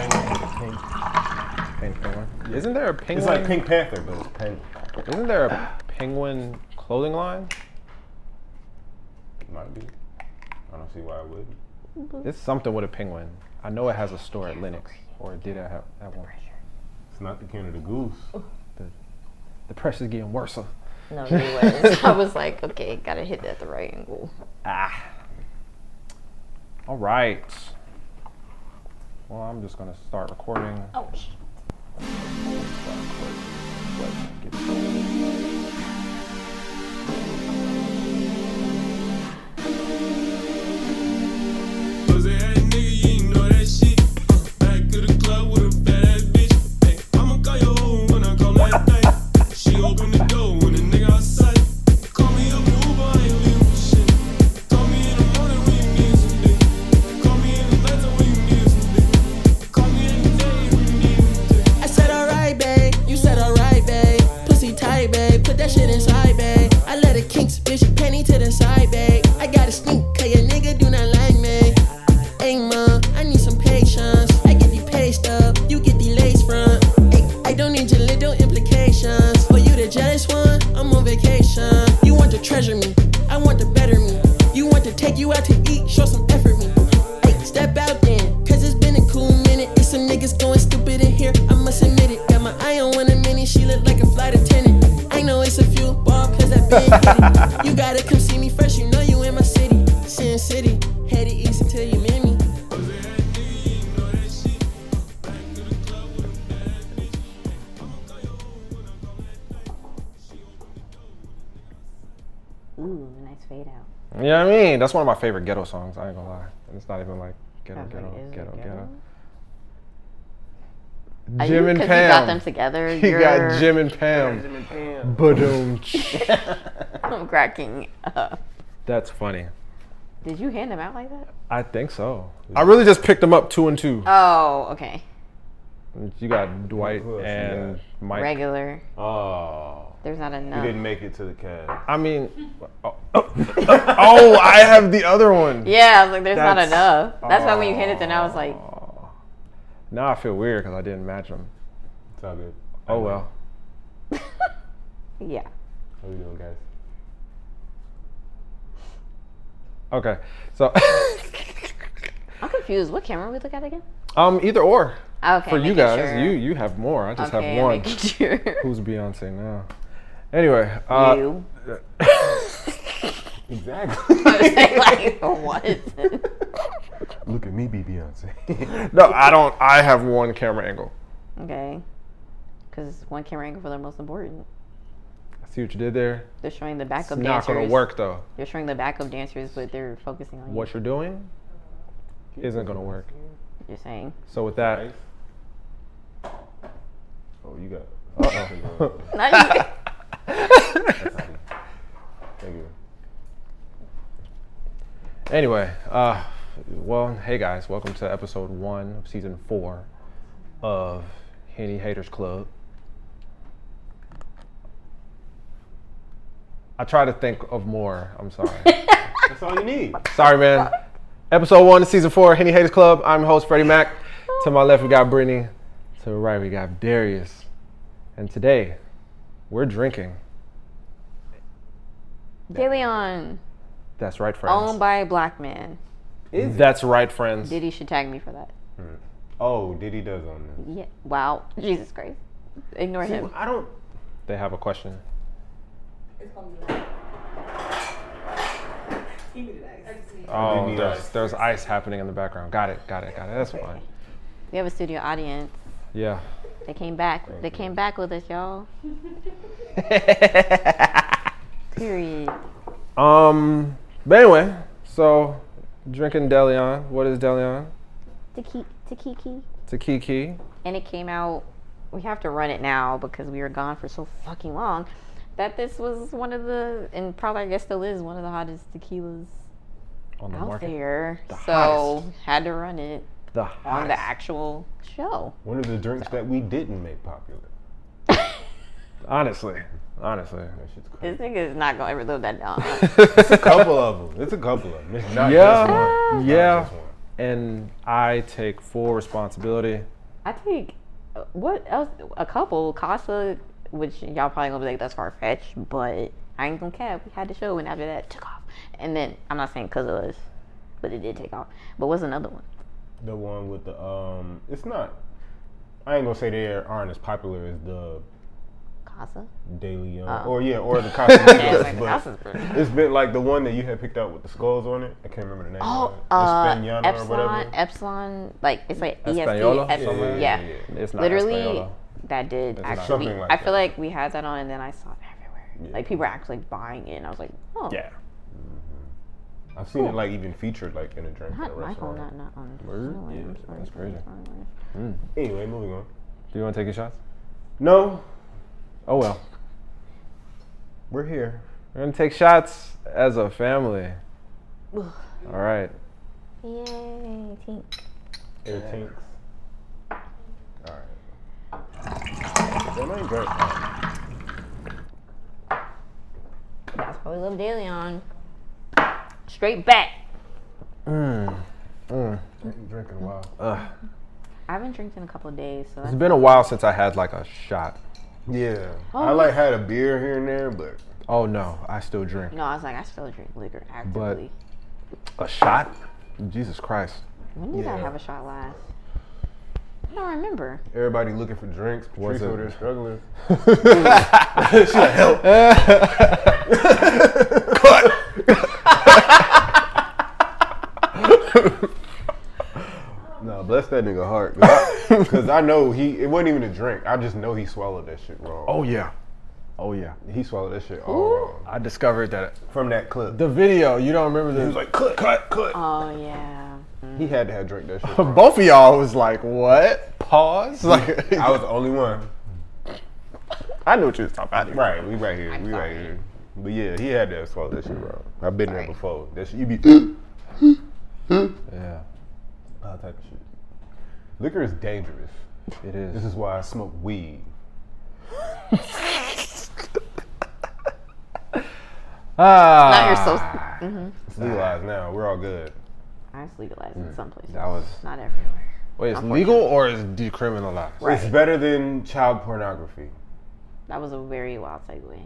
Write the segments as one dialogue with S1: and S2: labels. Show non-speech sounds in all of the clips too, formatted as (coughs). S1: pink.
S2: Pink penguin. Isn't there a penguin?
S1: It's like Pink Panther, but it's pink.
S2: Isn't there a penguin clothing line?
S1: Might be. I don't see why it wouldn't.
S2: It's something with a penguin. I know it has a store at Linux, or it did have at one.
S1: It's not the Canada Goose.
S2: The pressure's getting worse.
S3: No, you was. (laughs) I was like, okay, gotta hit that at the right angle.
S2: Ah. All right. Well, I'm just gonna start recording.
S3: Oh, sh-
S4: Pussy ass nigga, you ain't know that shit. Back to the club with a bad ass bitch. Ay, I'ma call your hoe when I call that night. She open the door when the nigga outside. Call me up an Uber, I ain't leaving for shit. Call me in the morning when you need some dick. Call me in the night when you need some dick. Call me in the day when you need some dick.
S5: I said alright, babe. You said alright, babe. Pussy tight, babe. Put that shit inside, babe. I let it kinks, bitch. Penny to the side, babe. I gotta sneak, cause your nigga do not like me. Hey, ma, I need some patience. I get the paste up, you get the lace front. Ay, I don't need your little implications. But you the jealous one, I'm on vacation. You want to treasure me, I want to better me. You want to take you out to eat, show some effort me. Ay, step out then, cause it's been a cool minute. It's some niggas going stupid in here, I must admit it. Got my eye on one a minute, she look like a flight attendant. I know it's a few ball, cause that big hit it. You gotta come see me first, you know you in my city. Sin City, headed east until you meet me.
S4: Pussy ass nigga, you ain't know that shit. Back to the club with a bad ass bitch. Ay, I'ma call your hoe when I call that night. She open the door when the
S6: Ooh,
S4: nigga outside.
S6: nice fade out.
S2: You know what I mean? That's one of my favorite ghetto songs. I ain't gonna lie. And it's not even like ghetto,
S6: Sounds like,
S2: ghetto,
S6: is it
S2: ghetto, ghetto,
S6: ghetto?
S3: Are
S2: Jim
S3: you,
S2: and
S3: 'cause
S2: Pam.
S3: You got
S2: (laughs)
S3: them together.
S2: He
S3: you're,
S2: got Jim and Pam. Ba-dum.
S3: I'm (laughs) cracking up.
S2: That's funny.
S3: Did you hand them out like that?
S2: I think so. I really just picked them up two and two.
S3: Oh, okay.
S2: You got Dwight
S1: Who else you
S2: and Mike.
S3: Regular.
S2: uh,
S1: Oh.
S3: There's not
S1: He
S3: enough.
S1: didn't make it to the cast.
S2: I (laughs) mean, oh, oh, I have the other one.
S3: Yeah, I was like, there's not
S2: That's-
S3: enough. That's why when you handed them, I was like,
S2: Now I feel weird because I didn't match them.
S1: It's all good.
S2: Oh well.
S3: yeah.
S1: How you doing, guys?
S2: Okay. So, (laughs)
S3: I'm confused. What camera we look at again?
S2: um, either or
S3: Okay.
S2: for you
S3: making
S2: guys,
S3: sure.
S2: you you have more. I just
S3: okay,
S2: have one.
S3: Making sure.
S2: (laughs) Who's Beyonce now? Anyway, uh,
S3: (laughs) you. (laughs)
S1: Exactly.
S3: like what?
S1: (laughs)
S2: (laughs)
S1: Look at me, be
S2: (laughs)
S1: Beyonce.
S2: no, I don't. I have one camera angle.
S3: okay. Because one camera angle for the most important.
S2: I see what you did there.
S3: They're showing the back
S2: It's
S3: of
S2: not
S3: dancers.
S2: gonna work though.
S3: They're showing the back of dancers, but they're focusing on
S2: What you're doing isn't gonna work.
S3: you. You're
S2: (laughs)
S3: saying.
S2: So with that,
S1: oh, you got.
S2: (laughs)
S3: Not you.
S1: Thank you.
S2: Anyway, uh, well, hey guys, welcome to episode one of season four of Henny Haters Club. I try to think of more. I'm sorry.
S1: That's all you need.
S2: sorry, man. Episode one of season four, Henny Haters Club. I'm your host Freddie Mac. To my left, we got Brittany. To the right, we got Darius. And today, we're drinking.
S3: DeLeon,
S2: That's right,
S3: owned
S2: friends.
S3: by a black man.
S2: That's right, friends.
S3: Diddy should tag me for that.
S1: Oh, Diddy does on this.
S3: Yeah. Wow. Jesus Christ. Ignore
S2: (laughs)
S3: him.
S1: I don't.
S2: They have a question. Oh,
S1: need
S2: there's,
S1: ice.
S2: there's ice happening in the background. Got it, got it, got it. That's fine.
S3: We have a studio audience.
S2: Yeah. (laughs)
S3: They came back. They came back with us, y'all. Period.
S2: Um. But anyway, so drinking Deleon. What is Deleon?
S3: Tiki- Takiki.
S2: Takiki.
S3: And it came out. We have to run it now because we were gone for so fucking long. That this was one of the, and probably I guess still is one of the hottest tequilas
S2: On the
S3: out
S2: market.
S3: there. so
S2: hottest.
S3: had to run it
S2: The
S3: on the
S2: hottest.
S3: actual show. (laughs)
S1: One of the drinks that we didn't make popular.
S2: Honestly, honestly.
S1: That shit's
S3: This
S1: crazy.
S3: nigga is not gonna ever live that down.
S1: It's
S2: (laughs)
S1: a couple of them. It's a couple of them. It's not
S2: Yeah.
S1: just one. It's not
S2: Yeah.
S1: just one.
S2: And I take full responsibility
S3: I think uh, what else? A couple Casa, which y'all probably gonna be like that's far fetched, but I ain't gonna cap. We had the show, and after that it took off. And then I'm not saying because of us, but it did take off. But what's another one?
S1: The one with the um, it's not. I ain't gonna say they aren't as popular as the
S3: Casa.
S1: Daily Young, or yeah, or
S3: (laughs)
S1: the Cosby
S3: Yeah,
S1: Show,
S3: Uh-uh. like, Casa's
S1: but
S3: pretty.
S1: it's been like the one that you had picked out with the skulls on it. I can't remember the name.
S3: Oh,
S1: of it.
S3: uh,
S1: Espanyana or
S3: Epsilon,
S1: whatever.
S3: Epsilon, like it's like
S2: Española?
S3: ESP, Epsilon,
S1: Yeah,
S3: yeah.
S1: yeah, yeah.
S2: It's not
S3: Literally,
S2: Española.
S3: that did
S1: That's
S3: actually.
S1: something like
S3: I feel
S1: that.
S3: like we had that on, and then I saw it everywhere.
S1: Yeah.
S3: Like people were actually buying it, and I was like, oh,
S2: Yeah.
S1: I've seen it like even featured like in a drink at a
S3: not my phone,
S1: restaurant.
S3: not not on.
S2: Word?
S3: Island,
S2: Yeah,
S3: I'm sorry,
S2: that's crazy.
S3: Island.
S1: Anyway, moving on.
S2: Do you want to take your shots?
S1: No,
S2: Oh well.
S1: we're here.
S2: We're gonna take shots as a family. All right.
S7: Yay, Tink.
S1: Air Tinks. All right. That ain't great.
S3: That's why we love daily on. Straight back.
S2: Mm.
S1: Ain't Drinking a while.
S3: I haven't drinking in a couple of days, so that's,
S2: It's been a while since I had like a shot.
S1: Yeah,
S3: Oh,
S1: I like had a beer here and there, but
S2: Oh no, I still drink.
S3: no, I was like, I still drink liquor actively.
S2: A shot? Jesus Christ.
S3: when did I
S1: yeah.
S3: have a shot last? I don't remember.
S1: everybody looking for drinks.
S2: What's
S1: Patrice
S2: it?
S1: over there struggling. (laughs) No, bless that nigga heart. Because I, know he, it wasn't even a drink. I just know he swallowed that shit wrong.
S2: Oh yeah. Oh yeah.
S1: He swallowed that shit all wrong.
S2: I discovered that
S1: From that clip.
S2: the video. You don't remember the?
S1: he was like, cut, cut, cut.
S3: Oh yeah.
S1: he had to have drank that (laughs) shit. wrong.
S2: Both of y'all was like, what? (laughs) Pause. Like
S1: I was the only one.
S2: I knew what you was talking about.
S1: Right, we right here. we
S3: sorry.
S1: right here. But yeah, he had to have swallowed that shit wrong. I've been there
S3: Sorry.
S1: before. That shit, you be
S2: Yeah.
S1: all type of shit. Liquor is dangerous.
S2: It
S1: This
S2: is.
S1: is why I smoke weed.
S2: Ah.
S3: Now you're so.
S1: It's legalized now. We're all good.
S3: I was legalized in some places.
S2: That was.
S3: Not everywhere.
S2: Wait, it's legal or it's decriminalized?
S1: It's better than child pornography.
S3: That was a very wild segue.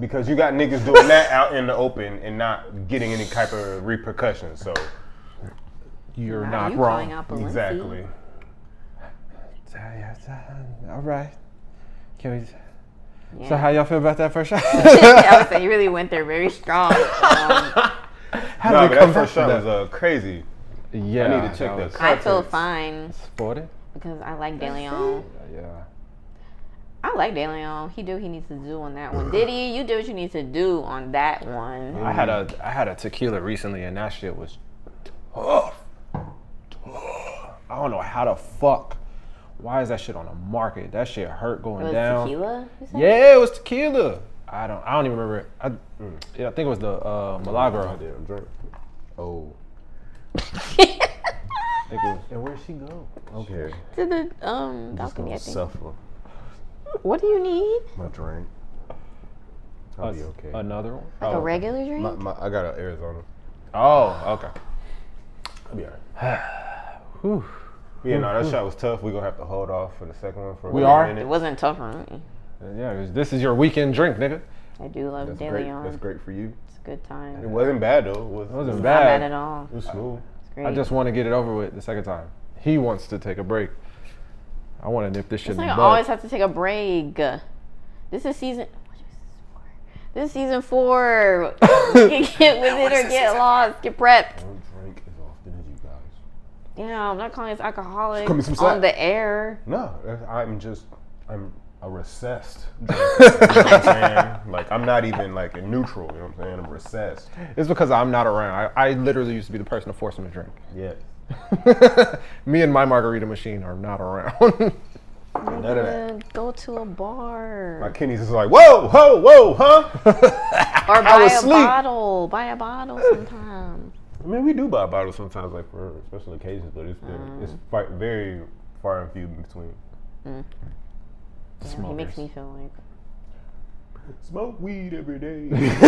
S1: Because you got niggas doing that out in the open and not getting any type of repercussions. So
S2: You're
S3: Wow,
S2: not
S3: you calling
S2: wrong.
S3: out Balenci?
S1: exactly.
S2: All right. Can we?
S3: Yeah.
S2: So
S3: (laughs)
S2: how y'all feel about that first (laughs) shot?
S3: I was saying you really went there very strong. Um,
S2: how
S1: No,
S2: did
S1: but
S2: we come back
S1: that first
S2: to
S1: shot
S2: that?
S1: was uh, crazy.
S2: yeah,
S1: I need to check
S2: was
S1: that.
S3: I feel fine
S2: Sported.
S3: because I like De Leon.
S2: Yeah.
S3: I like De Leon. He do what he needs to do on that one. Diddy, you do what you need to do on that one.
S2: I had a I had a tequila recently, and that shit was tough. Tough. I don't know how the fuck. Why is that shit on the market? That shit hurt going
S3: It was
S2: down.
S3: tequila. You said?
S2: Yeah, it was tequila. I don't I don't even remember. It. I mm, yeah, I think it was the uh, Milagro.
S1: Oh, damn, drink. Oh. and where'd she go? Okay.
S3: (laughs) To the um balcony, I
S1: Oh, gonna
S3: think.
S1: suffer
S3: What do you need?
S1: my drink. I'll be
S2: Us-
S1: okay.
S2: Another one.
S1: Oh.
S3: Like Oh, a regular drink?
S1: My- my- I got an Arizona.
S2: Oh, okay.
S1: I'll be alright. (sighs) Yeah, no, that shot was tough. We're gonna have to hold off for the second one for
S2: We
S1: a
S2: are?
S1: minute.
S3: it wasn't tough for me.
S2: Yeah, it was- this is your weekend drink, nigga.
S3: I do love
S1: That's
S3: De
S1: great.
S3: Leon.
S1: That's great for you.
S3: It's a good time.
S1: It wasn't bad though. It was,
S2: It wasn't
S3: Not
S2: bad.
S3: bad at all.
S1: It was smooth.
S3: It's great.
S2: I just want to get it over with the second time. He wants to take a break. I want to nip this shit
S3: It's
S2: in
S3: like
S2: the
S3: I
S2: bud.
S3: always have to take a break. This is season. what is this for? This is
S2: (laughs)
S3: season four. you can get with it or get lost. Get prepped.
S1: Don't drink as often as you guys.
S3: Yeah, I'm not calling this alcoholic
S1: Cut me some slack.
S3: on the air.
S1: No, that's- I'm just I'm a recessed. Drinker, you know what I'm saying? (laughs) Like I'm not even like a neutral. You know what I'm saying? I'm recessed.
S2: It's because I'm not around. I, I literally used to be the person to force him to drink. (laughs)
S1: Yeah.
S2: Me and my margarita machine are not around. (laughs)
S1: None of that.
S3: Uh, Go to a bar
S1: My kidneys is like whoa, whoa, whoa, huh? (laughs)
S3: or buy a
S2: was asleep.
S3: bottle. Buy
S2: (laughs)
S3: a bottle sometime.
S1: I mean, we do buy bottles sometimes, like for special occasions, but it's been, it's quite, very far and few in between.
S3: Yeah, he makes
S2: Smokers.
S3: me feel like
S1: Smoke weed every day.
S3: (laughs)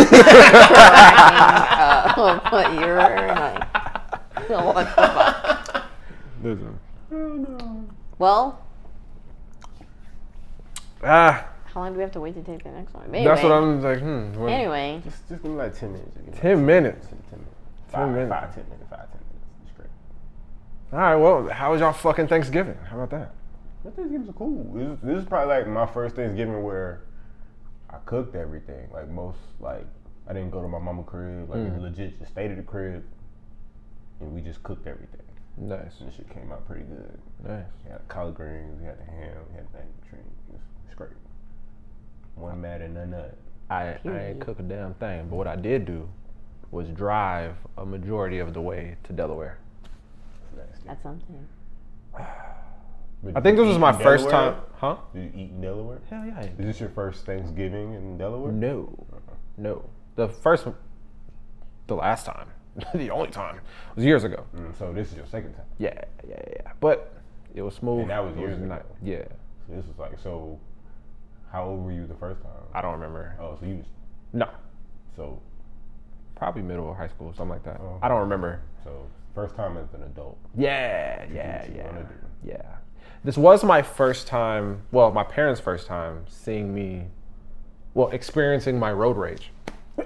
S3: uh, what you're like. What the fuck?
S1: Listen,
S3: Well,
S2: Ah,
S3: how long do we have to wait to take the next one?
S2: that's what
S3: Anyway.
S2: I'm like. Hmm. what-
S3: Anyway,
S1: Just, just give me like 10 minutes. Just give me
S2: Ten minutes.
S1: like 10 minutes.
S2: Ten
S1: Five-
S2: minutes.
S1: Five, 10 minutes. Five, 10 minutes. It's great.
S2: All right. Well, how was y'all fucking Thanksgiving? How about that?
S1: But Thanksgiving's are cool. This, this is probably like my first Thanksgiving where I cooked everything. Like most, like I didn't go to my mama crib. Like we legit just stayed at the crib, and we just cooked everything.
S2: Nice.
S1: And this shit came out pretty good.
S2: Nice.
S1: We had collard greens, we had the ham, we had the drink. It was, it's great. One mad and none nut.
S2: I, I ain't cook a damn thing, but what I did do was drive a majority of the way to Delaware.
S1: It's nasty.
S3: that's something.
S1: But
S2: I think
S1: did
S2: this was
S1: you
S2: my
S1: eat in
S2: first
S1: Delaware?
S2: time. Huh?
S1: Did you eat in Delaware?
S2: Hell yeah. I ate.
S1: Is this your first Thanksgiving in Delaware?
S2: No, no. The first, the last time, (laughs) the only time was years ago.
S1: Mm, so this is your second time.
S2: Yeah, yeah, yeah, yeah. But it was smooth.
S1: And that was
S2: It
S1: years ago.
S2: Yeah,
S1: So this was like so. How old were you the first time?
S2: I don't remember.
S1: Oh, so you was
S2: No,
S1: so
S2: probably middle or high school, something like that.
S1: Oh.
S2: I don't remember.
S1: so first time as an adult.
S2: Yeah,
S1: do
S2: yeah,
S1: what you
S2: yeah,
S1: wanna do.
S2: yeah. This was my first time. Well, my parents' first time seeing me. Well, experiencing my road
S1: (laughs)
S2: rage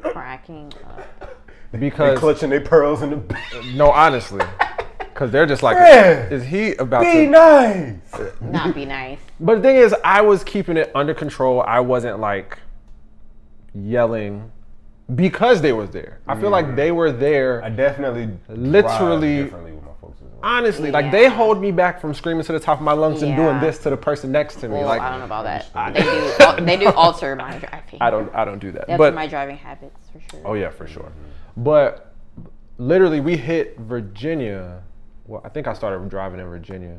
S3: Cracking up.
S2: because
S1: clutching their pearls in
S2: (laughs)
S1: the back.
S2: no, honestly, because they're just
S1: (laughs)
S2: like,
S1: Man,
S2: is he about
S1: Be
S2: to?
S1: nice.
S3: Not be nice.
S2: But the thing is, I was keeping it under control. I wasn't like yelling because they was there. I feel like they were
S1: I
S2: there.
S1: definitely drive
S2: Literally-
S1: differently with my folks. As well.
S2: Honestly, like they
S3: Yeah.
S2: hold me back from screaming to the top of my lungs and doing
S3: Yeah.
S2: this to the person next to me.
S3: Well,
S2: like
S3: I don't know about that. they do. al- They do
S2: (laughs)
S3: alter my driving.
S2: I don't, I don't do that.
S3: That's
S2: but
S3: my driving habits for sure.
S2: oh yeah, for sure. But literally, we hit Virginia. Well, I think I started driving in Virginia.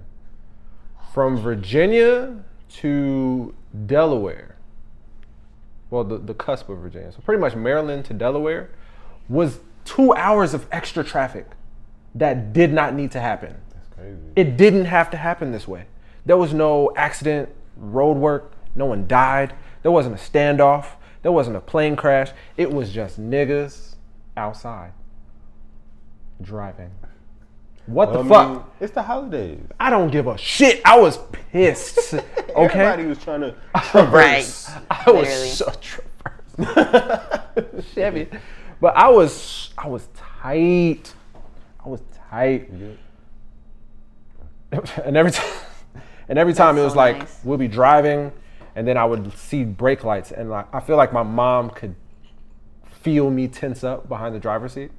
S2: From Virginia to Delaware. Well, the, the cusp of Virginia. So pretty much Maryland to Delaware was two hours of extra traffic that did not need to happen.
S1: It's crazy.
S2: It didn't have to happen this way. There was no accident, road work, no one died. There wasn't a standoff. There wasn't a plane crash. It was just niggas outside driving. What
S1: Well,
S2: the
S1: I
S2: fuck?
S1: mean, it's the holidays.
S2: I don't give a shit. I was
S1: (laughs)
S2: pissed.
S1: Everybody
S2: Okay?
S1: was trying to
S3: (laughs) Right.
S1: traverse.
S2: (laughs) I
S3: Literally.
S2: was so (laughs) traversed. Chevy. But I was I was tight. I was tight.
S1: good?
S2: and every time and every time it was
S3: so
S2: like
S3: nice.
S2: we'll be driving and then I would see brake lights and like I feel like my mom could feel me tense up behind the driver's seat.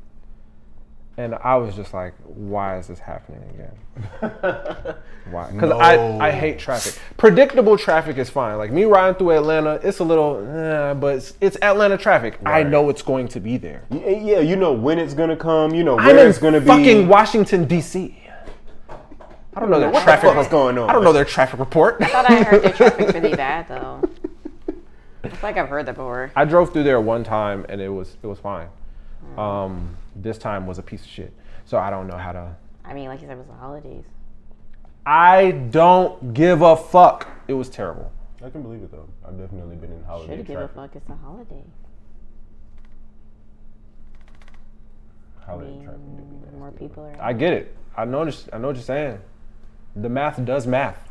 S2: And I was just like, why is this happening again?
S1: (laughs)
S2: why? Because
S1: No.
S2: I, I hate traffic. Predictable traffic is fine. Like me riding through Atlanta, it's a little, eh, but it's, it's Atlanta traffic. I
S1: Right.
S2: know it's going to be there.
S1: Yeah, yeah, you know when it's gonna come. You know where
S2: I'm in
S1: it's gonna
S2: fucking
S1: be.
S2: Washington D.C. I don't know their
S1: What the
S2: traffic.
S1: fuck is going on?
S2: I don't know their traffic report. (laughs)
S3: I thought I heard the traffic's really bad though. It's like I've heard that before.
S2: I drove through there one time and it was it was fine. Um, this time was a piece of shit. So I don't know how to.
S3: I mean, like you said, it was the holidays.
S2: I don't give a fuck. It was terrible.
S1: I can believe it though. I've definitely been in holiday
S3: Should give a
S1: traffic.
S3: fuck. It's a holiday. I
S1: Holiday
S3: mean,
S1: traffic do be nasty.
S3: more people are.
S2: I get it. I know. this- I know what you're saying. The math does math,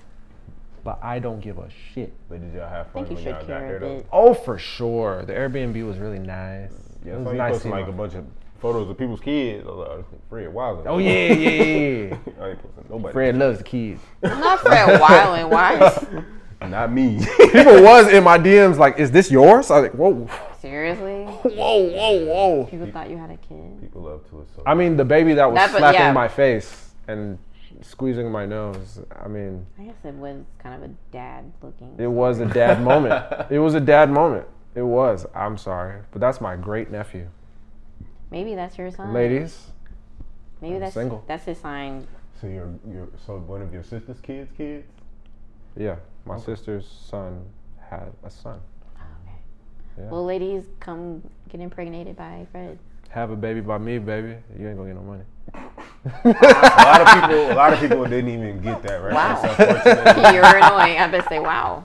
S2: but I don't give a shit.
S1: But did y'all have
S3: I
S1: fun
S3: think you
S1: when y'all
S3: should
S1: got
S3: care
S1: there
S3: a
S1: though?
S3: bit.
S2: Oh, for sure. The Airbnb was really nice.
S1: Yeah,
S2: it
S1: so
S2: was
S1: you
S2: nice.
S1: posting like a
S2: seeing-
S1: bunch of photos of people's kids. I was like, Fred Wilder.
S2: Oh yeah, yeah, yeah. (laughs) yeah.
S1: (laughs) I ain't posting nobody.
S2: Fred loves the kids.
S3: Not for a while and why?
S2: (laughs)
S1: Not me.
S2: People was in my DMs like, "Is this yours?" I was like, "Whoa, (laughs)
S3: Seriously?
S2: whoa, whoa, whoa."
S3: People thought you had a kid.
S1: People love to assault.
S2: I mean, the baby that was
S3: That's what-
S2: slapping
S3: yeah.
S2: my face and squeezing my nose. I mean,
S3: I guess it was kind of a dad looking.
S2: it was a dad moment. (laughs) It was a dad moment. It was. I'm sorry, but that's my great nephew.
S3: Maybe that's your sign.
S2: Ladies,
S3: Maybe that's
S2: single.
S3: that's his sign.
S1: so your your so one of your sister's kids kids.
S2: yeah, my sister's son had a son.
S3: Well, ladies, come get impregnated by Fred.
S2: Have a baby by me, baby. You ain't gonna get no money.
S1: A lot of people. A lot of people didn't even get that right.
S2: (laughs)
S1: (laughs)
S3: Wow. You're annoying. I bet say, wow,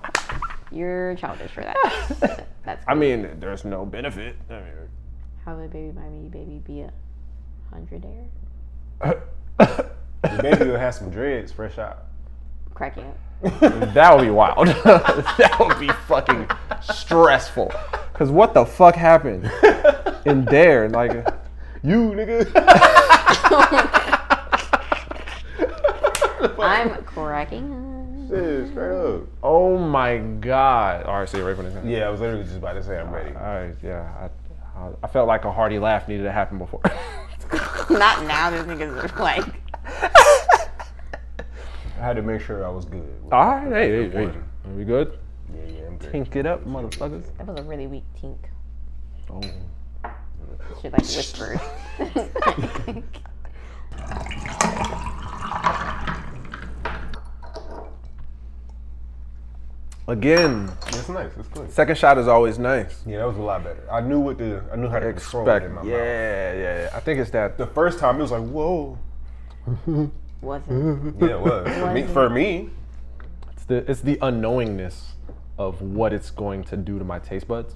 S3: you're childish for that. That's
S2: I mean, there's no (laughs) benefit. I mean,
S3: how would baby by me baby be a hundredaire?
S8: The baby will have some dreads fresh out.
S3: Crack it.
S2: That would be wild. (laughs) that would be fucking stressful. Cause what the fuck happened (laughs) in there? Like,
S8: You nigga.
S3: I'm cracking. up.
S8: Shit, straight up.
S2: oh my god. All right, so you're ready for this?
S8: Yeah, I was literally just about to say I'm ready.
S2: All right, yeah. I, I, I felt like a hearty laugh needed to happen before. (laughs)
S3: Not now. This niggas are like.
S8: I had to make sure I was good.
S2: All right, hey, hey, hey. Are we good?
S8: Yeah, yeah, I'm good.
S2: Pink it up, motherfuckers.
S3: That was a really weak tink.
S2: Oh.
S3: She like whispered. (laughs)
S2: Again,
S8: It's nice. It's good.
S2: second shot is always nice.
S8: Yeah, that was a lot better. I knew what to. I knew how to control it
S2: Expect.
S8: in my
S2: Yeah,
S8: mouth.
S2: yeah, yeah. I think it's that.
S8: The first time it was like, whoa.
S3: Wasn't.
S8: Yeah, it was. for,
S3: (laughs)
S8: me, for me,
S2: It's the it's the unknowingness of what it's going to do to my taste buds.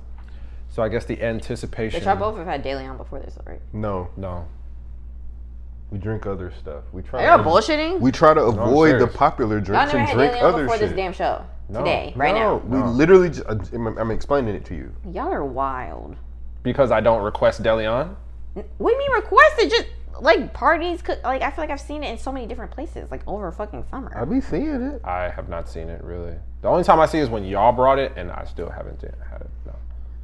S2: So I guess the anticipation.
S3: But y'all both have had daily on before this, right?
S8: no.
S2: No.
S8: We drink other stuff. We try.
S3: Y'all
S8: to-
S3: bullshitting.
S1: We try to
S8: I'm
S1: avoid the
S8: serious.
S1: popular
S3: y'all
S1: drinks
S3: never
S1: and
S3: had
S1: drink
S3: daily on
S1: other
S3: before
S1: shit.
S3: this damn show. Today, right
S8: no.
S1: We literally, just, I'm, I'm explaining it to you.
S3: now. Y'all are wild.
S2: Because I don't request Delion.
S3: What do you mean requested? Just like parties, cook, like I feel like I've seen it in so many different places, like over fucking summer.
S1: I be seeing it.
S2: I have not seen it really. The only time I see it is when y'all brought it, and I still haven't did- had it. No.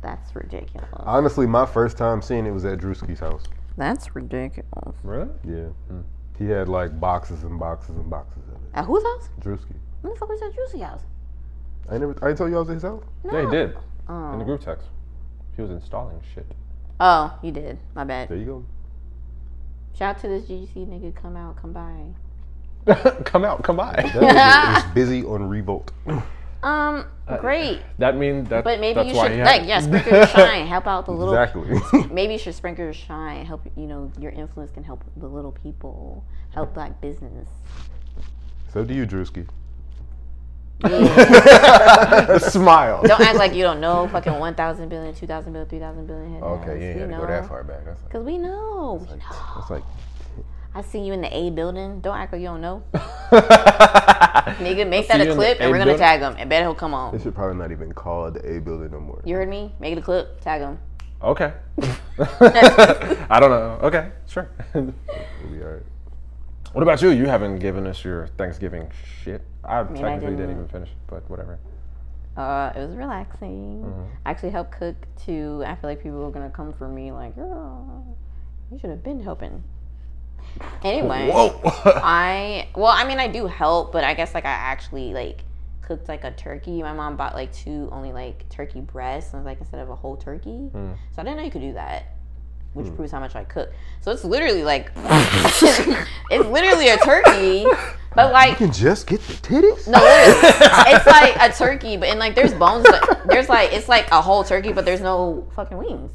S3: That's ridiculous.
S1: Honestly, my first time seeing it was at Drewski's house.
S3: That's ridiculous.
S2: Really?
S1: Yeah. He had like boxes and boxes and boxes of it.
S3: At whose house?
S1: Drewski.
S3: When the fuck was that Juicy house?
S1: I never, I didn't tell you I was at his house?
S3: No.
S2: Yeah, he did. In the
S3: Oh.
S2: group text, he was installing shit. (laughs)
S3: oh, you did. My bad.
S1: There you
S3: (laughs)
S1: go.
S3: Shout out to this GGC nigga. Come out, come by.
S2: come out, come by.
S1: That nigga is busy on (laughs) Revolt.
S3: Um, great.
S2: That means that.
S3: But maybe
S2: that's
S3: you
S2: why
S3: should
S2: he had
S3: like
S2: it. (laughs)
S3: yeah, sprinkle your shine, help out the little.
S1: Exactly. (laughs)
S3: Maybe you should sprinkle your shine, help you know your influence can help the little people, help black business.
S1: so do you, Drewski.
S2: the smile.
S3: Don't act like you don't know fucking 1,000 billion, 2,000 billion, 3,000 billion head
S8: Okay,
S3: nods.
S8: yeah, you had
S3: we
S8: to
S3: know.
S8: go that far back. That's like,
S3: Cause we know, we know.
S1: That's like,
S3: I see you in the A building. Don't act like you
S2: (laughs)
S3: don't know. (laughs) Nigga, make that
S2: see you in
S3: a
S2: the
S3: clip,
S2: A
S3: and we're gonna
S2: building.
S3: tag him. I bet he'll come on.
S1: it should probably not even call it the A building no more.
S3: You heard me? Make it a clip. Tag him. (laughs)
S2: Okay. (laughs) I don't know. Okay, sure. (laughs)
S1: It'll be all right.
S2: what about you? You haven't given us your Thanksgiving shit. I,
S3: mean, I
S2: technically didn't.
S3: didn't-
S2: even finish, but whatever.
S3: Uh, it was relaxing.
S2: Mm-hmm.
S3: I actually helped cook too. I feel like people were gonna come for me like, girl, you should have been helping. Anyway, (laughs) I well, I mean, I do help, but I guess like I actually like cooked like a turkey. My mom bought like two only like turkey breasts, and like instead of a whole turkey, so I didn't know you could do that, which proves how much I cook. So it's literally like (laughs) it's literally a turkey, but like
S1: You can just get the titties? (laughs)
S3: no, literally. it's like a turkey, but and like there's bones. But there's like it's like a whole turkey, but there's no fucking wings.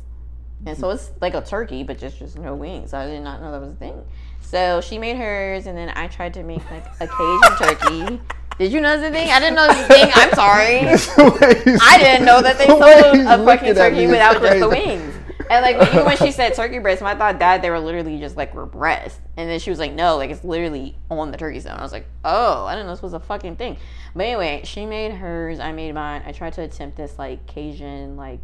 S3: And so it's like a turkey, but just just no wings. I did not know that was a thing. So she made hers, and then I tried to make like a Cajun turkey. Did you know this thing? I didn't know this thing. I'm sorry. (laughs) I
S1: I
S3: didn't know
S2: (laughs)
S3: that
S1: (laughs)
S3: they sold a fucking turkey without just the wings. And like even
S2: (laughs)
S3: when she said turkey breast, when I thought that they were literally just like were breasts. And then she was like, no, like it's literally on the turkey stone. I was like, oh, I didn't know this was a fucking thing. But anyway, she made hers, I made mine. I tried to attempt this like Cajun like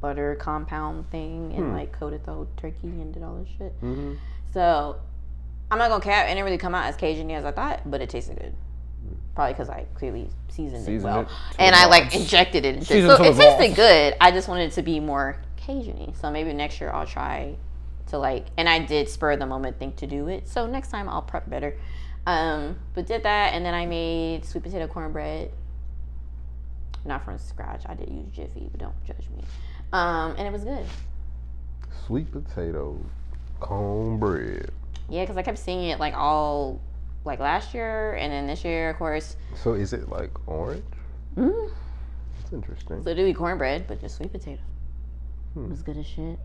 S3: butter compound thing
S2: Hmm.
S3: and like coated the whole turkey and did all this shit.
S2: Mm-hmm.
S3: So I'm not gonna cap, it didn't really come out as Cajun as I thought, but it tasted good. Probably because I clearly seasoned, it
S2: Seasoned
S3: well,
S2: it to
S3: and I like injected it. Into, so
S2: Seasoned to
S3: it
S2: the balls.
S3: tasted good. I just wanted it to be more Cajun-y. So maybe next year I'll try to like, and I did spur the moment think to do it. So next time I'll prep better. Um, but did that, and then I made sweet potato cornbread. Not from scratch. I did use Jiffy, but don't judge me. Um, and it was good.
S1: Sweet potato, cornbread.
S3: Yeah, because I kept seeing it like all like last year, and then this year, of course,
S1: So is it like orange?
S3: Mm.
S1: That's interesting.
S3: So do we cornbread, but just sweet potato. It was good as shit.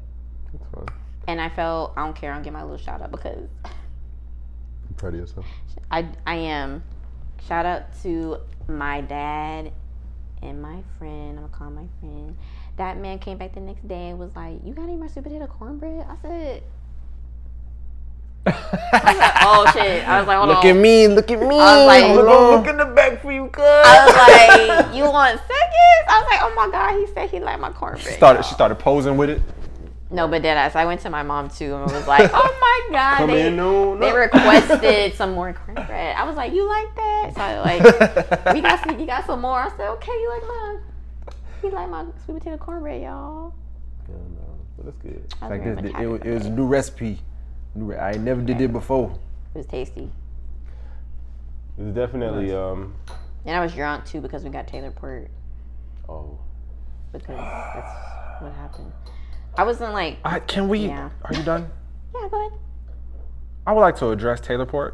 S1: That's fine.
S3: And I felt I don't care. I'll get my little shout out because
S1: You proud of yourself?
S3: I I am. Shout out to my dad and my friend. I'm gonna call him my friend. That man came back the next day and was like, "You got any more sweet potato cornbread?" I said, oh
S2: (laughs)
S3: shit! I was like, hold
S2: Look
S3: on.
S2: at me, look at me.
S3: I was like-
S2: hold
S8: Look,
S2: on.
S8: look in the back for you, cuz.
S3: I was like, you want seconds? I was like, oh my god, he said he liked my cornbread.
S2: Started, she started posing with it.
S3: No, but then as I went to my mom too and was like, oh my god,
S8: Come
S3: they,
S8: in noon.
S3: they requested some more cornbread. I was like, you like that? So
S2: (laughs)
S3: I like, we got some, you got some more. I said, okay, you like mine. He like my sweet potato cornbread, y'all.
S8: Yeah, no, but it's good.
S3: I
S2: Like this,
S3: was very much
S2: it,
S3: happy
S2: was-
S3: about
S2: it was a new recipe. New re- I ain't never did it before.
S3: It was tasty.
S8: It's definitely um.
S3: And I was drunk too because we got Taylor Port
S8: Oh,
S3: because that's what happened. I wasn't like,
S2: I, can we?
S3: Yeah.
S2: Are you done?
S3: yeah, go ahead.
S2: I would like to address Taylorport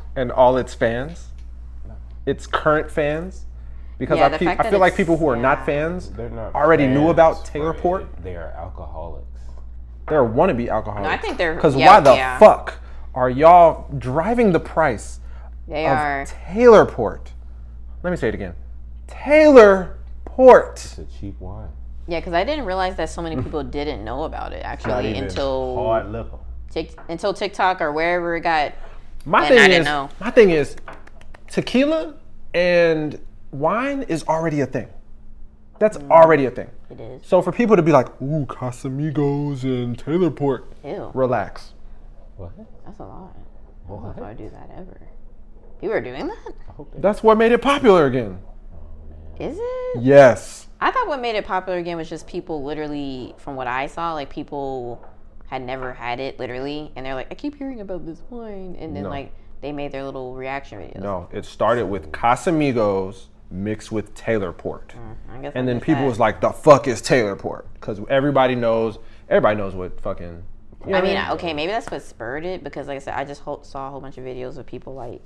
S3: (laughs)
S2: and all its fans, its current fans, because
S3: Yeah,
S2: I,
S3: the
S2: pe-
S3: fact
S2: I
S3: that
S2: feel like
S3: it's-
S2: people who are not
S3: yeah.
S2: fans
S8: they're not.
S2: already knew
S8: fans,
S2: about
S8: but
S2: Taylorport.
S8: They are alcoholics.
S2: They're wannabe alcoholics.
S3: No, I think they're-
S2: because
S3: yeah,
S2: why the
S3: yeah.
S2: fuck are y'all driving the price
S3: They
S2: of
S3: are.
S2: Taylorport? Let me say it again, Taylorport.
S8: It's a cheap wine.
S3: Yeah, because I didn't realize that so many people didn't know
S2: (laughs)
S3: about it
S8: Not
S3: actually
S8: even
S3: until
S8: hard liquor.
S3: Tik until TikTok or wherever it got.
S2: My
S3: And
S2: thing
S3: I didn't
S2: is,
S3: know.
S2: my thing is, tequila and wine is already a thing. That's
S3: Mm.
S2: already a thing.
S3: It is
S2: So for people to be like, ooh, Casamigos and Taylorport,
S3: ew.
S2: relax.
S8: What?
S3: That's a lot. I don't know if I do that ever. You were doing that?
S2: That's what made it popular again.
S3: Is it?
S2: Yes.
S3: I thought what made it popular again was just people literally, from what I saw, like people had never had it literally, and they're like, I keep hearing about this wine, and then
S2: No.
S3: like they made their little reaction videos.
S2: No, it started with Casamigos mixed with Taylorport.
S3: I guess I
S2: And then
S3: missed
S2: people
S3: Mm. that.
S2: was like, the fuck is Taylorport? Because everybody knows, everybody knows what fucking. you know
S3: I
S2: what
S3: mean, I- okay, maybe that's what spurred it because, like I said, I just ho- saw a whole bunch of videos of people like,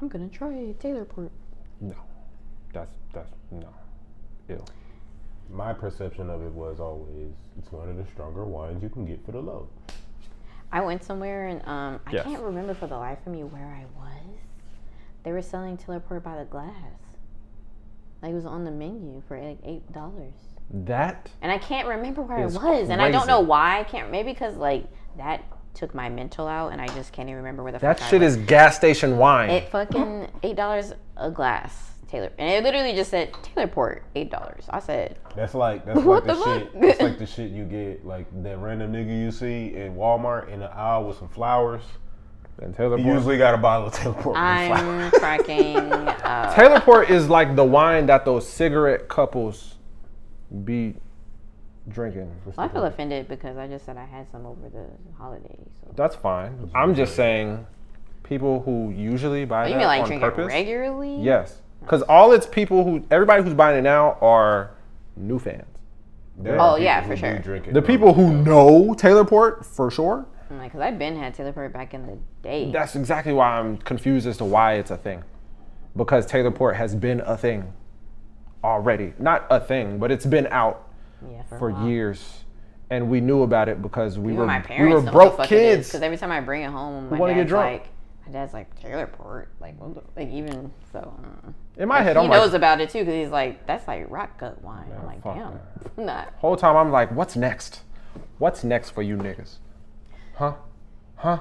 S3: I'm gonna try Taylor Port.
S2: No. That's, that's, no. Ew.
S8: My perception of it was always it's one of the stronger wines you can get for the low.
S3: I went somewhere and um, I
S2: Yes.
S3: can't remember for the life of me where I was. They were selling Taylor Port by the glass. Like it was on the menu for like eight dollars,
S2: That,
S3: and I can't remember where I was,
S2: It's
S3: and I don't know
S2: crazy.
S3: why. I can't maybe because like that took my mental out, and I just can't even remember where the
S2: that
S3: fuck I
S2: shit
S3: was.
S2: is gas station wine.
S3: It fucking eight dollars a glass, Taylor, and it literally just said Taylor Port eight dollars. I said,
S8: That's like that's
S3: What
S8: like the,
S3: the fuck?
S8: shit. That's like the shit you get like that random nigga you see in Walmart in the aisle with some flowers.
S2: and
S8: He
S2: Taylorport.
S8: usually got a bottle of teleport.
S2: (laughs)
S3: I'm cracking up.
S2: Taylorport is like the wine that those cigarette couples be drinking.
S3: Well, I feel offended because I just said I had some over the holidays. So.
S2: That's fine. I'm just saying, people who usually buy
S3: Oh, You
S2: that
S3: mean like
S2: on
S3: drink
S2: purpose.
S3: it regularly?
S2: Yes, because all it's people who everybody who's buying it now are new fans.
S3: Oh, yeah, for sure.
S2: The people who know Taylorport for sure.
S3: I'm like, cause I've been had Taylor Port back in the day.
S2: That's exactly why I'm confused as to why it's a thing, because Taylorport has been a thing already. Not a thing, but it's been out
S3: yeah,
S2: for
S3: a while.
S2: years, and we knew about it because we
S3: Even
S2: were
S3: Uh-huh. my parents
S2: we were
S3: know
S2: broke
S3: what the
S2: kids.
S3: Because every time I bring it home, my
S2: wanna
S3: dad's
S2: get drunk.
S3: like, my dad's like Taylor Port, like, what the- like even so. mm.
S2: In my head,
S3: he
S2: I'm
S3: knows
S2: like,
S3: about it too because he's like, that's like rock gut wine. (laughs) I'm like,
S2: fuck
S3: damn, not.
S2: whole time I'm like, what's next? What's next for you niggas? Huh? Huh?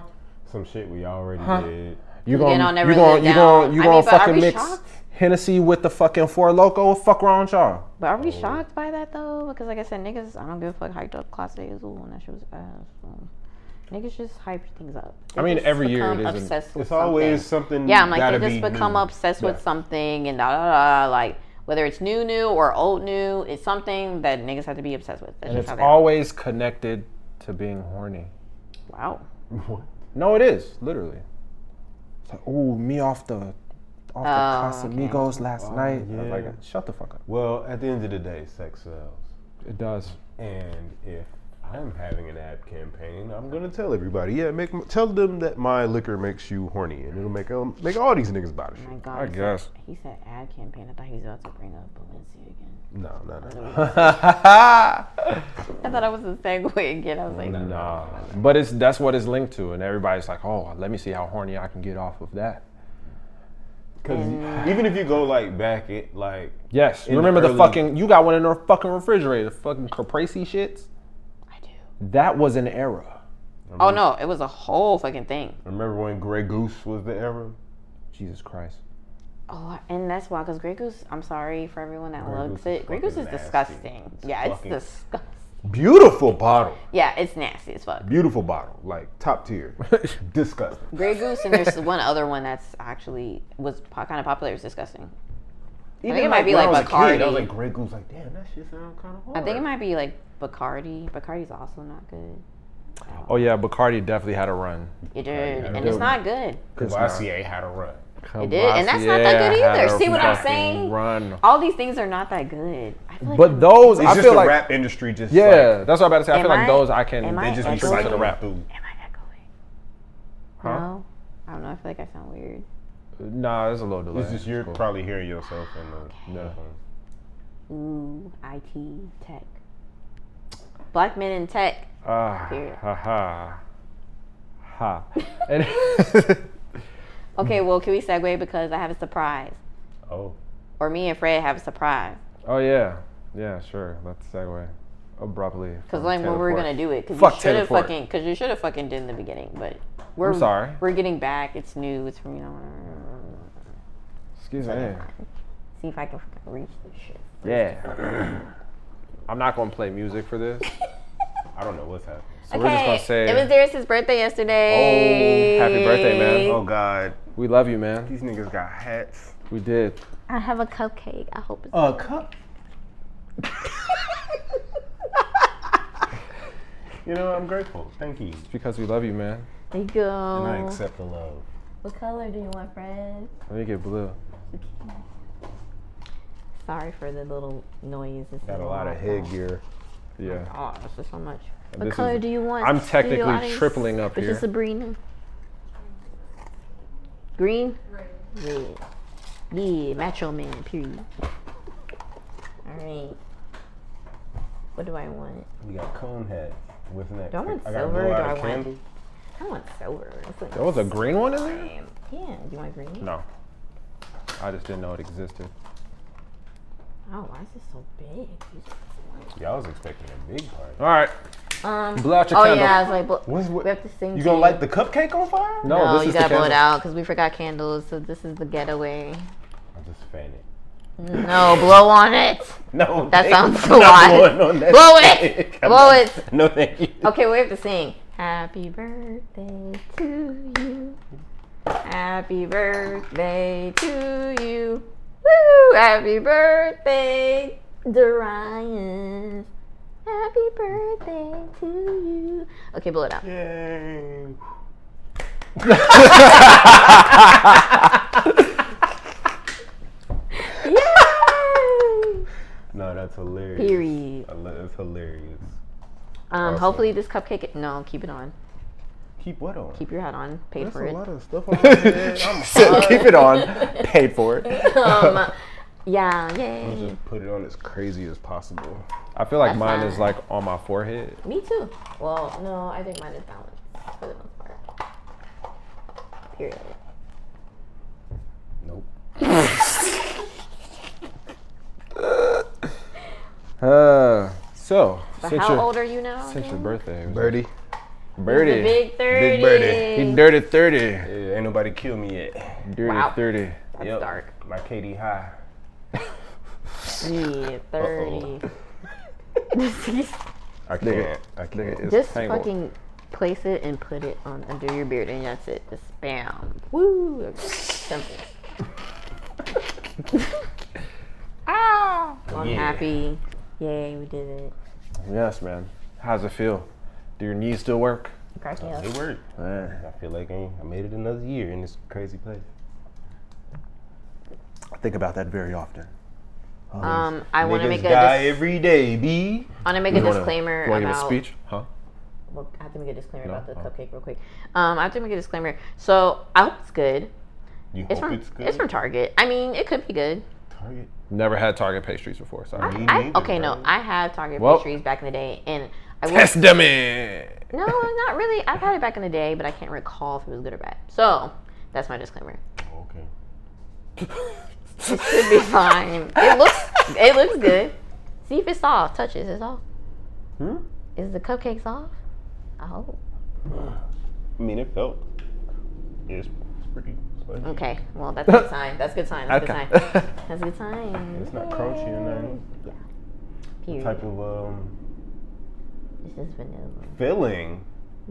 S8: some shit we already did.
S2: You
S3: Then I'll
S2: gonna
S3: never
S2: you gonna
S3: live
S2: you
S3: down.
S2: gonna you
S3: I
S2: gonna
S3: mean, but are
S2: fucking
S3: we
S2: mix
S3: shocked?
S2: Hennessy with the fucking Four Loco? Fuck wrong, with y'all.
S3: But are we shocked by that though? Because like I said, niggas, I don't give a fuck. Hyped up Class A Azul and that shit was ass. Mm. Niggas just hype things up. They
S2: I mean,
S3: just
S2: every year it is
S3: become
S2: an-
S3: obsessed with
S8: It's always
S3: something.
S8: something.
S3: Yeah, I'm like
S8: gotta
S3: they just
S8: be
S3: become
S8: new.
S3: obsessed
S8: Yeah.
S3: with something and da da da. Like whether it's new new or old new, it's something that niggas have to be obsessed with. That's
S2: And
S3: just
S2: it's
S3: how they are.
S2: always connected to being horny.
S3: wow.
S8: What?
S2: No, it is literally. It's like, ooh, me off the off
S3: Oh,
S2: the
S3: okay.
S2: Casamigos last night. I was
S8: yeah.
S2: like, shut the fuck up.
S8: Well, at the end of the day, sex sells.
S2: It does.
S8: And if I'm having an ad campaign, I'm gonna tell everybody. Yeah, make tell them that my liquor makes you horny, and it'll make um, make all these niggas buy the
S3: My
S8: shit.
S3: God.
S2: I
S3: he
S2: (laughs)
S3: said-
S2: guess.
S3: he said ad campaign. I thought he was about to bring up Balenciaga again.
S8: No, no, no.
S3: I thought I was a segue again. I was like,
S2: (laughs) Nah, but it's that's what it's linked to, and everybody's like, oh, let me see how horny I can get off of that.
S8: Because even if you go like back, it like
S2: Yes,
S8: the
S2: remember the
S8: early-
S2: fucking you got one in their fucking refrigerator, the fucking Caprese shits.
S3: I do.
S2: That was an era.
S3: Oh no, it was a whole fucking thing.
S1: Remember when Grey Goose was the era?
S2: Jesus Christ.
S3: Oh, and that's why, because Grey Goose, I'm sorry for everyone that
S1: Grey Goose
S3: loves
S1: is
S3: it. Grey Goose is
S1: fucking nasty.
S3: disgusting.
S1: It's
S3: yeah, it's
S1: fucking-
S3: disgusting.
S1: Beautiful bottle.
S3: Yeah, it's nasty as fuck.
S1: Beautiful bottle. Like
S2: (laughs)
S1: top tier. Disgusting.
S3: Grey Goose,
S1: (laughs)
S3: and there's one other one that's actually was po- kind of popular. It's disgusting.
S1: Even
S3: it might be
S1: when
S3: like
S1: I was a kid, I was
S3: Bacardi.
S1: like Grey Goose. Like damn, that shit sound kind of hard.
S3: I think it might be like Bacardi. Bacardi's also not good.
S2: Oh yeah, Bacardi definitely had a run.
S3: It did, and
S1: yeah.
S3: it's not good.
S1: Cavassier had a run.
S2: It
S3: did, and that's not that good either. See what I'm saying?
S2: Run.
S3: All these things are not that good. I feel like
S2: But those,
S1: It's
S2: I
S1: just
S2: feel
S1: the
S2: like,
S1: rap industry. Just
S2: yeah, that's what I'm about to say. I
S3: Am
S2: feel like
S3: I-
S2: those I
S3: am
S2: can.
S3: I
S1: like, they just be
S3: echoing?
S1: trying to rap through.
S3: Am I echoing?
S2: Huh?
S3: No, I don't know. I feel like I sound weird.
S2: Nah, there's a little delay.
S1: It's just you're
S2: cool.
S1: probably hearing yourself in the.
S2: Yeah.
S3: Ooh, IT tech. Black men in tech.
S2: Ah,
S3: Period.
S2: ha ha
S3: (laughs)
S2: ha. And (laughs) Hmm.
S3: Okay, well, can we segue because I have a surprise,
S1: Oh,
S3: or me and Fred have a surprise.
S2: oh yeah, yeah, sure. Let's segue abruptly.
S3: Because
S2: from
S3: like when we were
S2: teleport.
S3: gonna do it, because
S2: Fuck
S3: you should have
S2: teleport.
S3: fucking, because you should have fucking did in the beginning. But we're
S2: I'm sorry.
S3: We're getting back. It's new. It's from you know.
S2: Excuse me.
S3: See if I can fucking reach this shit.
S2: Yeah. (clears throat) I'm not gonna play music for this.
S1: I don't know what's happening.
S2: So we're just gonna say,
S3: it was Darius's birthday yesterday.
S2: Oh, happy birthday, man.
S1: Oh God,
S2: we love you, man.
S1: these niggas got hats.
S2: We did.
S9: I have a cupcake. I hope
S2: Oh.
S9: it's
S1: A cup. (laughs) you know, I'm grateful. Thank you.
S2: Because we love you, man.
S9: there you go.
S1: And I accept the love.
S9: What color do you want, Fred?
S2: Let me get blue.
S3: Sorry for the little noise. This
S1: Got
S3: is
S1: a lot of headgear.
S2: Yeah.
S3: Oh, this is so much.
S9: What
S2: This
S9: color
S2: is-
S9: do you want?
S2: I'm
S9: studio
S2: technically
S9: audience?
S2: tripling up
S9: This
S2: here.
S9: is Sabrina.
S3: Green. Red. Yeah, macho man. Period. All right. What do I want?
S1: We got cone hats. What's next?
S3: Do I want
S1: gotta
S3: silver?
S1: blow
S3: or
S1: out
S3: Do I
S1: a
S3: want?
S1: candle?
S3: I want silver. That's like
S2: There was a green one in there?
S3: Damn. Yeah, you want green?
S2: No. I just didn't know it existed.
S3: Oh, why is this so big?
S1: Yeah, I was expecting a big party.
S2: All right.
S3: Um.
S2: Blow out your
S3: oh
S2: candle.
S3: yeah, I was like, but
S1: Uh, What's what?
S3: we have to sing.
S1: You
S3: to
S1: gonna light the cupcake on fire?
S2: No,
S3: No,
S2: this
S3: you
S2: is the
S3: gotta blow it
S2: candle.
S3: out because we forgot candles. So this is the getaway.
S1: I'll just fan it.
S3: No, blow on it.
S1: No,
S3: That
S1: thank
S3: sounds
S1: you. (laughs)
S3: a lot.
S1: Not blowing on that
S3: Blow it.
S1: shit. Come
S3: Blow
S1: on.
S3: it.
S1: No, thank you.
S3: Okay, we have to sing. Happy birthday to you. Happy birthday to you. Woo! Happy birthday, Darius. Happy birthday to you. Okay, blow it out.
S1: (laughs) Yay.
S3: Yay!
S1: No, that's hilarious.
S3: Period.
S1: I lo- That's hilarious.
S3: Um, hopefully this cupcake. No, keep it on.
S1: Keep what on?
S3: Keep your hat on. Paid for it.
S1: of stuff on my
S3: (laughs)
S1: head. I'm
S2: Said (laughs) keep it on. Paid for it.
S3: Um, yeah, yay.
S1: just put it on as crazy as possible.
S2: I feel like
S3: That's
S2: mine is
S3: fine.
S2: like on my forehead.
S3: Me too. Well, no, I think mine is balanced for the most part. Period.
S1: Nope.
S2: Uh, so, since
S3: How
S2: your,
S3: old are you now?
S2: since your birthday, it was
S1: Birdie.
S2: Birdie.
S3: The big thirty.
S1: Birdie.
S2: He dirty 30.
S1: Yeah, ain't nobody killed me yet.
S2: Dirty
S3: Wow.
S2: 30.
S1: That's
S3: dark.
S1: My KD high.
S3: Yeah, 30 (laughs)
S2: (laughs)
S1: I
S2: Nigga,
S1: can't. I can't.
S2: Nigga, it's
S3: Just
S2: tangled.
S3: fucking place it and put it on under your beard, and that's it. Just spam. Woo. Simple. ah. I'm
S1: Yeah.
S3: happy. Yay, we did it.
S2: Yes, man. How's it feel? Do your knees still work?
S3: Crack it up.
S1: It worked.
S2: Uh,
S1: I feel like I, ain't- I made it another year in this crazy place.
S2: I think about that very often.
S3: Um, I want to
S1: Niggas
S3: make a
S1: die
S3: dis-
S1: every day, B.
S3: I want to make a disclaimer
S2: wanna
S3: about.
S2: give a speech? Huh?
S3: Well, I have to make a disclaimer about the
S2: Oh.
S3: cupcake real quick. Um, I have to make a disclaimer. So I hope it's good.
S1: You
S3: It's
S1: hope
S3: from
S1: it's
S3: it's,
S1: good.
S3: from Target. I mean, it could be good.
S1: Target.
S2: Never had Target pastries before. Sorry.
S1: Me
S3: I,
S1: neither,
S3: okay, no,
S1: bro.
S3: I have Target
S2: Well.
S3: pastries back in the day, and I will,
S2: Test dummy.
S3: no, not really. I've had it back in the day, but I can't recall if it was good or bad. So that's my disclaimer.
S1: Oh, Okay.
S3: Should
S1: (laughs)
S3: be fine. It looks it looks good. See if it's soft. Touch it. Is it soft?
S2: Hmm?
S3: Is the cupcake soft? I hope.
S1: I mean, it felt. It's, it's pretty. spongy.
S3: Okay, well that's a good sign. That's a good sign. That's a
S2: Okay. (laughs)
S3: good sign. That's a good sign.
S1: It's not crunchy or nothing.
S3: Period.
S1: Type of um,
S3: This is vanilla.
S1: filling.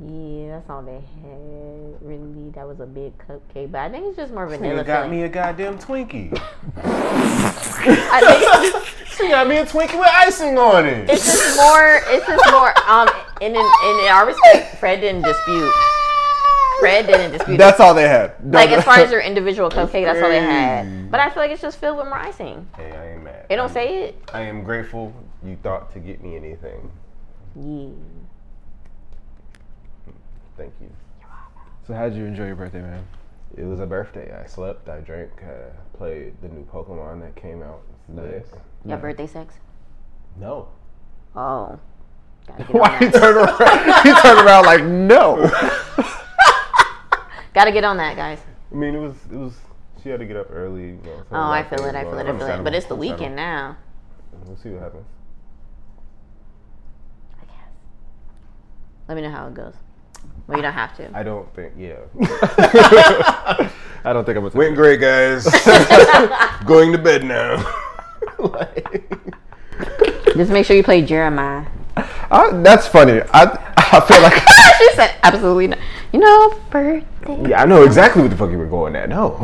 S3: Yeah, that's all they had. Really, that was a big cupcake, but I think it's just more vanilla.
S1: Nigga got
S3: filling.
S1: me a goddamn
S3: (laughs)
S1: Twinkie. (laughs)
S3: I think
S1: she got me a Twinkie with icing on it.
S3: it's just more. It's just more. Um, and in, and in our respect, Fred didn't dispute. Fred didn't dispute.
S2: That's all they had.
S3: like as far as their individual cupcake, that's all they had. But I feel like it's just filled with more icing.
S1: (laughs) Hey, I ain't mad.
S3: They don't say it.
S1: I am grateful you thought to get me anything.
S3: Yeah.
S1: Thank you.
S2: So how'd you enjoy your birthday, man?
S1: It was a birthday. I slept. I drank. I played the new Pokemon that came out. Nice.
S3: Your birthday sex.
S1: No.
S3: Oh. Gotta
S2: (laughs)
S3: get,
S2: Why
S3: on
S2: he
S3: that.
S2: turned around? he turned around like no.
S3: Gotta get on that, guys.
S1: I mean, it was. It was. She had to get up early. You know,
S3: Oh, I feel it. I feel it. I feel it. But it's the weekend
S1: now.
S3: now.
S1: We'll see what happens.
S3: I guess. Let me know how it goes. Well, you don't have to.
S1: I don't think. Yeah.
S2: I don't think I'm gonna.
S1: Went great, (laughs) guys. Going to bed (laughs) now. like,
S3: Just make sure you play Jeremiah. (laughs)
S2: I, that's funny. I I feel like. (laughs)
S3: she said, absolutely not. You know, birthday.
S1: yeah, I know exactly what the fuck you were going at. No.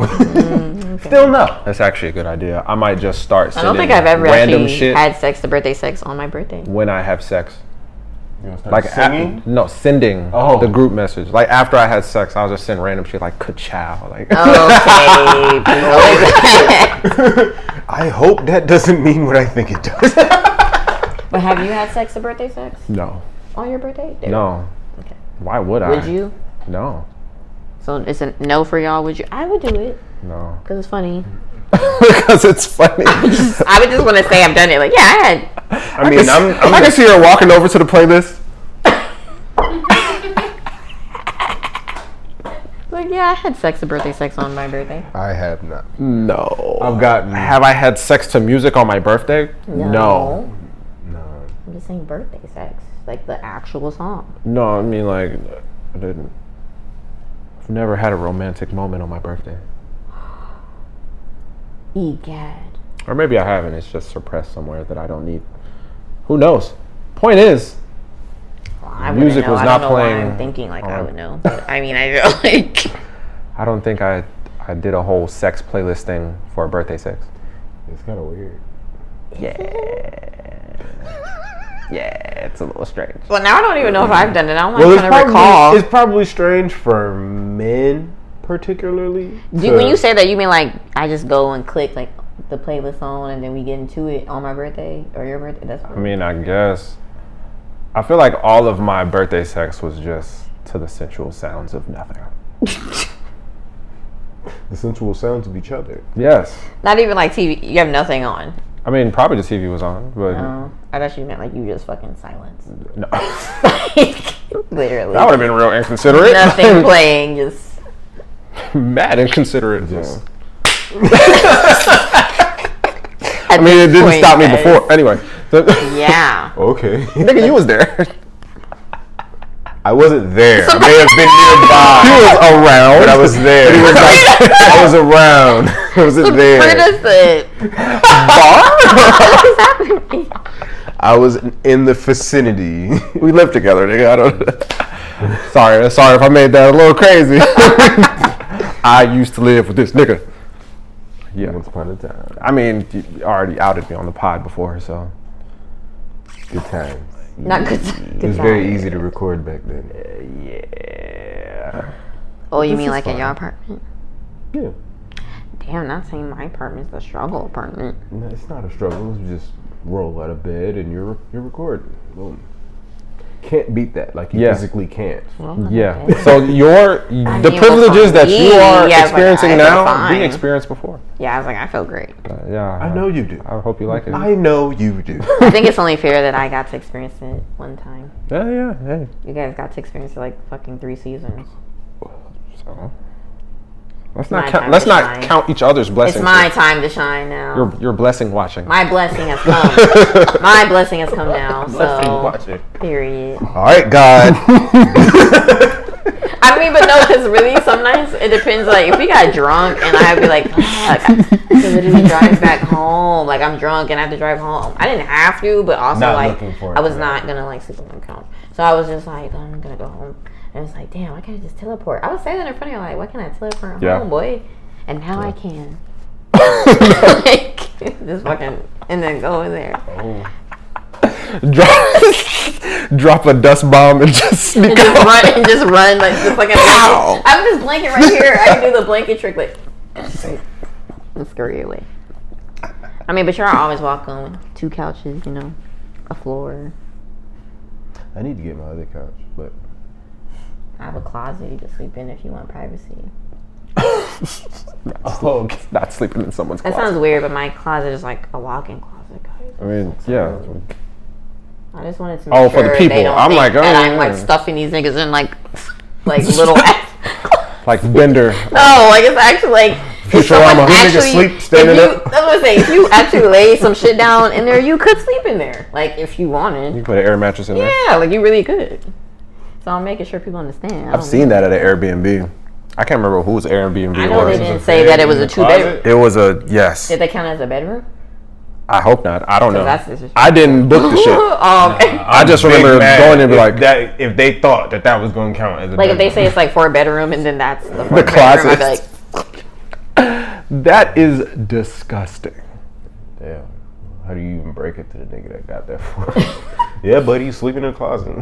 S1: Still no.
S2: That's actually a good idea. I might just start.
S3: I don't think I've ever actually had sex, the birthday sex, on my birthday.
S2: when I have sex.
S1: You (laughs) wanna start
S2: Like a-
S1: singing?
S2: no, sending
S1: Oh.
S2: the group message. Like after I had sex, I was just sending random shit like ka-chow. Like
S3: Oh. Okay. please don't do that.
S1: I hope that doesn't mean what I think it does.
S3: but have you had sex, the birthday sex,
S2: (laughs) no,
S3: on your birthday? There.
S2: no.
S3: Okay.
S2: Why would I?
S3: Would you?
S2: No,
S3: So it's a no for y'all. Would you? I would do it
S2: no.
S3: because it's funny.
S2: (laughs) because it's funny.
S3: (laughs) I would just want to say I've done it. Like, yeah, I had
S1: I mean, I'm.
S2: i can see her walking over to the playlist.
S3: Like, yeah, I had sex, the birthday sex on my birthday.
S1: (laughs)
S2: Uh,
S1: I have not.
S2: No.
S1: I've gotten.
S2: Have I had sex to music on my birthday? No.
S1: no.
S3: I'm just saying birthday sex, like the actual song.
S2: No, I mean like I didn't. I've never had a romantic moment on my birthday. Mm.
S3: Egad.
S2: Or maybe I haven't. It's just suppressed somewhere that I don't need. Who knows? Point is,
S3: Well, I
S2: Music
S3: wouldn't know.
S2: was
S3: I
S2: not
S3: don't know why
S2: playing
S3: I'm thinking like I
S2: on-
S3: would know. But, I mean, I feel (laughs) like
S2: I don't think I I did a whole sex playlist thing for a birthday sex.
S1: It's kind of weird.
S2: Yeah, it's a little strange.
S3: Well, now I don't even know if I've done it. I'm like
S1: Well, it's
S3: trying to
S1: probably,
S3: recall.
S1: it's probably strange for men, particularly.
S3: Do, when you say that, you mean like I just go and click like the playlist on, and then we get into it on my birthday or your birthday? That's
S2: I mean, I guess I feel like all of my birthday sex was just to the sensual sounds of nothing.
S1: the sensual sounds of each other.
S2: Yes.
S3: not even like TV. You have nothing on.
S2: I mean, probably the TV was on, but
S3: Oh, I thought you meant like you just fucking silence.
S2: (laughs) no. that
S3: (laughs) Literally.
S2: would have been real inconsiderate. (laughs)
S3: nothing playing, just
S2: Mad inconsiderate. Just.
S3: I
S2: I mean, it didn't stop me before. Anyway, the- (laughs)
S3: Yeah.
S1: Okay.
S2: nigga, you was there.
S3: (laughs)
S1: I wasn't (laughs) there. I may have been
S3: (laughs)
S1: nearby.
S2: He was around.
S1: But I was there.
S2: (laughs)
S1: I was around. I wasn't there.
S3: Where does the
S1: (laughs)
S2: (laughs)
S1: I was in the vicinity. (laughs)
S2: we lived together, nigga. I don't. (laughs) sorry, sorry if I made that a little crazy. (laughs) I used to live with this nigga. Yeah,
S1: Once upon a time.
S2: I mean, you already outed me on the pod before, so
S1: Good times.
S3: not good?
S1: It
S3: good
S1: was very easy to record back then.
S2: yeah.
S3: Oh, you mean like in your apartment?
S1: Yeah.
S3: Damn, not saying my apartment's the struggle apartment.
S1: No, It's not a struggle. It's just roll out of bed and you're you're recording. Boom. Can't beat that. Like you
S2: Yeah.
S1: physically can't.
S3: Well,
S2: Yeah.
S3: okay.
S2: So your the
S3: mean,
S2: privileges
S3: well,
S2: that you
S3: for
S2: are
S3: me, yeah, but
S2: experiencing
S3: I feel
S2: now,
S3: fine.
S2: we experienced before.
S3: Yeah, I was like, I feel great.
S2: Uh, yeah,
S1: I know you do.
S2: I hope you like it.
S1: I know you
S2: (laughs)
S1: do.
S3: I think it's only fair that I got to experience it one time.
S2: yeah, yeah. Hey.
S3: You guys got to experience it like fucking three seasons.
S2: So Let's not
S3: my
S2: count,
S3: time
S2: let's
S3: to
S2: not
S3: shine.
S2: count each other's blessings.
S3: It's my time to shine now.
S2: Your your blessing watching.
S3: my blessing has come.
S2: (laughs)
S3: my blessing has come now. So
S2: watching.
S3: period.
S10: All right,
S2: (laughs)
S10: God.
S3: I mean, but no, because really, sometimes it depends. Like, if we got drunk and I'd be like, "Fuck, I could literally drive back home. Like, I'm drunk and I have to drive home. I didn't have to, but also,
S1: Not
S3: like,
S1: looking forward
S3: I was
S1: to
S3: not going to, like, sleep on my couch. So I was just like, I'm going to go home. And it's like, damn, why can't I just teleport? I was saying that in front of you, like, why can't I teleport
S2: Yeah.
S3: home, boy? And now I can. (laughs) like, (laughs) just fucking, and then go in there.
S2: drop, (laughs) drop a dust bomb and just sneak (laughs)
S3: just
S2: out.
S3: run and just run like just like a
S2: Pow!
S3: blanket. I have this blanket right here. I can do the blanket trick like and scurry away. I mean, but you're always welcome. with Two couches, you know, a floor.
S1: I need to get my other couch, but
S3: I have a closet you can sleep in if you want privacy.
S2: Oh, okay. not sleeping in someone's
S3: That
S2: closet.
S3: sounds weird, but my closet is like a walk-in closet, guys.
S2: I mean, yeah.
S3: I just wanted to. Make
S2: Oh, for the
S3: sure
S2: people.
S3: They don't
S2: I'm
S3: think
S2: like,
S3: that
S2: oh,
S3: I'm like
S2: yeah.
S3: stuffing these niggas
S2: (laughs)
S3: in like, like little. (laughs) ass-
S2: Like Bender.
S3: No, like it's actually like if someone
S2: Futurama. You niggas
S3: actually-
S2: sleep standing
S3: if you,
S2: up?
S3: That's what I'm saying. If
S2: (laughs)
S3: you actually lay some shit down in there, you could sleep in there, like if you wanted.
S2: You put an air mattress in there.
S3: Yeah, like you really could. So I'm making sure people understand. I
S2: I've
S3: don't-
S2: seen that at an Airbnb. I can't remember whose Airbnb
S3: I
S2: it
S3: know they
S2: was.
S3: didn't say that it was a two bedroom.
S1: closet?
S2: It was a yes.
S3: Did they count as a bedroom?
S2: I hope not. I don't know.
S3: that's disrespectful.
S2: I didn't book the
S3: (laughs)
S2: shit.
S3: oh, okay.
S2: I just
S1: Big
S2: remember
S1: mad
S2: going and be
S1: if
S2: like,
S1: that if they thought that that was going to count as a
S3: Like if they
S1: bedroom.
S3: say it's like for a bedroom and then that's
S2: (laughs)
S3: the, fourth bedroom, I'd
S2: closet.
S3: be like,
S2: that is disgusting.
S1: Damn. How do you even break it to the nigga that got that for you? (laughs) yeah, buddy, you sleep in a closet.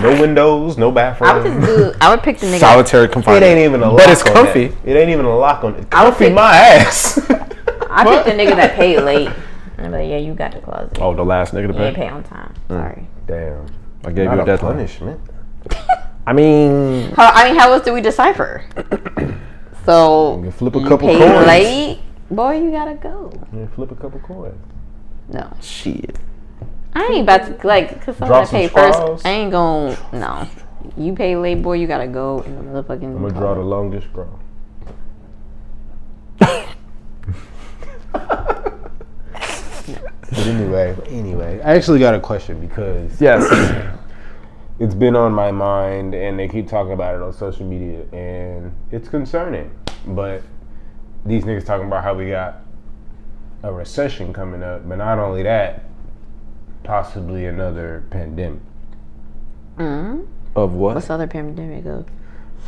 S1: (laughs) no windows, no bathroom.
S3: I would just do. I would pick the nigga.
S2: Solitary confinement.
S1: (laughs) it ain't even a lock.
S2: But it's
S1: on that.
S2: comfy.
S1: It ain't even a lock on it.
S3: I would
S1: Comfy
S3: pick-
S1: my ass.
S3: I pick the nigga
S2: (laughs)
S3: that paid late. And I'd be like, yeah, you got the closet.
S2: Oh, the last nigga to
S3: You ain't
S2: pay.
S3: pay on time. Sorry.
S1: Damn.
S2: I gave
S1: Not
S2: you
S1: a
S2: a death punish.
S1: punishment.
S2: I mean,
S3: How, I mean, how else do
S2: (coughs)
S3: we decipher? So
S1: You flip a
S3: you
S1: couple
S3: pay
S1: coins.
S3: late, boy, you gotta go.
S1: You flip a couple coins.
S3: No,
S2: shit.
S3: I ain't about to like cause someone
S1: Drop
S3: that
S1: some
S3: paid first.
S1: straws.
S3: I ain't gonna no. You pay late, boy, you gotta go in the motherfucking.
S1: I'm gonna draw the longest
S3: (laughs)
S1: straw. but anyway, anyway, I actually got a question because
S2: Yes.
S1: it's been on my mind and they keep talking about it on social media and it's concerning. But these niggas talking about how we got a recession coming up, but not only that, possibly another pandemic.
S3: hmm
S2: of what?
S3: What's the other pandemic of?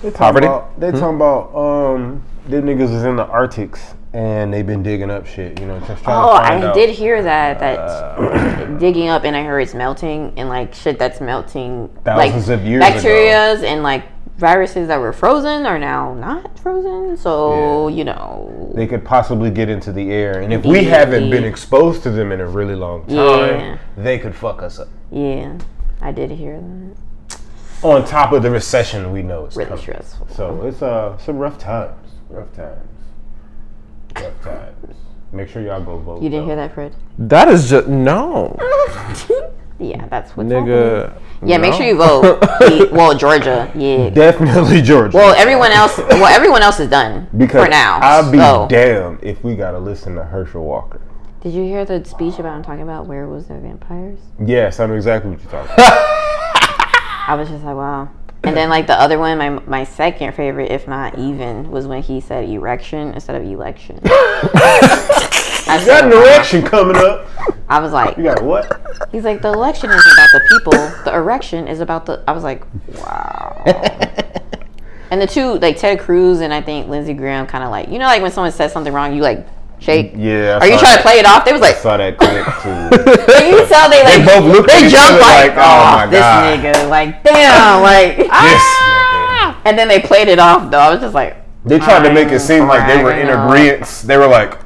S1: They talking
S2: Poverty?
S1: about- They talking about um them niggas was in the Arctics and they been digging up shit, you know, just trying
S3: Oh,
S1: to find
S3: I
S1: out. Uh,
S3: did hear that that (coughs) digging up and I heard it's melting and like shit that's melting
S1: Thousands
S3: like
S1: of years ago.
S3: bacterias and like viruses that were frozen are now not frozen. So you know,
S1: They could possibly get into the air, and if we haven't been exposed to them in a really long time,
S3: Yeah.
S1: they could fuck us up.
S3: yeah, I did hear that.
S1: On top of the recession, we know it's
S3: Really
S1: coming.
S3: stressful.
S1: So it's uh some rough times, rough times, rough times. Make sure y'all go vote.
S3: You didn't hear
S1: though.
S3: that, Fred?
S2: That is just no,
S3: Yeah, that's what's happening.
S2: nigga.
S3: Yeah, make
S2: no.
S3: sure
S1: (laughs)
S3: you vote. Yeah, well, Georgia. Yeah.
S1: Definitely (laughs) Georgia.
S3: Well, everyone else. Well, everyone else is done
S1: because
S3: for now.
S1: I'll be
S3: so.
S1: damned if we gotta listen to Herschel Walker.
S3: Did you hear the speech about I'm talking about where was the vampires?
S1: Yes, I know exactly what you're
S3: (laughs)
S1: talking about.
S3: I was just like, wow. And then like the other one, my my second favorite, if not even, was when he said erection instead
S1: (laughs)
S3: of election. I,
S1: got an
S3: said-
S1: erection coming up.
S3: I was like,
S1: You got what?
S3: he's like, the election isn't about the people. The erection is about the. I was like, wow. and the two, like Ted Cruz and I think Lindsey Graham, kind of like, you know, like when someone says something wrong, you like shake.
S1: Yeah. I
S3: Are you
S1: saw
S3: trying to
S1: that-
S3: play it off? They was
S1: I
S3: like,
S1: saw that
S3: (laughs)
S1: clip too.
S3: Can you tell they like
S1: They both looked at
S3: they
S1: each
S3: jump
S1: other
S3: like,
S1: like, "Oh
S3: oh,
S1: my
S3: this
S1: God."
S3: nigga like damn like
S1: This
S3: ah.
S1: nigga.
S3: and then they played it off though. I was just like
S1: They tried to make it seem like they were
S3: Fine,
S1: in
S3: no.
S1: agreement. They were like,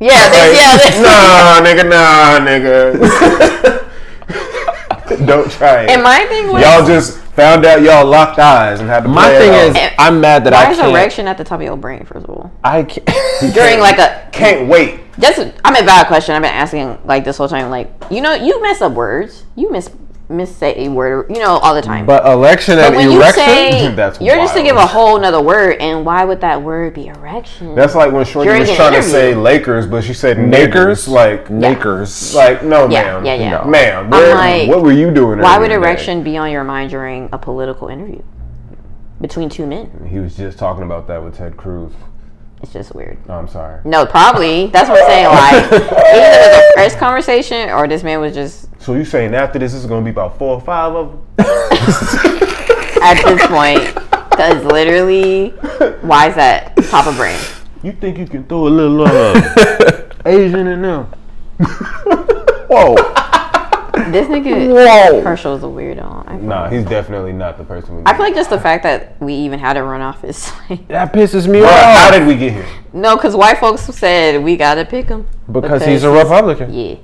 S3: yeah they, yeah
S1: like,
S3: they,
S1: nah, nigga, nah,
S3: (laughs)
S1: nigga. Don't try it.
S3: and my thing was
S1: y'all just found out y'all locked eyes and had
S2: (laughs)
S1: to.
S2: My
S1: play
S2: thing
S1: it
S2: is,
S1: off.
S3: And-
S2: I'm mad that
S3: why
S2: I
S3: is
S2: can't.
S3: erection at the top of your brain first of all
S2: I (laughs) can't.
S3: during like a
S1: can't wait.
S3: that's I'm a valid question I've been asking like this whole time like you know you mess up words you miss miss say a word, you know, all the time.
S2: But election
S3: But
S2: and
S3: when you
S2: erection. (laughs)
S3: say
S8: That's
S3: you're just to
S8: wild.
S3: give a whole nother word, and why would that word be erection?
S8: That's like when Shorty
S3: During
S8: was
S3: an
S8: trying to
S3: interview.
S8: say Lakers, but she said
S2: Nakers?
S8: Nakers. Like,
S2: Nakers.
S8: like no,
S3: Yeah,
S8: ma'am.
S3: yeah, yeah.
S8: No. Ma'am,
S3: I'm
S8: where-
S3: like,
S8: what were you doing?
S3: why would
S8: earlier today?
S3: erection be on your mind during a political interview between two men?
S8: He was just talking about that with Ted Cruz.
S3: It's just weird.
S8: No, I'm sorry.
S3: No, probably. That's what I'm saying. Like either it was a first conversation or this man was just
S8: So you saying after this, it's gonna be about four or five of them?
S3: at this point. Because literally, why is that Papa Brain?
S8: You think you can throw a little uh, Asian in
S2: (laughs)
S8: them?
S3: This nigga
S2: Whoa.
S3: Herschel's a weirdo. I feel,
S8: Nah, he's definitely not the person. We
S3: I feel like just the fact that we even had to run off is (laughs) like
S2: That pisses me
S8: Bruh, How
S2: off.
S8: did we get here?
S3: no, because white folks said we gotta pick him.
S2: Because he's a Republican.
S3: yeah.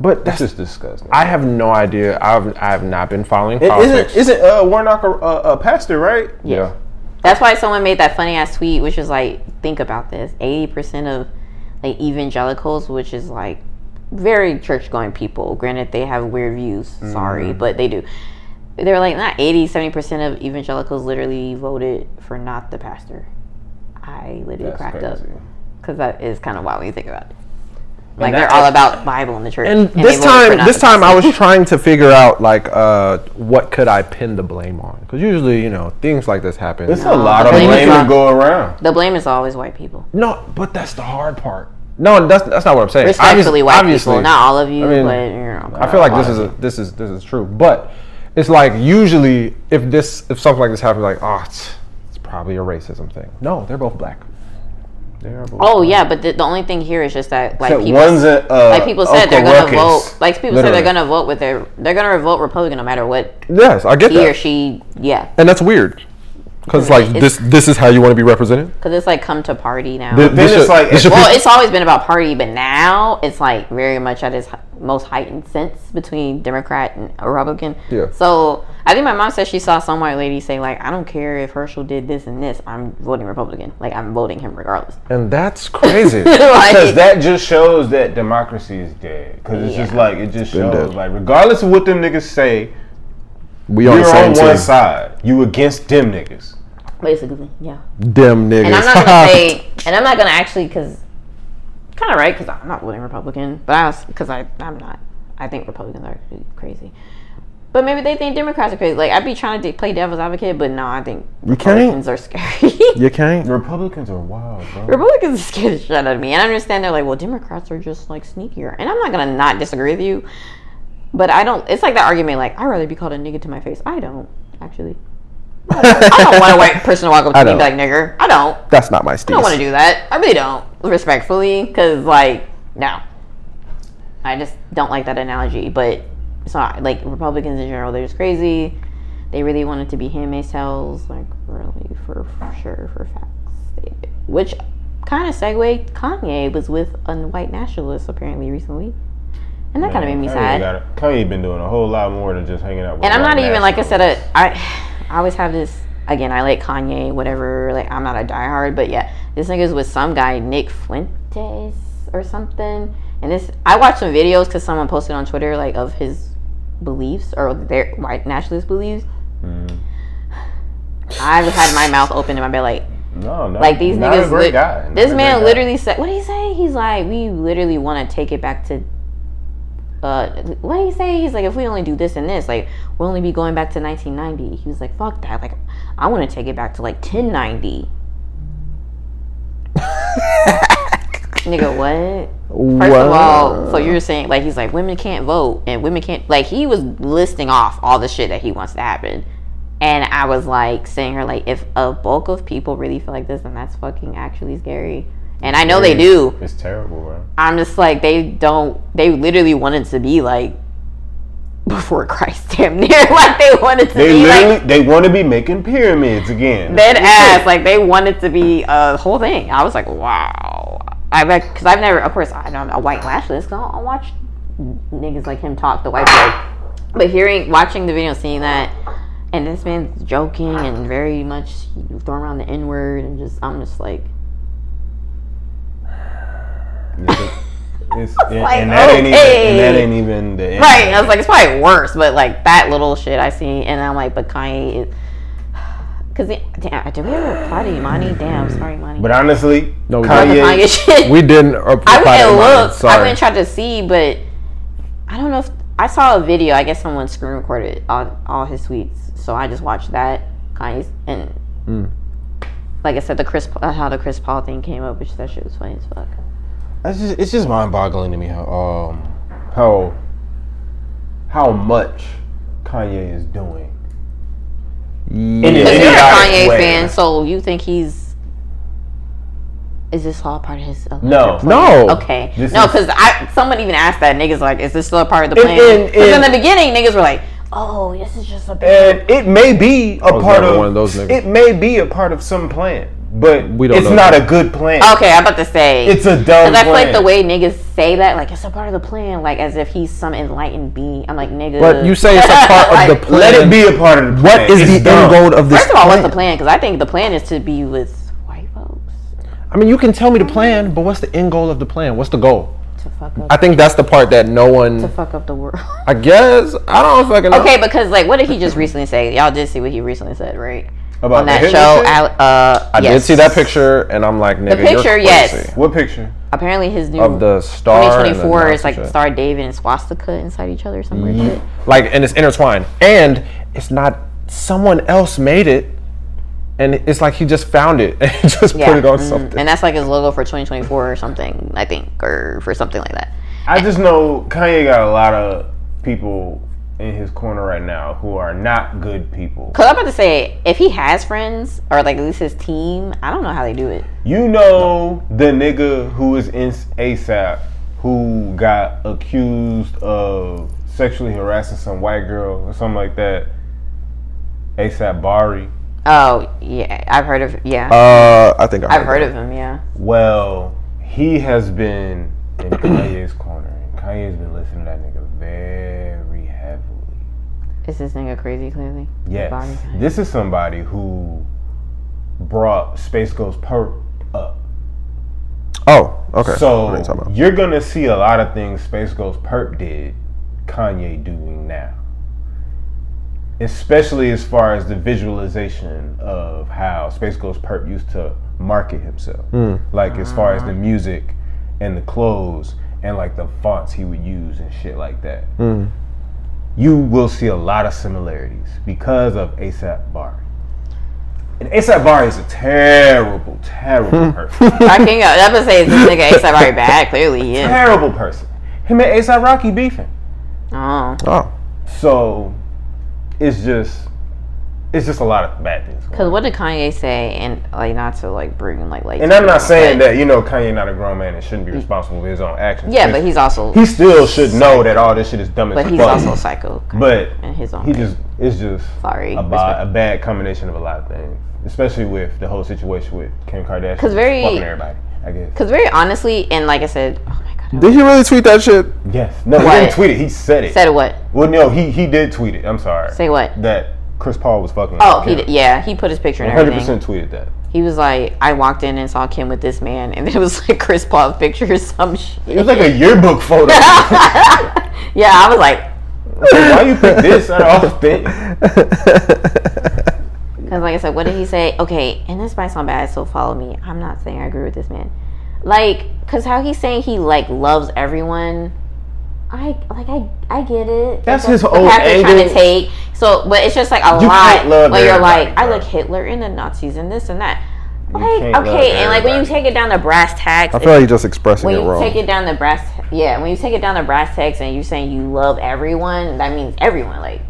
S2: But that's
S8: This is disgusting.
S2: I have no idea. I've I have not been following politics.
S8: Isn't isn't uh, Warnock a, a, a pastor, right?
S2: yeah.
S3: That's why someone made that funny ass tweet, which was like, think about this: eighty percent of like evangelicals, which is like very church going people. Granted, they have weird views. Sorry, but they do. They were like not 80, 70 percent of evangelicals literally voted for not the pastor. I literally cracked up because that is kind of wild when you think about it. Like they're all about Bible in the church.
S2: And
S3: they
S2: this
S3: voted for
S2: time,
S3: not
S2: this
S3: the
S2: time I
S3: pastor. (laughs)
S2: was trying to figure out like uh, what could I pin the blame on? Because usually, you know, things like this happen.
S8: It's a lot of
S3: blame is
S8: blame to
S3: not-
S8: go around.
S3: the blame is always white people.
S2: no, but that's the hard part. No, that's that's not what I'm saying.
S3: Respectfully,
S2: Obvious-
S3: white
S2: obviously,
S3: people. Not all of you,
S2: I mean,
S3: but you know.
S2: I feel like this is a, this is this is true, but it's like usually if this if something like this happens, like oh, it's, it's probably a racism thing. No, they're both black. They are both.
S3: Oh yeah, but the, the only thing here is just that like
S8: Except
S3: people,
S8: one's a, uh,
S3: like people said they're
S8: Uncle
S3: gonna
S8: Ruckus.
S3: vote. Like people said
S2: Literally.
S3: they're gonna vote with their they're gonna vote Republican no matter what
S2: Yes, I get
S3: he or
S2: that,
S3: she. Yeah,
S2: and that's weird. Because like this,
S3: It's-
S2: this is how you want to be represented.
S3: because it's like come to party now.
S2: Th-
S8: then it's
S2: should-
S8: like-
S2: this should
S3: well,
S2: be-
S3: it's always been about party, but now it's like very much at its hi- most heightened sense between Democrat and Republican.
S2: Yeah.
S3: So I think my mom said she saw some white lady say like, "I don't care if Herschel did this and this. I'm voting Republican. Like I'm voting
S8: (laughs)
S3: him regardless." (laughs)
S2: and that's crazy.
S8: Because
S3: like,
S8: that just shows that democracy is dead. Because it's just like it just
S2: Been
S8: shows
S2: dead.
S8: like regardless of what them niggas say,
S2: (laughs) we on the
S8: you're
S2: same
S8: on one
S2: team.
S8: side. You against them niggas.
S3: basically, yeah.
S2: Them niggas.
S3: And I'm not
S2: (laughs)
S3: gonna
S8: (laughs)
S3: say, and I'm not gonna actually, cause kind of right, cause I'm not voting Republican, but I was, cause I, I'm not. I think Republicans are crazy, but maybe they think Democrats are crazy. Like I'd be trying to de- play devil's advocate, but no, I think
S2: you can't.
S3: Republicans are scary. (laughs)
S2: You can't.
S8: Republicans are wild, bro.
S3: Republicans scared the shit out of me, and I understand they're like, well, Democrats are just like sneakier, and I'm not gonna not disagree with you, but I don't. It's like that argument, like I'd rather be called a nigga to my face. I don't actually. (laughs) I don't want a white person to walk up to
S2: I
S3: me and be like
S2: don't.
S3: nigger. I don't.
S2: That's not my stance.
S3: I don't want to do that. I really don't, respectfully, because like no, I just don't like that analogy. But it's not like Republicans in general; they're just crazy. They really wanted to be handmaid's tales, like really for, for sure for facts. They- Which kind of segue Kanye was with a white nationalist apparently recently, and that kind of made me
S8: Kanye
S3: sad.
S8: gotta- Kanye been doing a whole lot more than just hanging out with.
S3: And I'm
S8: white
S3: not even like I said.
S8: nationalists.
S3: A, I I always have this again. I like Kanye, whatever. Like I'm not a diehard, but yeah, this nigga's with some guy Nick Fuentes or something. And this I watched some videos because someone posted on Twitter like of his beliefs or their white nationalist beliefs. (sighs) I've had my mouth open in my bed like
S8: no, no,
S3: like these
S8: not
S3: niggas.
S8: A great
S3: lit-
S8: guy. Not a
S3: This
S8: great
S3: man
S8: guy.
S3: literally said, "What did he say?" He's like, "We literally want to take it back to." Uh, what did he say? He's like, "If we only do this and this, like, we'll only be going back to 1990." He was like, "Fuck that! Like, I want to take it back to like
S8: (laughs)
S3: 1090." Nigga, what? First of all, so you're saying like he's like women can't vote and women can't like he was listing off all the shit that he wants to happen, and I was like saying her like if a bulk of people really feel like this then that's fucking actually scary, and I know they do.
S8: It's terrible, bro.
S3: I'm just like they don't they literally wanted to be like (laughs) before Christ damn near (laughs) like they wanted to
S8: They
S3: be
S8: literally
S3: like
S8: they want to be making pyramids again.
S3: dead ass like they wanted to be a whole thing. I was like wow. I like because I've never of course I don't a white lash list 'cause I don't watch niggas like him talk the white boy. But hearing, watching the video, seeing that, and this man's joking and very much throwing around the N word, and just, I'm just like,
S8: Nigga,
S1: It's, and,
S3: (laughs) like,
S1: and that ain't even, and that
S3: okay.
S1: ain't even the end.
S3: Right. I was like, it's probably worse, but like that little shit I seen, and I'm like, but Kanye is. Because, damn, did we ever apply to Imani? Damn, sorry, Imani.
S1: But honestly,
S2: No, we
S3: About the
S1: Kanye,
S3: Kanye shit.
S2: We didn't apply
S3: I went
S2: to
S3: and
S2: Imani,
S3: looked. I
S2: Sorry.
S3: went and tried to see, but I don't know if I saw a video. I guess someone screen recorded all, all his tweets, so I just watched that. Kanye's and
S1: Hmm.
S3: like I said, the Chris uh, how the Chris Paul thing came up, which that shit was funny as fuck.
S1: It's just, it's just mind-boggling to me how um how how much Kanye is doing. In
S2: Yeah.
S1: an
S3: Because you're a
S1: idiotic
S3: Kanye
S1: way.
S3: fan, so you think he's is this all part of his? uh,
S1: No,
S2: No.
S3: Okay.
S1: This
S3: no,
S1: is-
S3: because I someone even asked that niggas like, is this still a part of the
S1: And-
S3: plan?
S1: and-
S3: Because in
S1: and-
S3: the beginning, niggas were like,
S11: Oh, this is just a big.
S1: and it may be a
S2: was
S1: part
S2: never
S1: of,
S2: Oh, one of those niggas.
S1: it may be a part of some plan, but
S2: We don't
S1: It's
S2: know
S1: not
S2: that.
S1: a good plan.
S3: okay, I'm about to say
S1: It's a
S2: Oh,
S1: dumb.
S3: Because I feel like
S1: plan.
S3: the way niggas say that, like it's a part of the plan, like as if he's some enlightened being. I'm like, nigga.
S2: But you
S3: (laughs)
S2: say it's a part of the plan.
S1: Let it be a part of the plan.
S2: What is the
S1: It's
S2: end
S1: dumb.
S2: goal of this?
S3: First of all, what's the
S2: plan?
S3: plan? Because I think the plan is to be with white folks
S2: I mean, you can tell me the plan, but what's the end goal of the plan? What's the goal?
S3: to fuck
S2: I
S3: up,
S2: think that's the part that no
S3: to
S2: one.
S3: fuck up the world. (laughs)
S2: I guess I don't fucking know.
S3: okay, because like, what did he just recently say? Y'all did see what he recently said, right?
S2: Oh,
S1: About
S3: On
S1: the
S3: that
S1: Hitler
S3: show,
S1: shit?
S3: Al, uh,
S2: I
S3: yes.
S2: did see that picture, and I'm like, nigga, you're
S3: picture,
S2: crazy.
S3: yes.
S1: What picture?
S3: Apparently, his new
S2: Of the star. and the
S3: 2024 is like
S2: mouse and shit.
S3: Star David and swastika inside each other or some weird shit.
S2: like, and it's intertwined, and it's not someone else made it, and it's like he just found it (laughs) and just
S3: Yeah,
S2: put it on
S3: mhm.
S2: something.
S3: and that's like his logo for 2024 or something, I think, or for something like that.
S1: I just know Kanye got a lot of people in his corner right now who are not good people.
S3: Cause I'm about to say, if he has friends or like at least his team, I don't know how they do it.
S1: You know the nigga who is in ASAP who got accused of sexually harassing some white girl or something like that. ASAP Bari.
S3: Oh yeah, I've heard of yeah,
S1: Oh,
S2: Uh, I think I
S3: I've heard of him. Yeah,
S1: Well, he has been in Kanye's corner, and Kanye's been listening to that nigga very heavily.
S3: is this nigga crazy? Clearly, (laughs) Body
S1: Yes.
S3: type.
S1: This is somebody who brought Space Ghost Perp up.
S2: Oh, okay. What are you talking
S1: So
S2: about?
S1: you're gonna see a lot of things Space Ghost Perp did, Kanye doing now. Especially as far as the visualization of how Space Ghost Perp used to market himself.
S2: Hmm.
S1: Like as far as the music and the clothes and like the fonts he would use and shit like that.
S2: Hmm.
S1: You will see a lot of similarities because of ASAP Bari. And ASAP Bari is a terrible,
S2: Hmm. (laughs)
S1: terrible person
S3: I think I'm about to say, is this nigga ASAP already bad? Clearly,
S1: (laughs)
S3: he is.
S1: terrible person. Him and ASAP Rocky beefing.
S3: Oh,
S2: Oh,
S1: So it's just it's just a lot of bad things. going on.
S3: cause what did Kanye say? And like, not to like bring like like.
S1: And I'm not saying that you know Kanye not a grown man and shouldn't be responsible for his own actions.
S3: Yeah, but he's also,
S1: he still should know that all this shit is dumb as
S3: but he's
S1: fuck.
S3: also psycho.
S1: but
S3: in his own.
S1: he
S3: way.
S1: just it's just
S3: Sorry,
S1: a, ba-
S3: respect.
S1: a bad combination of a lot of things, especially with the whole situation with Kim Kardashian.
S3: 'Cause very-
S1: fucking everybody, I guess.
S3: Cause very honestly, and like I said, oh my god,
S2: did he really tweet that
S3: (laughs)
S2: shit?
S1: Yes, no,
S3: What?
S1: he didn't tweet it. He said it.
S3: said what?
S1: well, no, he he did tweet it. I'm sorry.
S3: Say what?
S1: that Chris Paul was fucking.
S3: Oh, he did, yeah, he put his picture and
S1: Hundred
S3: everything.
S1: percent tweeted that.
S3: He was like, I walked in and saw Kim with this man, and (laughs) it was like Chris Paul's picture or some shit.
S1: It was like a yearbook photo.
S3: (laughs) Yeah, I was like,
S1: Why you pick this out of all things?
S3: because like I said, what did he say? Okay, and this might sound bad, so follow me. I'm not saying I agree with this man. Like, because how he's saying he like loves everyone. I like I I get it.
S1: That's his
S3: the
S1: old
S3: path they're trying to
S1: angle.
S3: take. So, but it's just like a
S1: You
S3: lot
S1: can't love
S3: when you're
S1: everybody,
S3: like, I
S1: bro.
S3: like Hitler and the Nazis and this and that.
S1: can't
S3: Like,
S1: love
S3: okay, and like when you
S1: everybody.
S3: take it down to brass tacks,
S2: I
S3: it's
S2: feel like you're just expressing
S3: when
S2: it
S3: you
S2: wrong.
S3: take it down the brass yeah when you take it down the brass text and you're saying you love everyone that means everyone like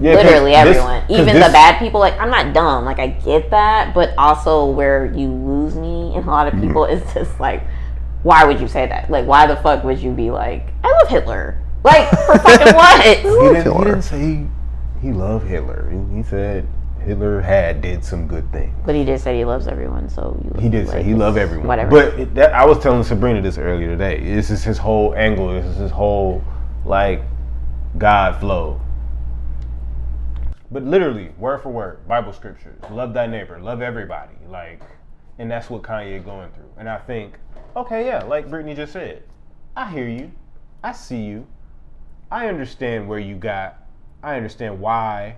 S1: Yeah, 'cause
S3: literally
S1: this-
S3: everyone
S1: 'cause
S3: even
S1: this-
S3: the bad people like i'm not dumb like i get that but also where you lose me and a lot
S1: Mm-hmm.
S3: of people (laughs) is just like why would you say that like why the fuck would you be like i love hitler like
S1: (laughs)
S3: for fucking
S1: He
S3: what
S1: didn't, he
S2: Hitler.
S1: didn't say he, he loved Hitler. He, he said Hitler had did some good things.
S3: (laughs) but he did say he loves everyone so you
S1: He did say
S3: like,
S1: he loved everyone.
S3: whatever
S1: But it, that, I was telling Sabrina this earlier today. This is his whole angle. This is his whole like God flow. But literally, word for word, Bible scriptures. Love thy neighbor. Love everybody. Like, and that's what Kanye going through. And I think, okay, yeah, like Brittany just said, I hear you. I see you. I understand where you got. I understand why.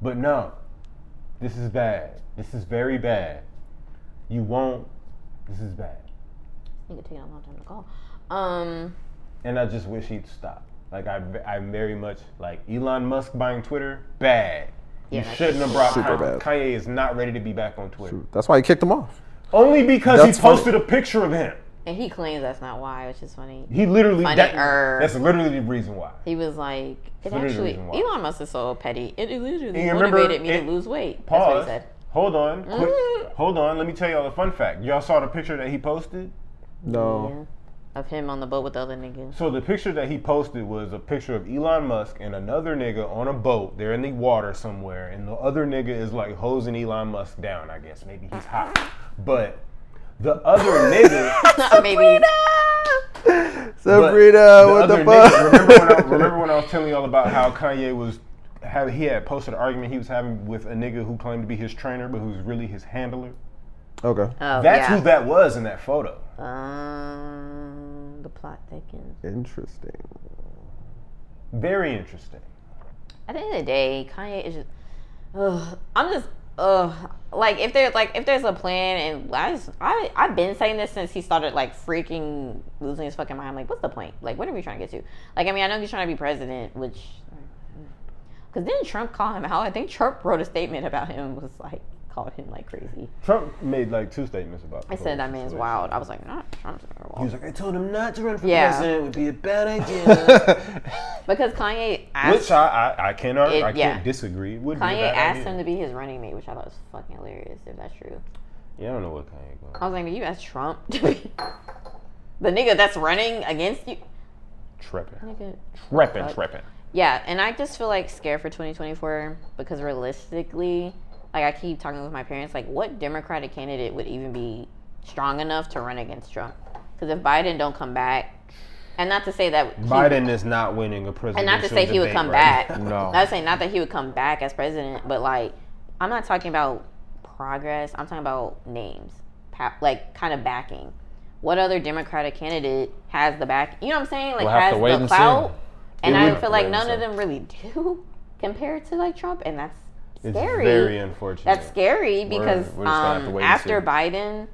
S1: But no. This is bad. This is very bad. You won't. This is bad.
S3: Nigga taking a long time to call. Um,
S1: And I just wish he'd stop. Like I, I very much like Elon Musk buying Twitter. Bad.
S3: yeah,
S1: you
S3: that's-
S1: shouldn't have brought
S12: Super
S1: Kanye.
S12: bad.
S1: Kanye is not ready to be back on Twitter.
S12: That's why he kicked him off.
S1: Only because
S12: That's
S1: he
S12: funny.
S1: posted a picture of him.
S3: and he claims that's not why, which is funny.
S1: He literally that,
S3: Funnier.
S1: that's literally the reason why.
S3: He was like, it
S1: literally the
S3: actually,
S1: reason why.
S3: Elon Musk is so petty. It literally
S1: And you remember
S3: motivated me
S1: it-
S3: to lose weight. That's what he
S1: Pause.
S3: said.
S1: Hold on. Quick.
S3: Mm.
S1: Hold on. Let me tell y'all a fun fact. Y'all saw the picture that he posted?
S12: No.
S3: Yeah. Of him on the boat with the other niggas.
S1: (laughs)
S3: (laughs)
S1: So the picture that he posted was a picture of Elon Musk and another nigga on a boat. They're in the water somewhere, and the other nigga is like hosing Elon Musk down. I guess maybe he's hot, but the other
S12: (laughs)
S1: nigga,
S3: Maybe.
S1: but
S12: Sabrina, what the
S1: other
S12: fuck?
S1: nigga- remember,
S12: (laughs)
S1: when I, remember when I was telling y'all about how Kanye was, how he had posted an argument he was having with a nigga who claimed to be his trainer, but who's really his handler.
S12: okay.
S3: Oh,
S1: That's
S3: yeah.
S1: who that was in that photo.
S3: Um, the plot thickens.
S12: Interesting.
S1: Very interesting.
S3: At the end of the day, Kanye is just. Ugh, I'm just. Ugh, like if there's like if there's a plan and I just, I I've been saying this since he started like freaking losing his fucking mind. I'm like, what's the point? Like, what are we trying to get to? Like, I mean, I know he's trying to be president, which because didn't Trump call him out? I think Trump wrote a statement about him was like called him like crazy.
S1: Trump made like two statements about. the
S3: I said
S1: whole
S3: that man's
S1: situation.
S3: wild. I was like, not Trump's
S1: He
S3: wild.
S1: was like, I told him not to run for
S3: Yeah.
S1: president. It would be a bad
S3: (laughs)
S1: idea.
S3: because Kanye asked
S1: Which I, I, I cannot,
S3: It-
S1: I can't
S3: yeah.
S1: disagree. It Would be a
S3: Kanye
S1: bad
S3: asked
S1: idea.
S3: him to be his running mate, which I thought was fucking hilarious. If that's true,
S1: Yeah, I don't know what Kanye going.
S3: I was like, "Did you ask Trump (laughs) to be the nigga that's running against you?"
S1: Tripping,
S3: Nigga.
S1: tripping,
S3: Fuck.
S1: tripping.
S3: Yeah, and I just feel like scared for 2024 because realistically, like I keep talking with my parents, like what Democratic candidate would even be strong enough to run against Trump? Because if Biden don't come back, and not to say that he-
S1: Biden is not winning a presidential
S3: and not to say he would
S1: debate
S3: come
S1: right
S2: (laughs)
S3: back.
S1: now.
S12: No.
S3: I was saying not that he would come back as president, but like I'm not talking about progress. I'm talking about names, pa- like kind of backing. What other Democratic candidate has the back? You know what I'm saying? Like
S2: We'll have
S3: has
S2: to wait
S3: the
S2: and
S3: clout. And
S1: Yeah, we'll
S3: I
S1: have
S3: feel
S1: to
S3: like
S1: wait
S3: none of
S1: and see.
S3: them really (laughs) do compared to like Trump, and that's
S1: (laughs) It's
S3: scary.
S1: very unfortunate.
S3: that's scary because
S2: we're just gonna have to
S3: um,
S2: wait and
S3: after
S2: see.
S3: Biden,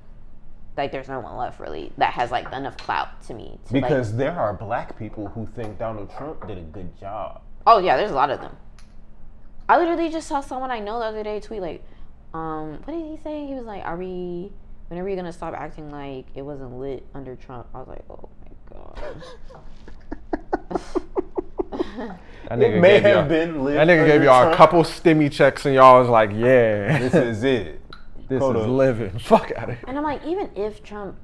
S3: like there's no one left really that has like enough clout to me. To, like-
S1: because there are black people who think Donald Trump did a good job.
S3: Oh yeah, there's a lot of them. I literally just saw someone I know the other day tweet like, um, what did he say? He was like, "Are we? When are we gonna stop acting like it wasn't lit under Trump?" I was like, "Oh my god."
S2: That
S1: It
S2: nigga
S1: may
S2: gave
S1: have
S2: y'all,
S1: been. lit
S2: that nigga gave
S1: under
S2: y'all a
S1: Trump.
S2: couple stimmy checks and y'all was like, yeah, (laughs)
S1: This
S2: this is,
S1: is it. Hold up.
S2: living. (laughs) Fuck out of here.
S3: And I'm like, even if Trump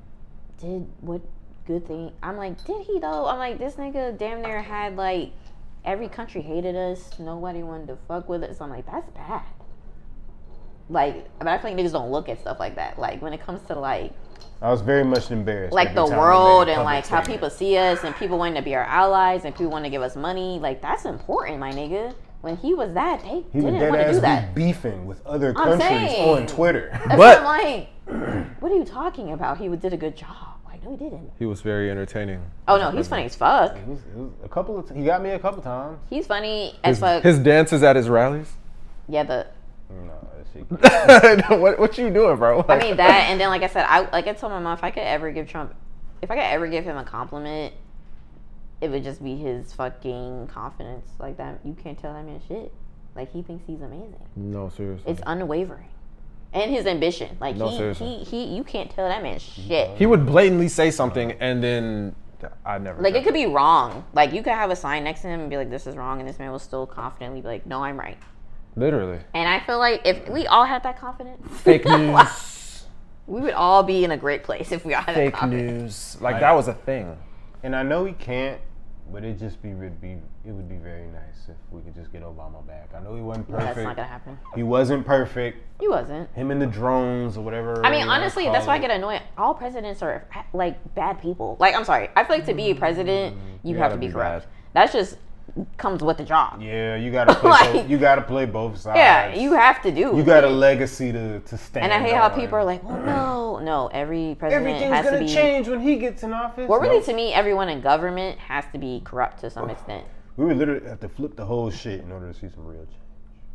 S3: did what good thing, I'm like, did he though? I'm like, this nigga damn near had like every country hated us. Nobody wanted to fuck with us. I'm like, that's bad. Like, but I feel like niggas don't look at stuff like that. Like when it comes to like
S1: I was very much embarrassed.
S3: like
S1: every
S3: the
S1: time I made a
S3: world and
S1: public
S3: like how
S1: statement.
S3: people see us and people wanting to be our allies and people wanting to give us money. Like that's important, my nigga. When he was that, they
S1: He would
S3: didn't
S1: dead
S3: want to
S1: ass
S3: do that.
S1: be beefing with other
S3: I'm
S1: countries
S3: saying.
S1: on Twitter. (laughs)
S3: But I'm like, (clears throat) what are you talking about? He did a good job. Like no, he didn't.
S2: He was very entertaining.
S3: Oh no, he's funny as fuck.
S1: It was- it was a couple of t- he got me a couple times.
S3: He's funny as
S2: His,
S3: fuck.
S2: his dances at his
S3: (laughs)
S2: rallies. (laughs)
S3: Yeah, the
S1: No, that
S3: (laughs)
S1: shit.
S2: what, what you doing, bro?
S3: I mean that, and then like I said, I like I told my mom if I could ever give Trump, if I could ever give him a compliment, it would just be his fucking confidence. Like that, you can't tell that man shit. Like he thinks he's amazing.
S2: No, seriously.
S3: It's unwavering. And his ambition. Like
S2: No,
S3: he,
S2: seriously.
S3: he he you can't tell that man shit.
S2: he would blatantly say something and then I never.
S3: like it could be wrong. Like you could have a sign next to him and be like, This is wrong and this man will still confidently be like, No, I'm right.
S2: literally
S3: And I feel like if we all had that confidence (laughs)
S2: fake news.
S3: we would all be in a great place if we all had that
S2: fake
S3: confidence.
S2: news. Like that was a thing.
S1: And I know he can't, but it just be would be it would be very nice if we could just get Obama back. I know he wasn't perfect.
S3: That's not gonna happen.
S1: He wasn't perfect.
S3: He wasn't.
S1: Him and the drones or whatever.
S3: I mean, honestly, that's why I get annoyed. All presidents are like bad people. Like, I'm sorry. I feel like to be a president, you, have
S1: gotta
S3: to be
S1: be
S3: corrupt. That's just comes with the job.
S1: Yeah, you
S3: (laughs)
S1: gotta play.
S3: Like-
S1: both, you gotta play both sides.
S3: Yeah, you have to do.
S1: You got a legacy to to stand.
S3: And I hate how
S1: on.
S3: people are like, well,
S1: (clears throat)
S3: no, no, every president
S1: Everything's
S3: has to
S1: gonna
S3: be.
S1: change when he gets in office.
S3: Well, really,
S1: Nope.
S3: to me, everyone in government has to be corrupt to some extent.
S1: we would literally have to flip the whole shit in order to see some real change.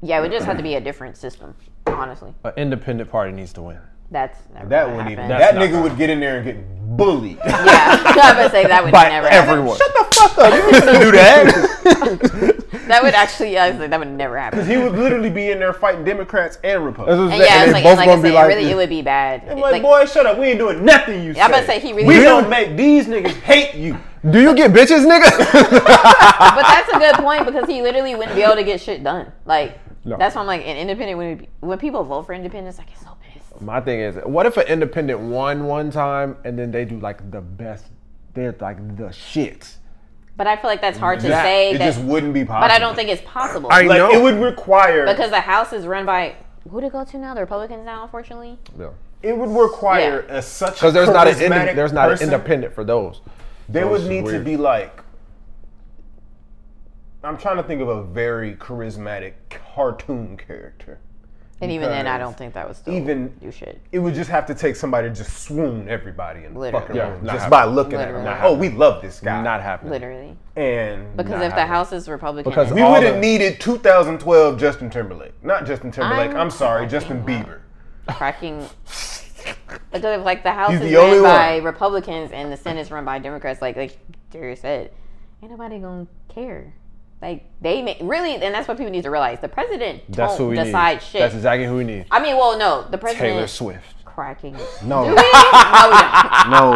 S3: Yeah, it would just have to be a different system, honestly.
S2: An independent party needs to win.
S3: That's never
S1: That
S3: gonna
S1: wouldn't even.
S3: happen.
S1: That
S2: not
S1: nigga would get in there and get
S3: (laughs)
S1: bullied.
S3: yeah, I'm gonna say that would
S2: By
S3: never happen.
S2: everyone.
S1: Shut the fuck up! You ain't gonna
S2: (laughs)
S1: do that.
S3: That would actually, yeah, I was like, that would never happen.
S1: he would literally be in there fighting Democrats and Republicans.
S3: And
S2: And
S3: yeah, I
S2: they
S3: was like,
S2: both
S3: and like I
S2: gonna
S3: said,
S2: be
S3: it
S2: like
S3: really,
S2: this.
S3: it would be bad.
S1: I'm like, boy, shut up. We ain't doing nothing. You.
S3: I'm about to
S1: say.
S3: say he really.
S1: We
S3: would-
S1: gonna make these niggas hate you.
S2: Do you get bitches, nigga?
S3: but that's a good point because he literally wouldn't be able to get shit done. Like that's why I'm like an independent when be, when people vote for independence, I get so
S2: (laughs)
S3: pissed.
S2: My thing is, what if an independent won one time and then they do like the best? They're like the shit.
S3: But I feel like that's hard to
S2: That-
S3: say.
S1: It
S3: That,
S1: just wouldn't be possible.
S3: but I don't think it's possible
S2: I-
S1: like
S2: No.
S1: it would require
S3: because the House is run by who to go to now? The Republicans now, unfortunately.
S2: No,
S1: it would require a such
S2: because there's not an indi-
S1: charismatic
S2: there's not an
S1: person.
S2: independent for those.
S1: They would
S2: is
S1: need to
S2: weird.
S1: be like. I'm trying to think of a very charismatic cartoon character.
S3: And even then, I
S1: Because
S3: don't think that was still
S1: even-
S3: do shit.
S1: It would just have to take somebody to just swoon everybody in the
S3: Literally.
S1: fucking
S2: Yeah,
S1: room
S2: not
S1: just
S2: happening.
S1: by looking at him.
S3: Literally.
S1: Like, oh, we love this guy.
S2: Not happening.
S3: Literally,
S1: and
S3: because if the
S2: happening.
S3: House is Republican,
S2: Because
S1: we
S2: all
S1: would have
S2: the-
S1: needed 2012 Justin Timberlake, not Justin Timberlake. I'm,
S3: I'm
S1: sorry,
S3: fucking
S1: Justin
S3: up.
S1: Bieber. (laughs)
S3: cracking. Because if like the House
S1: He's
S3: is
S1: the only
S3: run by
S1: one.
S3: Republicans and the Senate is run by Democrats, like like Darius said, ain't nobody gonna care. Like they may, really, and that's what people need to realize. The president
S2: That's
S3: don't
S2: who we
S3: decide
S2: need.
S3: shit.
S2: That's exactly who we need.
S3: I mean, well, no, the president
S2: Taylor Swift.
S3: cracking.
S1: No.
S3: Do we? No, we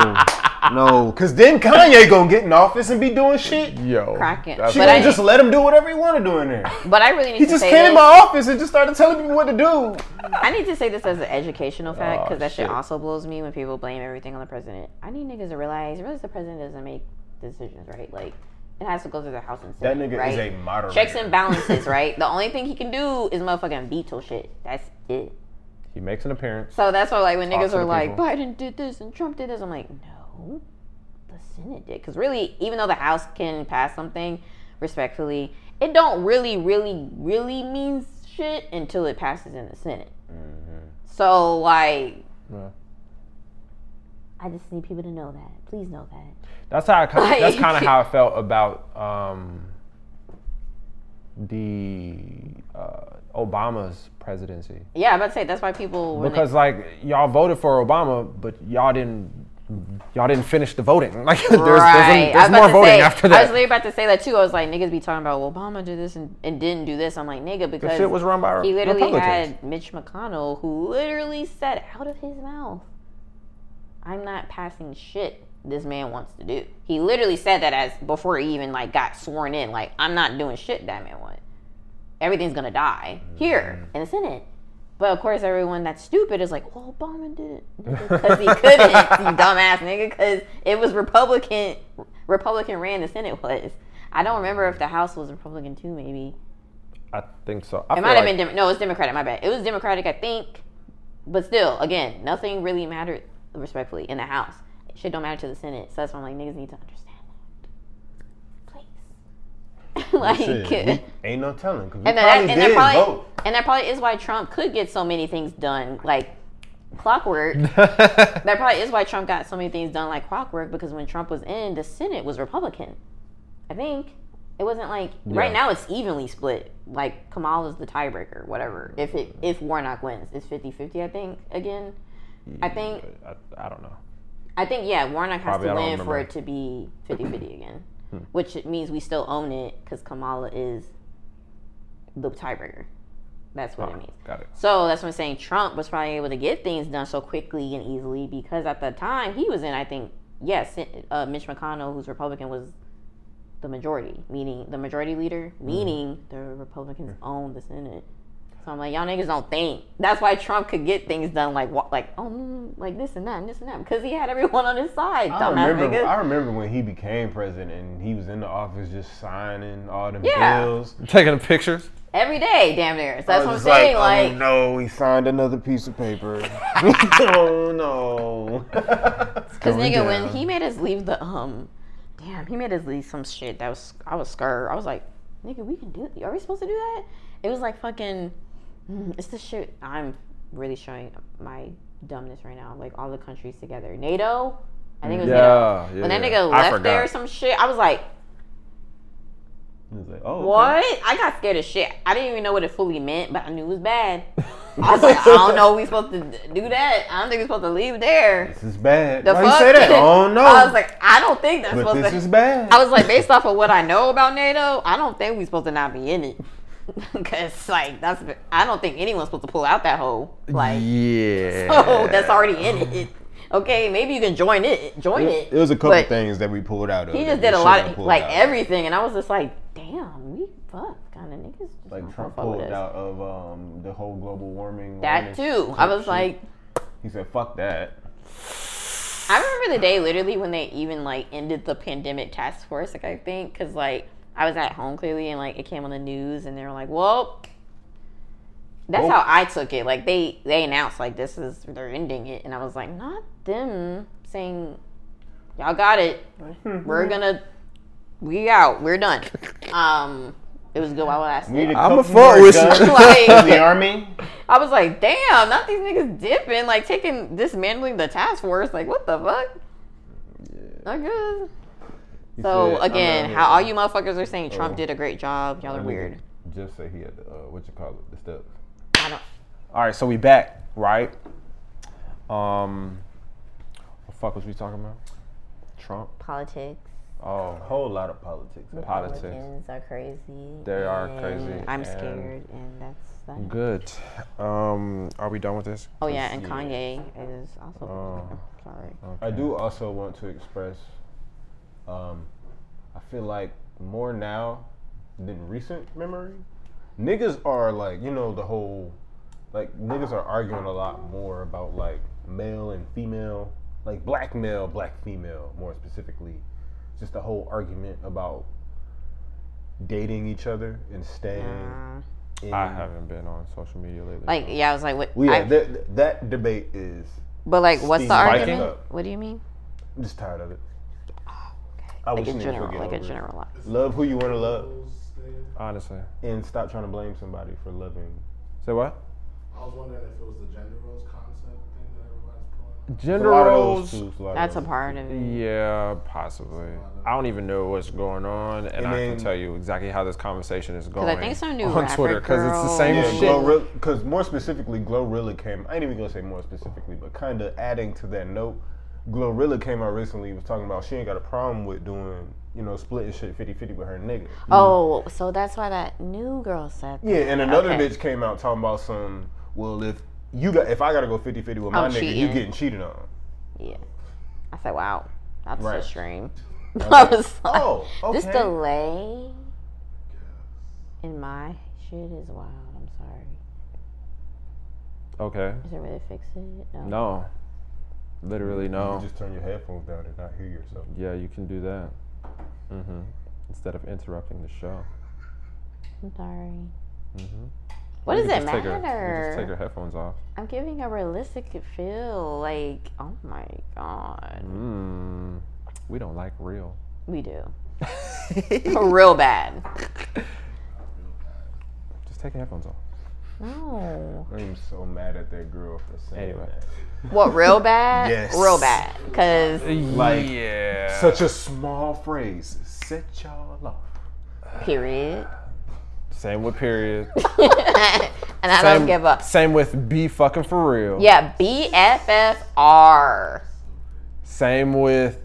S3: don't.
S1: (laughs) No, no, because then Kanye gonna get in office and be doing shit.
S2: Yo,
S3: Cracking.
S2: that's-
S1: She
S3: But
S1: gonna
S3: I-
S1: just let him do whatever he want to do in
S3: (laughs)
S1: there.
S3: But I really need
S1: (laughs) He
S3: to
S1: just
S3: say
S1: came in
S3: this.
S1: my office and just started telling people what to do.
S3: I need to say this as an educational fact
S2: Oh,
S3: because that shit.
S2: shit.
S3: also blows me when people blame everything on the president. I need niggas to realize, realize the president doesn't make decisions, right? Like it has to go through the House and
S1: That
S3: Senate.
S1: nigga
S3: right?
S1: is a moderator.
S3: checks and balances, right? The only thing he can do is motherfucking veto shit. That's it.
S2: He makes an appearance.
S3: So that's why, like, when
S2: Talk
S3: niggas
S2: to
S3: are
S2: the
S3: like,
S2: people.
S3: Biden did this and Trump did this, I'm like, no, the Senate did. Because really, even though the House can pass something respectfully, it don't really, really, really means shit until it passes in the Senate. So, like,
S2: Mm-hmm. Yeah.
S3: I just need people to know that. Please know that.
S2: That's how. I, kin- that's
S3: Like-
S2: kind of
S3: (laughs)
S2: how I felt about um, the uh, Obama's presidency.
S3: Yeah, I'm about to say that's why people when they-
S2: because like y'all voted for Obama, but y'all didn't y'all didn't finish the voting. (laughs) Like there's there's, a,
S3: right. I was
S2: there's
S3: about
S2: more
S3: to
S2: voting
S3: say,
S2: after
S3: I was
S2: that.
S3: literally about to say that too. I was like, niggas be talking about well, Obama did this and, and didn't do this. I'm like, nigga, because
S2: shit was run by
S3: he literally
S2: Republicans.
S3: had Mitch McConnell, who literally said out of his mouth, "I'm not passing shit." This man wants to do. He literally said that as before he even like got sworn in. Like, I'm not doing shit that man wants. Everything's gonna die
S2: Mm.
S3: here in the Senate. But of course, everyone that's stupid is like, well, Obama did it because he couldn't, you dumbass nigga, because it was Republican. Republican ran the Senate was. I don't remember if the House was Republican too. Maybe
S2: I think so. I
S3: it
S2: feel
S3: might have
S2: like-
S3: been Dem- no, it was Democratic. My bad. It was Democratic, I think. But still, again, nothing really mattered respectfully in the House. Shit don't matter to the Senate. So that's why I'm like, niggas need to understand that, please. (laughs) like,
S1: Shit, we- ain't no telling because we
S3: and
S1: probably
S3: that, and
S1: did
S3: that probably
S1: vote.
S3: and that probably is why Trump could get so many things done like
S1: (laughs)
S3: clockwork. that probably is why Trump got so many things done like clockwork because when Trump was in, the Senate was Republican. I think it wasn't like right now it's evenly split. Like Kamala's the tiebreaker, whatever. If it if Warnock wins, it's 50-50, I think again. I think
S2: I, I don't know.
S3: I think yeah, Warnock has
S2: Probably,
S3: to
S2: I don't
S3: win for
S2: remember. Hmm.
S3: it to be
S2: (clears throat)
S3: 50-50 again, which it means we still own it because Kamala is the tiebreaker. That's what it means.
S2: Got it.
S3: So that's what I'm saying. Trump was probably able to get things done so quickly and easily because at the time he was in, I think, yes, uh, Mitch McConnell, who's Republican, was the majority, meaning the majority leader,
S1: Mm-hmm.
S3: meaning the Republicans own the Senate. So I'm like, y'all niggas don't think. That's why Trump could get things done, like wa- like oh, mm, like this and that, and this and that, because he had everyone on his side.
S1: I
S3: dumbass
S1: remember,
S3: nigga.
S1: I remember when he became president and he was in the office just signing all them
S3: Yeah.
S1: bills.
S2: (laughs)
S3: (laughs)
S2: Taking pictures.
S3: every day, damn near. So that's
S1: I
S3: what I'm
S1: was
S3: saying.
S1: like,
S3: Like,
S1: oh no, he signed another piece of paper. (laughs) oh no. (laughs)
S3: Cause nigga, when he made us leave the um, damn, he made us leave some shit that was I was scared. I was like, nigga, we can do. Are we supposed to do that? It was like fucking. mm, It's the shit. I'm really showing my dumbness right now. Like all the countries together, NATO. I think it was NATO.
S2: Yeah, yeah.
S3: When that
S2: yeah.
S3: nigga
S2: I
S3: left there or
S2: forgot.
S3: some shit, I was like,
S1: He was like, oh, okay.
S3: "What?" I got scared of shit. I didn't even know what it fully meant, but I knew it
S2: (laughs)
S3: was bad. I was like, "I don't know. We supposed to d- do that. I don't think we're supposed to leave there."
S1: This is bad.
S3: The
S1: Why
S3: fuck?
S1: you say
S3: (laughs)
S1: that? Oh no.
S3: I was like, I don't think that's
S1: but
S3: supposed
S1: this
S3: to.
S1: is bad.
S3: I was like, based off of what I know about NATO, I don't think we're supposed to not be in it. (laughs) Cause like that's, I don't think anyone's supposed to pull out that hole. Like,
S2: yeah.
S3: (laughs) oh, that's already in it. Okay, maybe you can join it. Join it.
S1: it was a couple
S3: But
S1: things that we pulled out of.
S3: He
S1: that
S3: just
S1: we
S3: did a
S1: shouldn't
S3: lot
S1: have
S3: of
S1: pulled
S3: like
S1: out.
S3: everything, and I was just like, damn, we fuck kind of niggas. Just
S1: Like
S3: don't
S1: Trump
S3: fuck with
S1: pulled
S3: us.
S1: out of um, the whole global warming. awareness
S3: That too. I
S1: type
S3: was
S1: shit.
S3: like,
S1: he said, "Fuck that."
S3: I remember the day literally when they even like ended the pandemic task force, like I think, because like I was at home clearly and like it came on the news and they were like, well, that's
S1: Oh.
S3: how I took it. Like they they announced like this is they're ending it, and I was like, not them saying, y'all got it. We're gonna we out. We're done. Um, it was good while it lasted.
S1: Need a
S13: I'ma
S1: couple
S13: fuck
S1: more
S13: with
S2: (laughs)
S1: guns
S13: you.
S1: (laughs) in
S3: (laughs) Like,
S1: the army.
S3: I was like, damn, not these niggas dipping, like taking dismantling the task force. Like, what the fuck? Not good. So
S1: said, I'm
S3: again,
S1: out
S3: how
S1: here.
S3: all you motherfuckers are saying Trump did a great job, y'all are weird.
S1: Just say he had the, uh, what you call it, the steps.
S3: I don't.
S2: All right, so we back, right? Um, what the fuck was we talking about? Trump.
S14: Politics.
S1: Oh, a whole lot of politics.
S2: Politics.
S14: Republicans are crazy.
S2: They are
S14: and
S2: crazy.
S3: I'm
S2: and-
S3: scared, and that's that.
S2: Good. Um, are we done with this?
S3: Oh yeah, and
S1: Yeah.
S3: Kanye is also. Sorry.
S1: I do also want to express. Um, I feel like more now than recent memory, niggas are like you know the whole, like niggas are arguing a lot more about like male and female, like black male, black female, more specifically, just the whole argument about dating each other and staying.
S3: Uh,
S1: in,
S2: I haven't been on social media lately.
S3: like yeah, I was like, what?
S1: Well,
S3: I-
S1: yeah, that, that debate is.
S3: but like, what's the
S1: Spiking
S3: argument?
S1: up.
S3: What do you mean?
S1: I'm just tired of it. I
S3: Oh, Like
S1: wish
S3: in
S1: niggas would
S3: general,
S1: get
S3: like in
S1: over it.
S3: general.
S1: Love who you want to love
S2: honestly.
S1: and stop trying to blame somebody for loving.
S2: Say what?
S4: I was wondering if it was the gender roles concept thing that everybody's pulling up.
S2: Gender
S1: A lot of
S2: roles.
S1: those too, lot of
S3: That's a
S1: those.
S3: part of it.
S2: Yeah, possibly. I don't even know what's going on, and, I
S1: then-
S2: can tell you exactly how this conversation is going.
S3: I think some new
S2: on (laughs)
S3: rapper
S2: Twitter it's the
S3: girl-
S2: same
S1: Yeah,
S2: shit.
S1: because more specifically, Glorilla came. I ain't even gonna say more specifically, but kind of adding to that note, Glorilla came out recently. Was talking about she ain't got a problem with doing, you know, splitting shit 50-50 with her nigga.
S3: Oh, so that's why that new girl said.
S1: Yeah, and another
S3: Okay.
S1: bitch came out talking about some. Well, if you got, if I gotta go 50-50 with my
S3: I'm
S1: nigga, you
S3: cheating.
S1: getting cheated on.
S3: (laughs) Yeah. I said, wow, that's
S1: Right.
S3: extreme. (laughs) I was like,
S1: Oh, okay.
S3: this delay in my shit is wild. I'm sorry.
S2: Okay.
S3: Is there a way to fix it? No.
S2: No. Literally
S1: You
S2: no.
S1: just turn your headphones down and not hear yourself.
S2: Yeah, you can do that. Mm-hmm. Instead of interrupting the show.
S3: I'm sorry.
S2: Mm-hmm.
S3: What does it
S2: Take your, you just take
S3: matter?
S2: your headphones off.
S3: I'm giving a realistic feel. Like, oh my god,
S2: Mm. We don't like real.
S3: we do. (laughs) Real bad.
S2: Just take your headphones off.
S3: No.
S1: I'm so mad at that girl for saying
S2: Anyway.
S1: that.
S3: What? Real bad?
S1: Yes.
S3: Real bad. Cause
S1: Like,
S2: yeah.
S1: Such a small phrase. Set y'all off.
S3: period.
S2: Same with period.
S3: (laughs) and I
S2: same,
S3: don't give up.
S2: Same with be fucking for real.
S3: Yeah, BFFR.
S2: Same with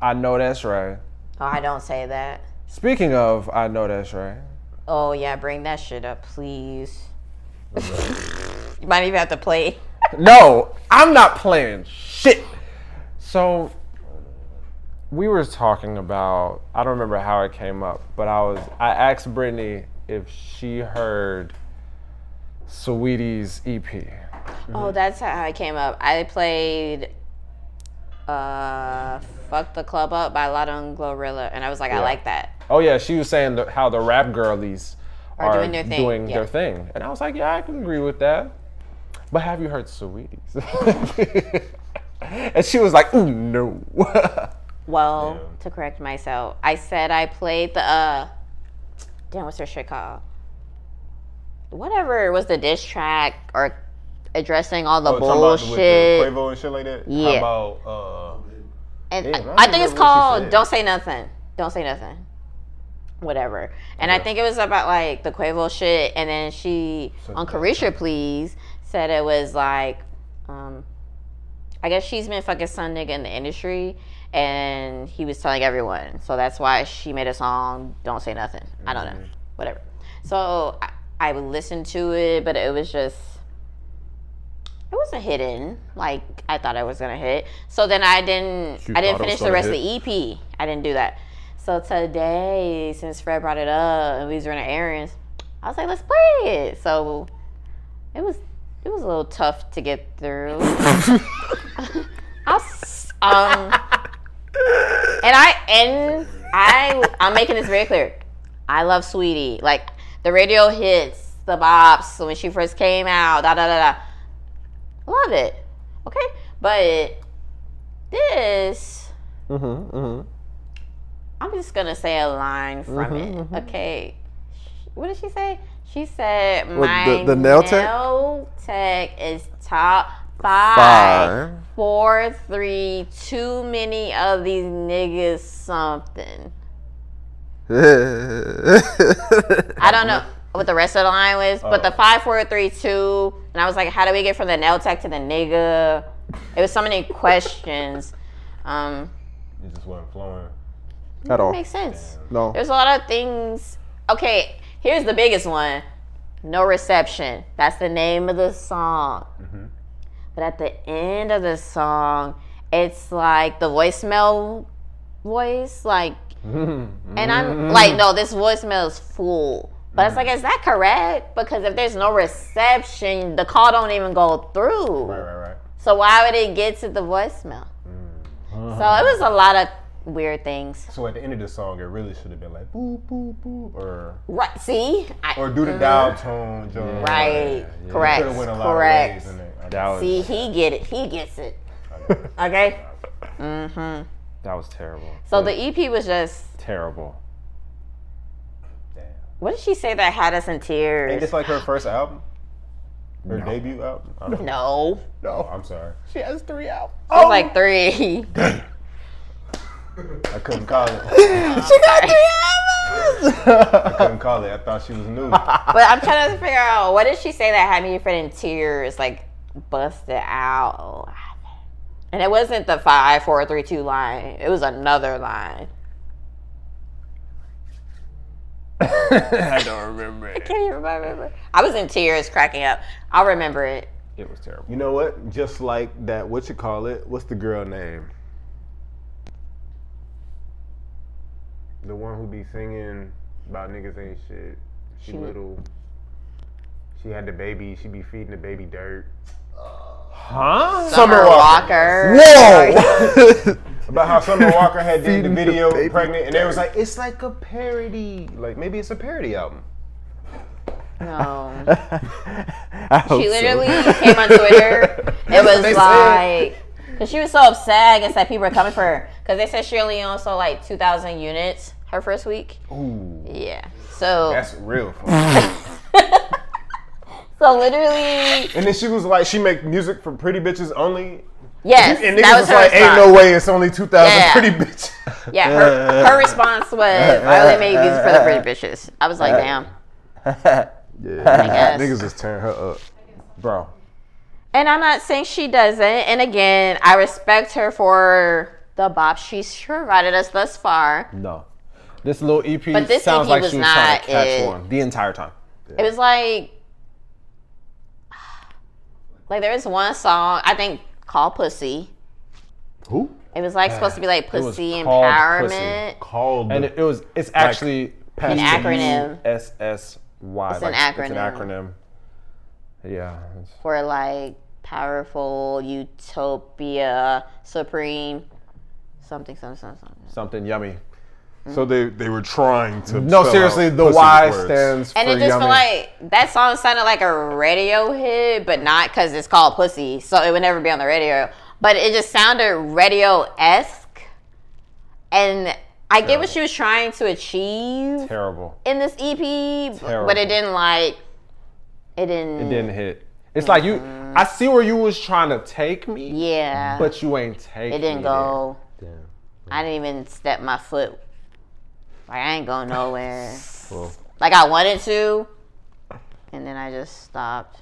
S2: I know that's right.
S3: Oh, I don't say that.
S2: Speaking of I know that's right.
S3: Oh yeah, bring that shit up, please. (laughs) you might even have to play.
S2: No, I'm not playing shit. So we were talking about I don't remember how it came up, but I was I asked Brittany if she heard Sweetie's E EP.
S3: Oh, that's how I came up. I played uh Fuck the Club Up by Lotto and Glorilla and I was like, I like that.
S2: Oh yeah, she was saying the, how the rap girlies are,
S3: doing their thing,
S2: doing
S3: yeah.
S2: their thing. and I was like, yeah, I can agree with that. But have you heard Sweetie's? (laughs) and she was like, ooh
S15: (laughs)
S2: no. (laughs)
S3: Well, to correct myself, I said I played the uh damn, what's her shit called? Whatever was the diss track or addressing all the
S1: Oh, talking about the- with
S3: bullshit.
S1: the Quavo and shit like that.
S3: Yeah.
S1: How about uh,
S3: and
S1: Damn, I
S3: I, I
S1: don't
S3: think it's
S1: remember what she
S3: called
S1: said.
S3: "Don't Say Nothing." Don't say nothing. Whatever. And I think it was about like the Quavo shit, and then she on Carisha Please said it was like, um, I guess she's been fucking son nigga in the industry, and he was telling everyone, so that's why she made a song "Don't Say Nothing." I don't
S2: Mm-hmm.
S3: know, whatever. So I, I would listen to it, but it was just it wasn't hidden like I thought I was gonna hit. So then I didn't.
S2: You
S3: I didn't
S2: thought it was
S3: finish the
S2: gonna
S3: rest of the EP. I didn't do that. So today, since Fred brought it up and we was running errands, I was like, let's play it. So it was it was a little tough to get through. I s- um, and I and I I'm making this very clear. I love Sweetie. Like the radio hits, the bops when she first came out, da da da da. Love it. Okay, but this
S15: Mm-hmm. Mm-hmm.
S3: I'm just gonna say a line from it.
S15: mm-hmm.
S3: Okay, Sh- what did she say? She said
S15: the-
S3: my
S15: the nail tech?
S3: nail tech is top five.
S15: Five.
S3: four, three, too many of these niggas something. I don't know what the rest of the line was, but the five, four, three, two, and I was like, how do we get from the nail tech to the nigga? It was so many (laughs) questions. Um,
S1: it just wasn't flowing.
S15: At all.
S3: makes sense.
S15: No.
S3: There's a lot of things. Okay, here's the biggest one. No reception. That's the name of the song.
S1: Mm-hmm.
S3: But at the end of the song, it's like the voicemail voice, like,
S1: Mm-hmm.
S3: and I'm like, no, this voicemail is full. But
S1: Mm-hmm.
S3: it's like, is that correct? Because if there's no reception, the call don't even go through.
S1: Right, right, right.
S3: So why would it get to the voicemail?
S1: Mm.
S3: So it was a lot of weird things.
S1: So at the end of the song, it really should have been like boop boop boop or
S3: Right? See, I,
S1: or do the dial tone. Joe.
S3: Uh, right, correct,
S1: Could have went a lot of
S3: correct.
S1: ways in it. I
S2: That was
S3: See, he get it. He
S1: (laughs)
S3: gets it. Okay. Mm-hmm.
S2: that was terrible.
S3: So the EP was just.
S2: terrible.
S1: damn.
S3: What did she say that had us in
S1: Ain't
S3: tears?
S1: this like her first album? Her debut album? I don't know.
S3: No,
S1: Oh, I'm sorry.
S2: (laughs)
S3: it
S1: Oh!
S3: was like
S1: (laughs)
S3: three.
S1: I couldn't call
S3: (laughs)
S1: it. I couldn't call it. I thought she was new.
S3: but I'm trying to figure out what did she say that had me in tears, like busted out. Oh, And it wasn't the five, four, three, two line. It was another line.
S2: I don't remember.
S3: I can't even remember. I was in tears, cracking up. I'll remember it.
S2: It was terrible.
S1: You know what? Just like that, what you call it? What's the girl name? The one who be singing about niggas ain't shit. She,
S3: She-
S1: little. She had the baby. She be feeding the baby (laughs) dirt.
S2: Huh?
S3: Summer Walker.
S2: (laughs)
S15: Whoa!
S1: About how Summer Walker had did the
S15: Feeding the
S1: video
S15: baby
S1: pregnant, and they was like, it's like a parody. Like maybe it's a parody album.
S3: No.
S1: (laughs)
S15: I hope
S3: She
S15: so.
S3: literally came on Twitter. It
S1: Oh, (laughs) they
S3: was
S1: said.
S3: like, because she was so upset. I guess that people were coming for her because they said she only owned so like two thousand units her first week.
S1: Ooh,
S3: Yeah. So
S1: Oh. that's real. Fun.
S3: (laughs)
S1: (laughs)
S3: so literally,
S1: and then she was like, she make music for pretty bitches only.
S3: yes,
S1: And
S3: that
S1: niggas was,
S3: was her
S1: like, ain't
S3: response.
S1: no way it's only 2,000
S3: Yeah.
S1: pretty bitches.
S3: (laughs) Yeah, her, her response was, I only made music for the
S1: (laughs)
S3: pretty bitches. I was like, damn.
S1: yeah.
S3: guess. Niggas
S1: just tearing her up. Bro.
S3: And I'm not saying she doesn't. And again, I respect her for the bop she's provided us thus far.
S2: No. This little EP
S3: But this
S2: sounds
S3: EP
S2: like
S3: was
S2: she was trying
S3: not
S2: to catch
S3: it.
S2: one the entire time.
S3: It was like, like there was one song I think called "Pussy."
S1: Who?
S3: It was like supposed to be like
S2: It was
S3: pussy
S2: called
S3: empowerment.
S1: Called.
S2: And it, it was it's actually
S3: An acronym.
S2: S S Y.
S3: It's an
S2: It's an
S3: acronym.
S2: acronym. Yeah. it's-
S3: for like powerful utopia supreme something something something. something.
S2: Something yummy.
S16: So they, they were trying to.
S2: No,
S16: spell
S2: seriously,
S16: out
S2: the
S16: pussy's
S2: Y
S16: words.
S2: stands
S3: And
S2: for
S3: it just
S2: yummy.
S3: felt like that song sounded like a radio hit, but not because it's called "Pussy," so it would never be on the radio. But it just sounded radio esque, and I get what she was trying to achieve
S2: Terrible.
S3: in this EP, b-
S2: Terrible.
S3: but it didn't like it didn't.
S2: It didn't hit. It's like you. I see where you was trying to take me,
S3: Yeah,
S2: but you ain't taking.
S3: it didn't
S2: me
S3: go.
S1: Damn.
S3: I didn't even step my foot. Like I ain't going nowhere.
S1: Well,
S3: like I wanted to, and then I just stopped.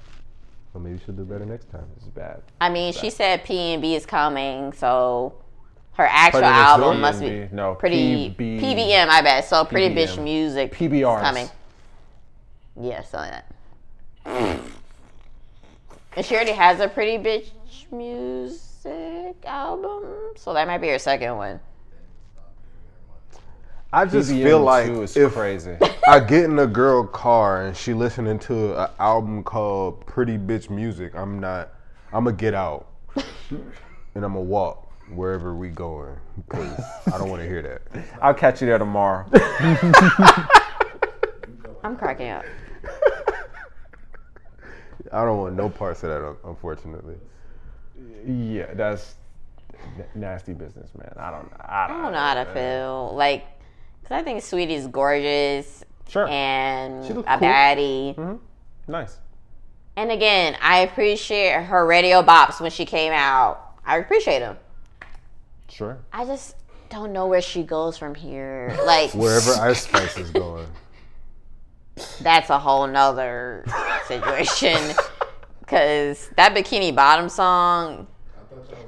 S1: well, maybe you should do better next time.
S2: there. It's bad.
S3: I mean, she said P and B is coming, so her actual
S2: Pretty Miss
S3: album
S2: Lillian
S3: must be
S2: no
S3: pretty
S2: PB,
S3: PBM. I bet so. Pretty bitch
S2: PBM.
S3: music is
S2: PBRs.
S3: coming. Yeah, so that. and she already has a pretty bitch music album, so that might be her second one.
S1: I just feel like
S2: too is
S1: if (laughs)
S2: crazy.
S1: I get in a girl car and she listening to an album called Pretty Bitch Music, I'm not. I'm gonna
S2: (laughs)
S1: get out and I'm gonna walk wherever we going because I don't want to hear that.
S2: I'll catch you there
S1: (laughs)
S2: tomorrow.
S3: I'm cracking up.
S1: I don't want no parts of that, un- unfortunately.
S2: yeah, that's n- nasty business, man. I don't. I don't,
S3: I don't know how to feel. Like, cause I think Sweetie's gorgeous
S2: Sure.
S3: and a
S2: looks cool.
S3: baddie.
S2: nice.
S3: And again, I appreciate her radio bops when she came out. I appreciate them.
S2: Sure.
S3: I just don't know where she goes from here. Like
S1: Wherever Ice Spice is going,
S3: that's a whole nother situation.
S2: (laughs)
S3: Cause that bikini bottom song,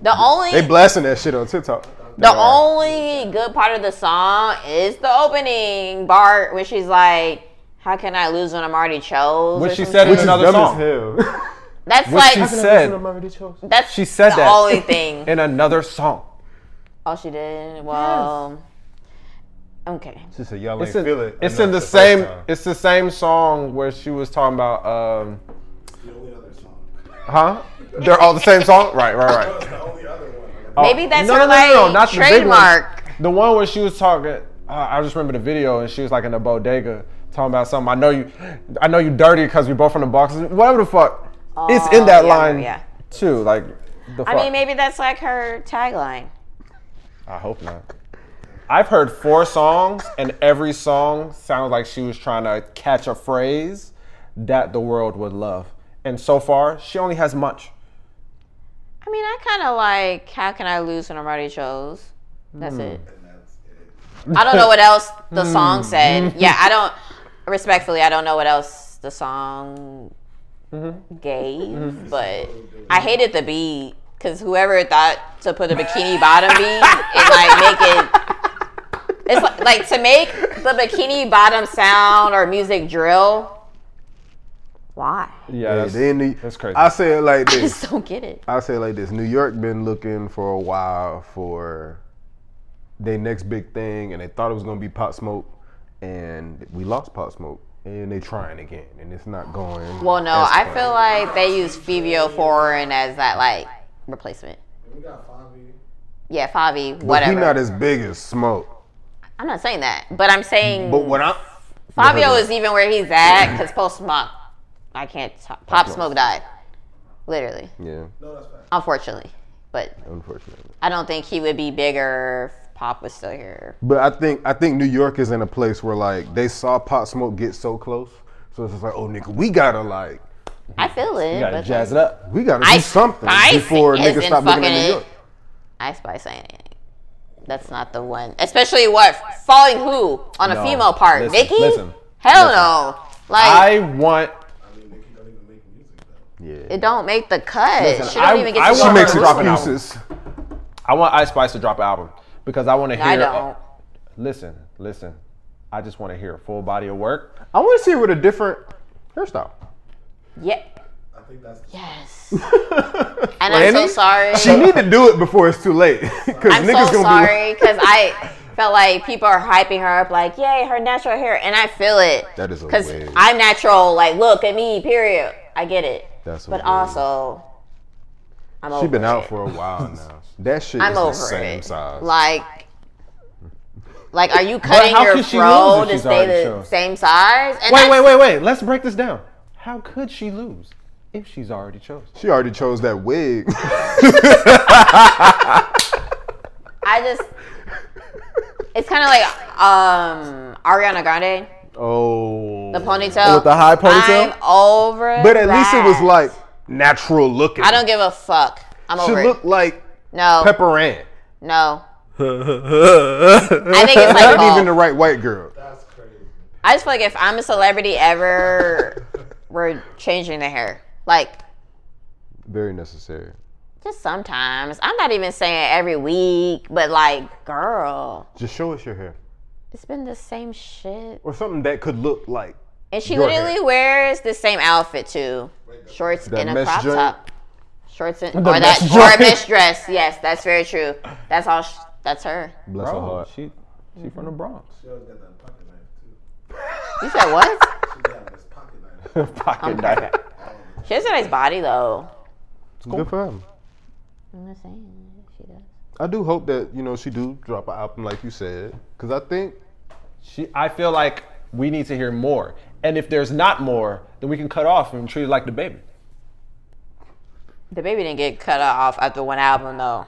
S3: the only
S1: they blasting that shit on TikTok.
S3: the only good part of the song is the opening part where she's like, "How can I lose when I'm already chose?"
S2: What
S3: or
S2: she
S3: some
S2: said
S3: shit.
S2: in another
S1: Dumb as
S2: song. (laughs)
S1: hell.
S3: That's
S2: What she
S3: like
S2: said
S3: that's
S2: she said
S3: the
S2: that.
S3: only
S2: (laughs)
S3: thing.
S2: in another song.
S3: Oh, she did. Well, okay.
S1: She said, y'all ain't
S2: It's in,
S1: feel it.
S2: it's
S1: enough
S2: in the
S1: first
S2: same.
S1: time."
S2: It's the same song where she was talking about. Um,
S17: The only other song.
S2: huh? They're all the same song. Right. Right. Right.
S17: The only other one.
S2: Oh,
S3: Maybe that's
S2: no,
S3: her
S2: no, no, no,
S3: like
S2: not the big one.
S3: trademark.
S2: The one where she was talking, uh, I just remember the video, and she was like in a bodega talking about something. I know you, I know you dirty because we both from the boxes. Whatever the fuck, it's in that
S3: Oh, yeah,
S2: line
S3: yeah.
S2: too. Like the fuck.
S3: I mean, maybe that's like her tagline.
S2: I hope not. I've heard four songs, and every song sounds like she was trying to catch a phrase that the world would love. And so far, she only has much.
S3: I mean, I kind of like how can I lose when I'm already chose. That's it. I don't know what else the song said. Yeah, I don't. Respectfully, I don't know what else the song gave, but I hated the beat because whoever thought to put a bikini bottom beat and like make it. It's like, like to make the bikini bottom sound or music drill. Why?
S2: Yeah,
S1: Yeah,
S2: that's-
S1: they in the-
S2: that's crazy.
S1: I say it like
S3: I
S1: this.
S3: (laughs) just don't get it.
S1: I say it like this: New York been looking for a while for their next big thing, and they thought it was gonna be Pop Smoke, and we lost Pop Smoke, and they trying again, and it's not going.
S3: Well, no,
S1: as
S3: I
S1: planned.
S3: feel like they use Fabio Foreign as that like replacement.
S17: We got Favi.
S3: Yeah, Favi,
S1: But he
S3: whatever.
S1: not as big as Smoke.
S3: I'm not saying that, but I'm saying
S1: But what I'm
S3: Fabio is even where he's at because Post Smoke, I can't. Talk. Pop Smoke died, literally,
S1: yeah,
S17: No, that's fact.
S3: unfortunately. But
S1: unfortunately.
S3: I don't think he would be bigger if Pop was still here.
S1: But I think I think New York is in a place where like they saw Pop Smoke get so close, so it's just like, oh nigga, we gotta like
S3: I feel it.
S2: gotta
S3: but
S2: jazz it up.
S1: we gotta
S3: I-
S1: do something
S3: I
S1: before
S3: think it's
S1: niggas
S3: in
S1: stop looking at
S3: fucking
S1: New York.
S3: it. I spy saying anything. That's not the one. Especially what following who on a
S2: No,
S3: female part,
S2: listen,
S3: Nikki.
S2: listen,
S3: Hell no. Like
S2: I want.
S1: Yeah,
S3: it don't make the cut.
S2: Listen,
S3: she don't
S2: I-
S3: even get
S2: I
S3: to
S2: want
S3: go
S1: she
S3: on
S1: makes
S3: the
S2: her
S3: road.
S2: an album.
S1: excuses.
S2: I want Ice Spice to drop an album because I want to hear.
S3: I don't.
S2: listen, listen. I just want to hear a full body of work.
S1: I want to see her with a different hairstyle.
S3: Yeah.
S17: I think that's the
S2: (laughs)
S3: Yes. and I'm so
S1: Brandy?
S3: sorry.
S1: She need to do it before it's too late. (laughs) Because
S3: I'm
S1: niggas gonna
S3: so sorry because I felt like people are hyping her up, like, "Yay, her natural hair," and I feel it.
S1: That is a
S3: because
S1: wave.
S3: I'm natural. Like, look at me. Period. I get it.
S1: That's a
S3: but
S1: wave.
S3: also, I'm
S1: be. She
S3: over
S1: been out
S3: it. (laughs)
S1: for a while now. That shit
S3: I'm
S1: is the
S3: over
S1: same
S3: it.
S1: size.
S3: Like, like, are you cutting
S2: how
S3: your
S2: could she lose
S3: fro
S2: if
S3: to
S2: she's
S3: stay
S2: already
S3: the
S2: chose?
S3: same size? And
S2: Wait, wait, wait,
S3: that's-
S2: wait. Let's break this down. How could she lose if she's already chose?
S1: she already chose that wig.
S3: I just, It's kind of like um Ariana Grande,
S1: (laughs) Oh.
S3: the ponytail.
S18: With the high ponytail?
S3: I'm over.
S1: But at least it was
S3: that.
S1: like natural looking.
S3: I don't give a fuck. I'm
S1: She
S3: over
S1: looked
S3: it.
S1: like
S3: No,
S1: Pepper (laughs) Ann.
S3: no.
S18: I
S3: I think it's like
S1: Not
S3: ball.
S1: even the right white girl.
S17: That's crazy.
S3: I just feel like if I'm a celebrity ever, we're changing the hair. Like
S1: Very necessary.
S3: just sometimes. I'm not even saying every week, but like, girl,
S1: Just show us your hair.
S3: it's been the same shit.
S1: Or something that could look like
S3: And she
S1: Your
S3: literally
S1: hair.
S3: wears the same outfit too. Shorts
S1: That
S3: and a
S1: mesh
S3: crop
S1: joint?
S3: top. Shorts and or that
S18: mesh
S3: or a
S18: joint.
S3: mesh dress. Yes, that's very true. That's all. Sh- that's her.
S1: bless her heart.
S2: she she from the
S1: Mm-hmm.
S2: Bronx.
S1: (laughs)
S17: She always got that pocket knife too.
S3: You
S2: (laughs)
S3: said what?
S17: She got this pocket knife.
S1: Pocket knife. (laughs)
S3: she has a nice body though.
S1: Good for him.
S3: I'm not saying she does.
S1: I do hope that you know she do drop an album like you said, because I think
S2: She I feel like we need to hear more. And if there's not more, then we can cut off and treat it like the baby.
S3: The baby didn't get cut off after one album though.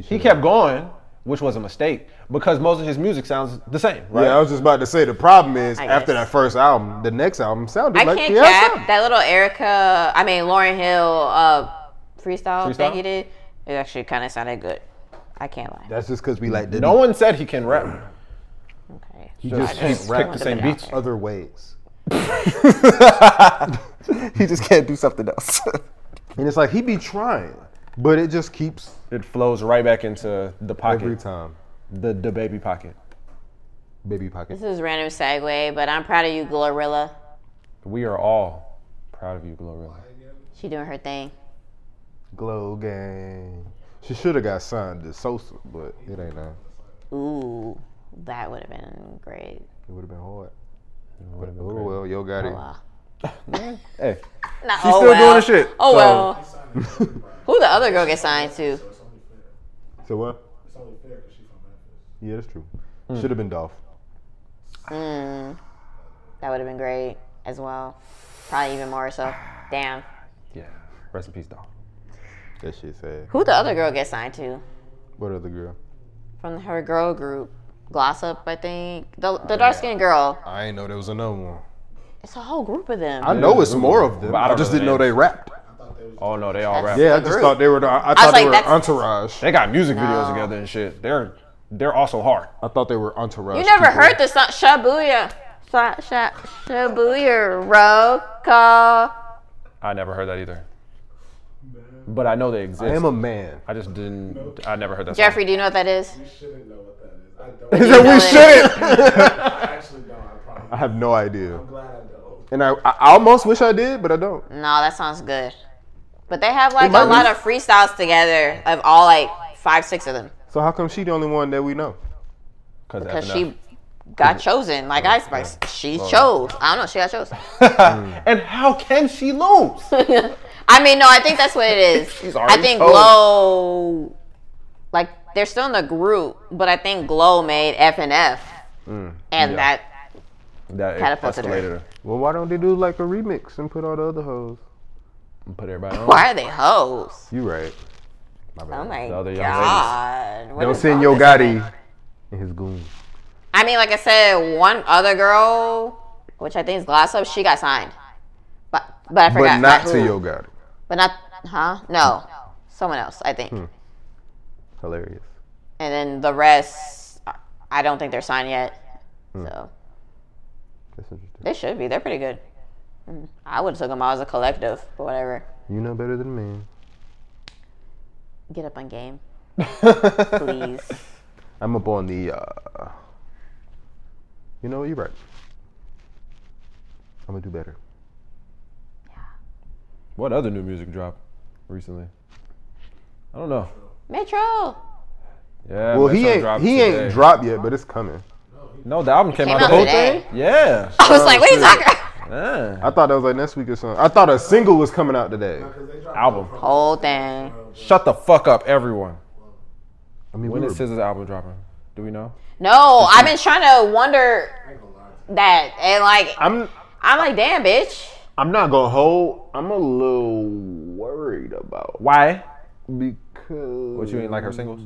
S2: He kept going, which was a mistake because most of his music sounds the same, right?
S1: Yeah, I was just about to say the problem is
S3: I
S1: after
S3: guess.
S1: that first album, the next album sounded
S3: I
S1: like
S3: can't
S1: the
S3: cap
S1: album.
S3: that little Erica. I mean Lauren Hill uh, freestyle,
S2: Freestyle?
S3: thing he did. It actually kind of sounded good. I can't lie.
S1: That's just because we like did
S2: no one said he can rap.
S3: Okay.
S2: He just
S1: I
S2: can't
S1: just
S2: rap the
S1: wanted
S3: to
S2: same
S3: put it out
S2: beats.
S3: there.
S1: other (laughs) ways,
S18: he just can't do something else.
S1: (laughs) and it's like he be trying, but it just keeps
S2: It flows right back into the pocket,
S1: every time.
S2: the the baby pocket.
S1: Baby pocket.
S3: This is random segue, but I'm proud of you, Glorilla.
S2: We are all proud of you, Gloria.
S3: She doing her thing.
S1: Glow gang. She should have got signed to Sosa, but it ain't now.
S3: Ooh, that would have been great.
S1: It would have been hard. But, oh well, yo got it. (laughs)
S3: Wow.
S2: Hey,
S3: Not,
S1: She's still doing the shit,
S3: Oh
S1: so-
S3: well. Who the other girl get signed to?
S17: It's only fair.
S1: (laughs) So what?
S17: It's only fair because she from Memphis.
S1: Yeah, that's true. Should have been Dolph.
S3: Mm, that would have been great as well. Probably even more so. Damn.
S2: yeah. Rest in peace, dog.
S1: That shit sad.
S3: Who the other girl get signed to?
S1: What other girl?
S3: From her girl group, Gloss Up, I think. The,
S1: Oh,
S3: the dark skinned girl.
S1: I ain't know there was another one.
S3: It's a whole group of them.
S1: I know it's more of them.
S2: But I
S1: I,
S2: don't
S1: just
S2: know
S1: didn't
S2: the
S1: know they rapped.
S2: Oh no, they all rap.
S1: Yeah, I just
S3: group.
S1: thought they were. The, I thought
S3: like,
S1: they were
S3: that's-
S1: entourage.
S2: They got music videos
S3: No.
S2: together and shit. They're they're also hard.
S1: I thought they were entourage.
S3: You never
S1: people.
S3: heard the song Shabuya. Sha- Sha- Shabuya roll call.
S2: I never heard that either. But I know they exist.
S1: I am a (laughs) man.
S2: I just didn't. I never heard that.
S3: Jeffrey, do you know what that is?
S17: You shouldn't know what that is. I don't.
S3: You know
S1: we
S3: what it is?
S1: shouldn't.
S3: (laughs)
S17: I actually don't. I probably.
S1: I have no idea,
S17: I'm glad I don't.
S1: and I, I almost wish I did, but I don't.
S3: No, that sounds good. But they have like a
S1: might be.
S3: lot of freestyles together of all like five, six of them
S1: So how come she the only one that we know?
S2: Cause
S3: because
S2: F
S3: she got chosen.
S2: Oh,
S3: Like Ice Spice, she chose. I don't know, she got chosen. (laughs)
S2: enough. (laughs) and how can she lose?
S3: I mean, no, I think that's what it
S2: (laughs)
S3: is. I
S2: already
S3: think
S2: told.
S3: Glow, like they're still in the group, but I think Glow made F and F,
S2: Mm,
S3: and that
S2: That
S3: Catapulted her.
S2: escalated her.
S1: Well, why don't they do like a remix and put all the other hoes?
S2: Put everybody on.
S3: why are they hoes?
S1: You right. My
S3: Oh
S1: bad.
S3: my
S2: The other young
S3: god. What
S1: Don't
S3: is
S1: send
S3: wrong
S1: Yo
S3: with
S1: Gotti
S3: this?
S1: and his goons.
S3: I mean, like I said, one other girl, which I think is Glass Up, she got signed. But but I forgot.
S1: But not to
S3: who.
S1: Yo Gotti.
S3: But not huh? No. Someone else, I think.
S1: Hilarious.
S3: And then the rest I- I don't think they're signed yet. So
S1: That's interesting.
S3: they should be. They're pretty good. Mm. I would have took them all as a collective, but whatever.
S1: You know better than me.
S3: Get up on game. (laughs) Please.
S1: I'm up on the. Uh, you know what? You're right. I'm gonna do better.
S2: (laughs) What other new music dropped recently? I don't know.
S3: Metro.
S2: Yeah.
S1: Well, he
S2: Metro
S1: ain't
S2: dropped
S1: he
S2: today.
S1: ain't dropped yet, but it's coming.
S2: No, the album came,
S3: Came
S2: out
S3: out
S2: today.
S3: today.
S2: Yeah.
S3: I (laughs) was like, what are you talking about?
S2: yeah.
S1: I thought that was like next week or something. I thought a single was coming out today.
S17: Because they dropped
S2: Album.
S3: Whole thing.
S2: Shut the fuck up, everyone.
S1: I mean,
S2: When
S1: we
S2: is
S1: were-
S2: Scissor's album dropping? Do we know?
S3: No, I've been trying to wonder that, and like
S1: I'm
S3: I'm like, damn, bitch.
S1: I'm not gonna hold. I'm a little worried about
S2: Why?
S1: because
S2: What you ain't like her singles?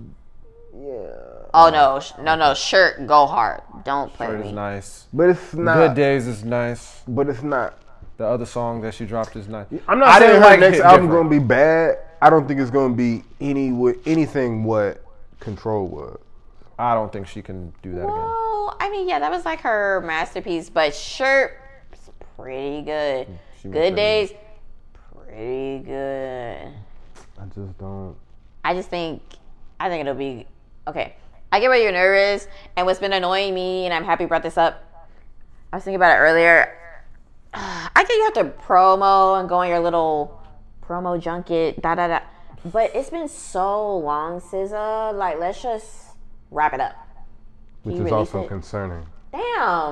S3: Oh no, sh- no, no. Shirt, go hard. Don't play
S2: It's
S3: me.
S2: nice.
S1: But it's
S2: Good
S1: not.
S2: Days is nice.
S1: But it's not.
S2: The other song that she dropped is nice.
S1: I'm not
S2: I
S1: saying her
S2: didn't like
S1: next
S2: Hit
S1: album
S2: Different.
S1: gonna be bad. I don't think it's gonna be any with anything what Control was.
S2: I don't think she can do that again.
S3: Well, I mean, yeah, that was like her masterpiece, but Shirt is pretty good.
S2: was
S3: Good
S2: pretty
S3: Days, pretty good.
S1: I just don't.
S3: I just think, I think it'll be okay. I get why you're nervous, and what's been annoying me, and I'm happy you brought this up. I was thinking about it earlier. (sighs) I get you have to promo and go on your little promo junket, da da da. But it's been so long, SZA. Like, let's just wrap it up.
S1: Which
S3: You
S1: is
S3: released
S1: also
S3: it?
S1: concerning.
S3: Damn.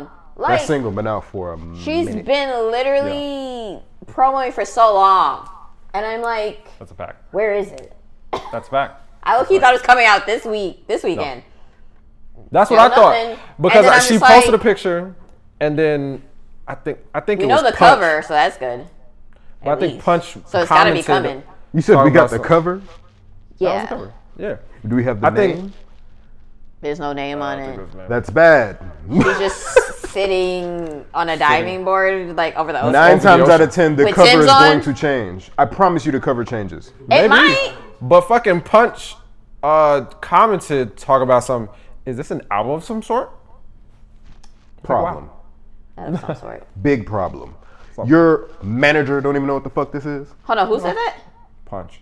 S1: That
S3: Like,
S1: single been out for a m-
S3: She's been literally promoting for so long. And I'm like,
S2: That's a fact.
S3: where is it?
S2: That's a fact.
S3: I low key thought it was coming out this week, this weekend.
S2: That's what
S3: Yeah,
S2: I thought
S3: nothing.
S2: because
S3: And then
S2: I-
S3: I'm
S2: she
S3: just
S2: posted
S3: like-
S2: a picture, and then I think I think
S3: We
S2: it
S3: know
S2: was
S3: the
S2: Punch,
S3: cover, so that's good.
S2: but I think
S3: least.
S2: Punch
S3: So it's gotta
S2: commented-
S3: be
S2: Oh,
S3: coming.
S1: You said we
S2: Sorry,
S1: got
S2: my
S1: the
S2: son.
S1: cover.
S3: Yeah.
S2: Yeah,
S1: Do we have the
S2: I
S1: name?
S2: think
S3: There's no
S2: Uh,
S3: name on it.
S1: That's bad.
S3: She's
S1: (laughs)
S3: (laughs) just sitting on a diving board, like over the ocean.
S1: Nine
S2: over the
S1: times out
S2: ocean.
S1: of ten, the
S3: With
S1: cover
S3: Tim's
S1: is
S3: on?
S1: going to change. I promise you, the cover changes.
S3: It might.
S2: but fucking Punch uh commented talk about some. Is this an album of some sort?
S1: Problem.
S3: Of some sort.
S1: Big problem. Your manager don't even know what the fuck this is.
S3: Hold on, who said
S2: (laughs)
S3: that?
S2: Punch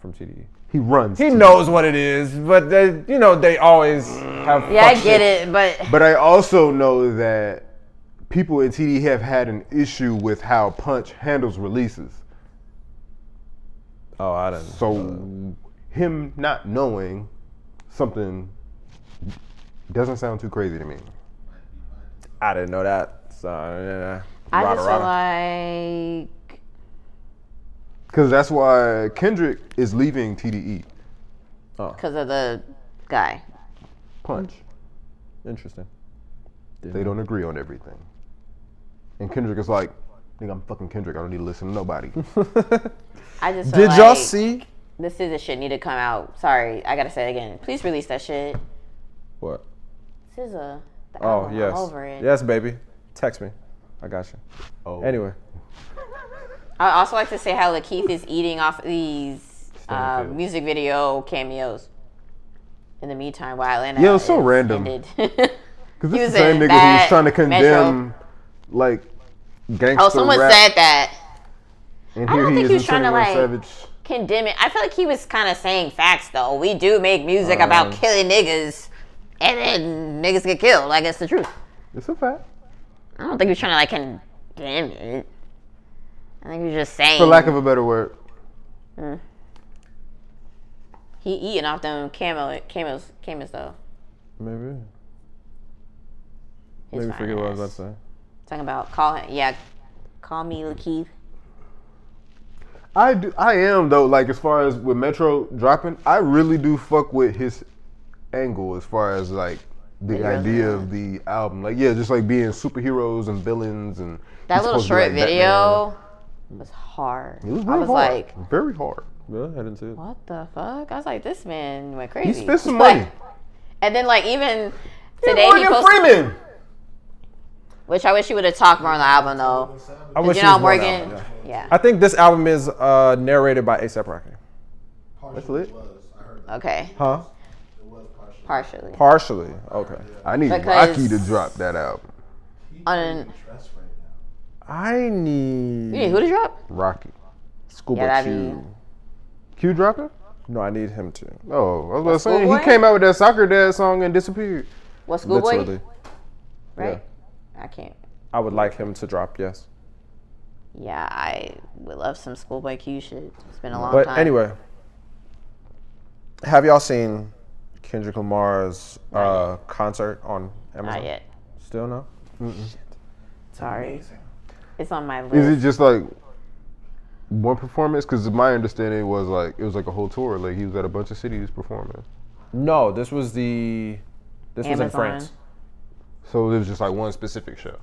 S2: from E. TDE.
S1: He runs.
S2: He
S1: to-
S2: knows what it is, but they, you know they always have.
S3: Yeah, I
S2: fuck
S3: get
S2: shit.
S3: it, but
S1: But I also know that people in TD have had an issue with how Punch handles releases.
S2: Oh, I didn't.
S1: So him not knowing something doesn't sound too crazy to me.
S2: I didn't know that. So yeah.
S3: I
S2: Rada,
S3: just feel
S2: rada.
S3: like
S1: Because that's why Kendrick is leaving E. TDE.
S2: Oh,
S3: because of the guy.
S1: Punch.
S3: (laughs)
S2: Interesting.
S1: They don't agree on everything. And Kendrick is like, nigga, I'm fucking Kendrick. I don't need to listen to nobody.
S3: I just feel
S2: Did y'all
S3: like-
S2: see
S3: This is the shit need to come out. Sorry, I gotta say it again. Please release that shit.
S2: what?
S3: SZA. The
S2: Oh
S3: album,
S2: yes,
S3: I'm over it.
S2: yes, baby. Text me. I got you. Oh. Anyway,
S3: I also like to say how Lakeith is eating off these uh, music video cameos. In the meantime, while Atlanta
S1: Yeah, it's so
S3: is
S1: random.
S3: ended. (laughs) Oh,
S1: Because this
S3: He
S1: is
S3: was
S1: the same
S3: in
S1: nigga
S3: that
S1: who's trying to condemn,
S3: Metro.
S1: like, gangster
S3: oh, someone
S1: rap.
S3: said that.
S1: and
S3: I
S1: here
S3: don't
S1: he
S3: think
S1: is
S3: he was
S1: in
S3: trying to,
S1: 21
S3: like-
S1: Savage.
S3: Condemn it. I feel like he was kind of saying facts though. We do make music
S1: Uh-huh.
S3: about killing niggas, and then niggas get killed. Like it's the truth.
S1: It's a fact.
S3: I don't think he was trying to like condemn it. I think he was just saying
S1: For lack of a better word,
S3: He eating off them camo camos camos though.
S2: maybe
S3: His
S2: maybe
S3: fine
S2: forget what I was about
S3: ass.
S2: to say.
S3: Talking about call him, yeah, call me Lakeith.
S1: I do. I am though. Like as far as with Metro dropping, I really do fuck with his angle as far as like the
S3: He does
S1: idea
S3: that.
S1: of the album. Like yeah, just like being superheroes and villains and
S3: That
S1: he's
S3: little
S1: supposed to be, like,
S3: short video was hard.
S1: Batman. It was
S3: I
S1: real
S3: was
S1: hard.
S3: like,
S1: very hard.
S2: Really, I didn't see it.
S3: what the fuck? I was like, this man went crazy.
S1: He spent some
S3: Like-
S1: money.
S3: And then like even today he
S1: Morgan
S3: posted,
S1: Freeman.
S3: which I wish he would have talked more on the album though.
S2: I wish
S3: You
S2: it
S3: know
S2: was more
S3: Morgan,
S2: down, yeah.
S3: yeah.
S2: I think this album is uh, narrated by ASAP Rocky.
S1: That's lit.
S3: Okay,
S2: Huh?
S3: partially.
S2: Partially. Okay.
S1: I need
S3: Because-
S1: Rocky to drop that album.
S3: On
S2: I need.
S3: you need who to drop?
S1: Rocky.
S2: Scuba
S3: Yeah, that'd
S2: Q.
S1: Q dropping?
S2: No, I need him to.
S1: Oh, I was about to say
S3: Schoolboy?
S1: he came out with that soccer dad song and disappeared.
S3: What schoolboy?
S2: Literally.
S3: Right? I can't.
S2: I would like him to drop. Yes.
S3: Yeah, I would love some schoolboy Q shit. It's been a long
S2: But
S3: time.
S2: anyway, have y'all seen Kendrick Lamar's uh, concert on Amazon?
S3: Not yet.
S2: Still no.
S3: Sorry. It's on my list.
S1: Is it just like one performance? Because my understanding was like it was like a whole tour. Like he was at a bunch of cities performing.
S2: No, this was the. This was in France.
S3: Amazon.
S1: So it was just like one specific show.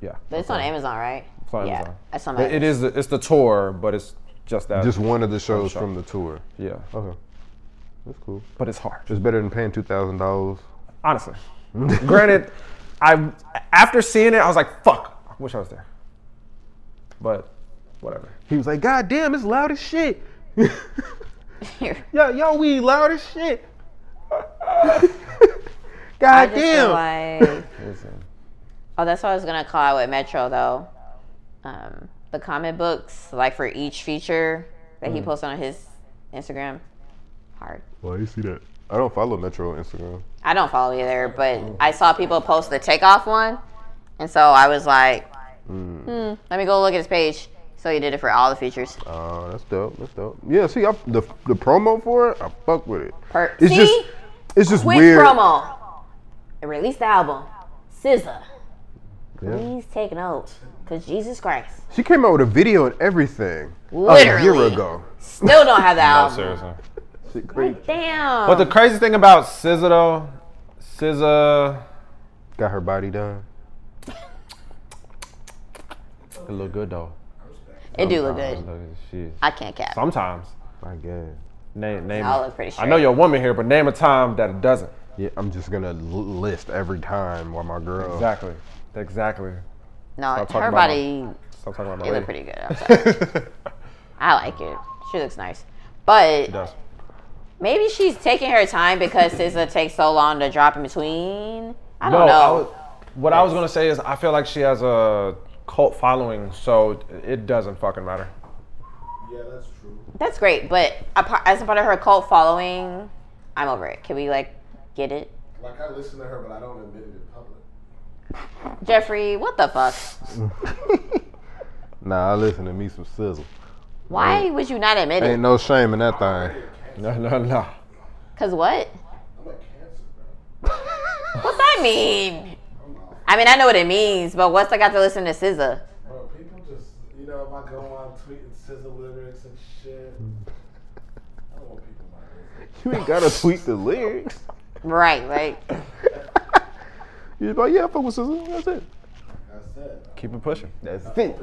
S2: Yeah.
S3: But it's on Amazon, right?
S2: It's on
S3: yeah,
S2: Amazon.
S3: That's on my
S2: It- it is. The, it's the tour, but it's just that.
S1: Just one of the shows
S2: show.
S1: from the tour.
S2: yeah.
S1: Okay. That's cool.
S2: but it's hard.
S1: It's better than paying two thousand dollars.
S2: Honestly, (laughs) granted, I after seeing it, I was like, "Fuck, I wish I was there." But whatever.
S1: He was like, "God damn, it's loud as shit." (laughs)
S3: (laughs) Here.
S1: Yo, yo, we loud as shit. (laughs)
S3: I
S1: God
S3: just feel
S1: damn.
S3: like. oh, that's what I was gonna call out with Metro though. Um, the comic books, like for each feature that
S2: Mm.
S3: he posted on his Instagram, hard.
S1: Why you see that? I don't follow Metro on Instagram.
S3: I don't follow either, but I saw people post the takeoff one, and so I was like,
S2: Mm.
S3: hmm, let me go look at his page. So he did it for all the features.
S2: Oh.
S1: Uh, that's dope. That's dope. Yeah, see, I, the the promo for it, I fuck with it.
S3: Per-
S1: It's
S3: See,
S1: just, it's just
S3: quick
S1: weird.
S3: promo. And release the album, SZA.
S1: Yeah.
S3: Please take notes, cause Jesus Christ,
S1: She came out with a video and everything Oh, a year
S3: literally,
S1: ago.
S3: still don't have the album.
S2: Seriously.
S1: She crazy.
S3: Damn.
S2: But the crazy thing about SZA though, SZA,
S1: Got her body done.
S2: it look good though.
S3: it do look good.
S2: Shit.
S3: I can't cap.
S2: Sometimes
S1: I guess.
S2: name name.
S3: I look pretty sure.
S2: I know you're a woman here, but name a time that it doesn't.
S1: Yeah, I'm just gonna l- list every time why my girl.
S2: Exactly. Exactly.
S3: No,
S2: talking
S3: her
S2: about
S3: body,
S2: Stop talking about my
S3: it look
S2: lady. (laughs)
S3: pretty good. I'm sorry. I like it. She looks nice. But
S2: does.
S3: maybe she's taking her time because SZA takes so long to drop in between. I
S2: No,
S3: don't
S2: I
S3: know.
S2: was, what I was gonna say is I feel like she has a cult following, so it doesn't fucking matter.
S17: Yeah, that's true.
S3: That's great, but apart, as a part of her cult following, I'm over it. Can we like get it?
S17: Like I listen to her, but I don't admit it in public.
S3: Jeffrey, what the fuck?
S1: Nah, I listen to me some sizzle.
S3: Why
S2: Mm.
S3: would you not admit
S1: Ain't
S3: it?
S1: no shame in that thing.
S2: No, no, no.
S3: Cause what?
S17: I'm a cancer, bro.
S3: (laughs) What's that mean? I mean, I know what it means, but what's I got to listen to SZA?
S17: Bro, people just, you know, if I go on tweeting sizzle lyrics and shit, I don't want people like this.
S1: You ain't gotta tweet the lyrics.
S3: Right, like
S1: You're like, yeah, I fuck with sizzle. That's it.
S17: That's it.
S2: Keep it pushing.
S1: That's it.
S17: I'm a fan.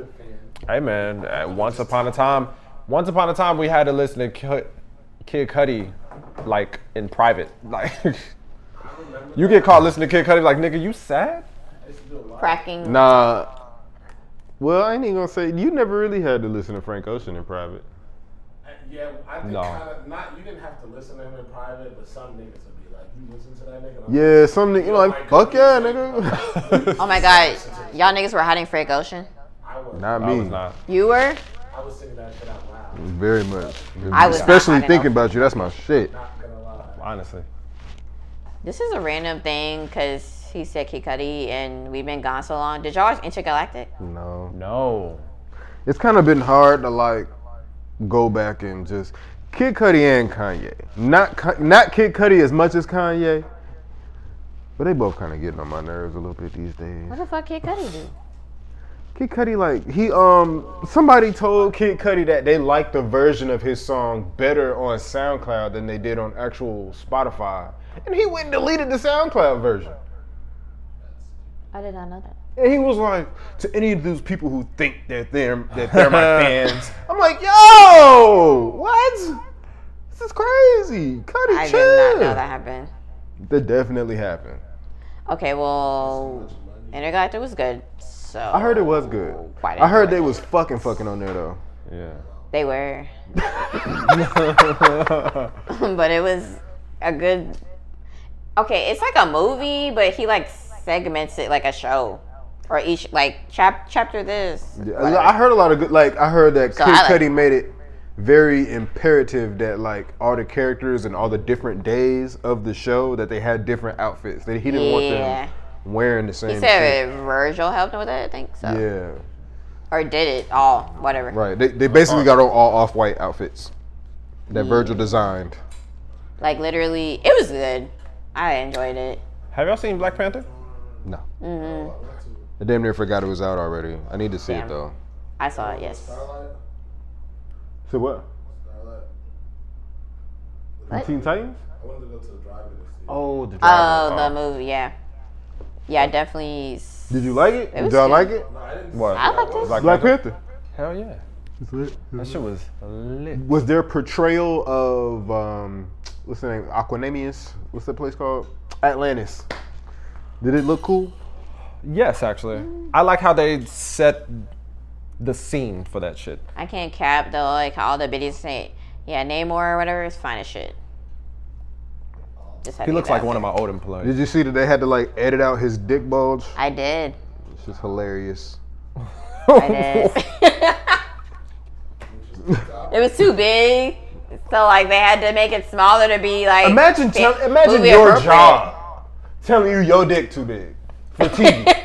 S2: Hey man, uh, once upon a time, once upon a time we had to listen to Ki- Kid Cudi, like in private. (laughs) Like you get caught listening to Kid Cudi, like nigga, you sad?
S17: I used to do a lot.
S3: cracking.
S1: Nah. Well, I ain't even gonna say you never really had to listen to Frank Ocean in private.
S17: Yeah, I think
S2: No.
S17: kind of not. You didn't have to listen to him in private, but some niggas would be like, "You listen to that nigga?" I'm like,
S1: Yeah, something you know, like fuck yeah, nigga.
S3: Oh my god, y'all niggas were hiding Frank Ocean.
S17: I
S1: (laughs)
S17: was,
S1: Not
S2: I
S1: me.
S2: was not.
S3: You were?
S17: I was singing that shit out loud.
S1: Very much.
S3: I was not
S1: Especially
S3: hot
S1: thinking
S3: enough.
S1: about you. That's my shit.
S17: Not gonna lie.
S2: Honestly,
S3: This is a random thing because he said Kid Cudi and we've been gone so long. Did y'all watch Intergalactic?
S1: No.
S2: no.
S1: It's kind of been hard to like go back and just Kid Cudi and Kanye. Not Ka- not Kid Cudi as much as Kanye. But they both kind of getting on my nerves a little bit these days.
S3: What the fuck Kid Cudi do?
S1: Kid Cudi, like he um somebody told Kid Cudi that they liked the version of his song better on SoundCloud than they did on actual Spotify, and he went and deleted the SoundCloud version.
S3: I did not know that.
S1: And he was like, to any of those people who think that they're that they're my fans, I'm like, yo, what? This is crazy. Cudi,
S3: I did
S1: chill.
S3: not know that happened.
S1: That definitely happened.
S3: Okay, well, Intergalactic was good. So
S1: I heard it was good.
S3: Why did
S1: I heard
S3: they
S1: they was fucking fucking on there though.
S2: Yeah.
S3: They were, (laughs) but it was a good. Okay, it's like a movie, but he like segments it like a show, or each like chap chapter this.
S1: Yeah, I- I heard a lot of good. Like I heard that
S3: So
S1: Kid
S3: I like-
S1: Cudi made it very imperative that like all the characters and all the different days of the show that they had different outfits. That he didn't want
S3: Yeah.
S1: them wearing the same.
S3: He
S1: shit.
S3: said Virgil helped him with it, I think so,
S1: Yeah,
S3: or did it all, whatever.
S1: right. They, they
S3: Uh.
S1: basically got on all off-white outfits that
S3: Mm.
S1: Virgil designed.
S3: Like literally, it was good. I enjoyed it.
S2: Have y'all seen Black Panther?
S1: No, mm-hmm. I damn near forgot it was out already. I need to see it
S3: Damn.
S1: though.
S3: I saw it. Yes.
S17: Starlight,
S1: So what?
S17: Starlight.
S3: What?
S1: Teen Titans?
S17: I wanted to go to the drive-in to see.
S2: Oh, the
S3: Oh, the movie. Yeah. Yeah, I definitely. s-
S1: Did you like it?
S3: It
S1: Did
S3: was
S1: y'all
S3: good.
S1: like it?
S17: No, I didn't.
S2: What?
S3: I liked it.
S1: Black Panther.
S2: Hell yeah.
S1: It's lit.
S2: That shit was lit.
S1: Was their portrayal of um, what's the name? Aquanemius. What's that place called? Atlantis. Did it look cool?
S2: Yes, actually, I like how they set the scene for that shit.
S3: I can't cap though. Like all the bitches say, yeah, Namor or whatever is fine as shit. Just had
S2: He
S3: to
S2: looks
S3: get
S2: like
S3: that
S2: one of
S3: out
S2: my old employees.
S1: Did you see that they had to like edit out his dick bulge?
S3: there.
S2: (laughs)
S3: I did.
S1: It's just hilarious.
S3: I did. (laughs) it was too big, so like they had to make it smaller to be like.
S1: Imagine,
S3: fit-
S1: tell, imagine
S3: movie
S1: your
S3: appropriate.
S1: job telling you your dick too big for TV.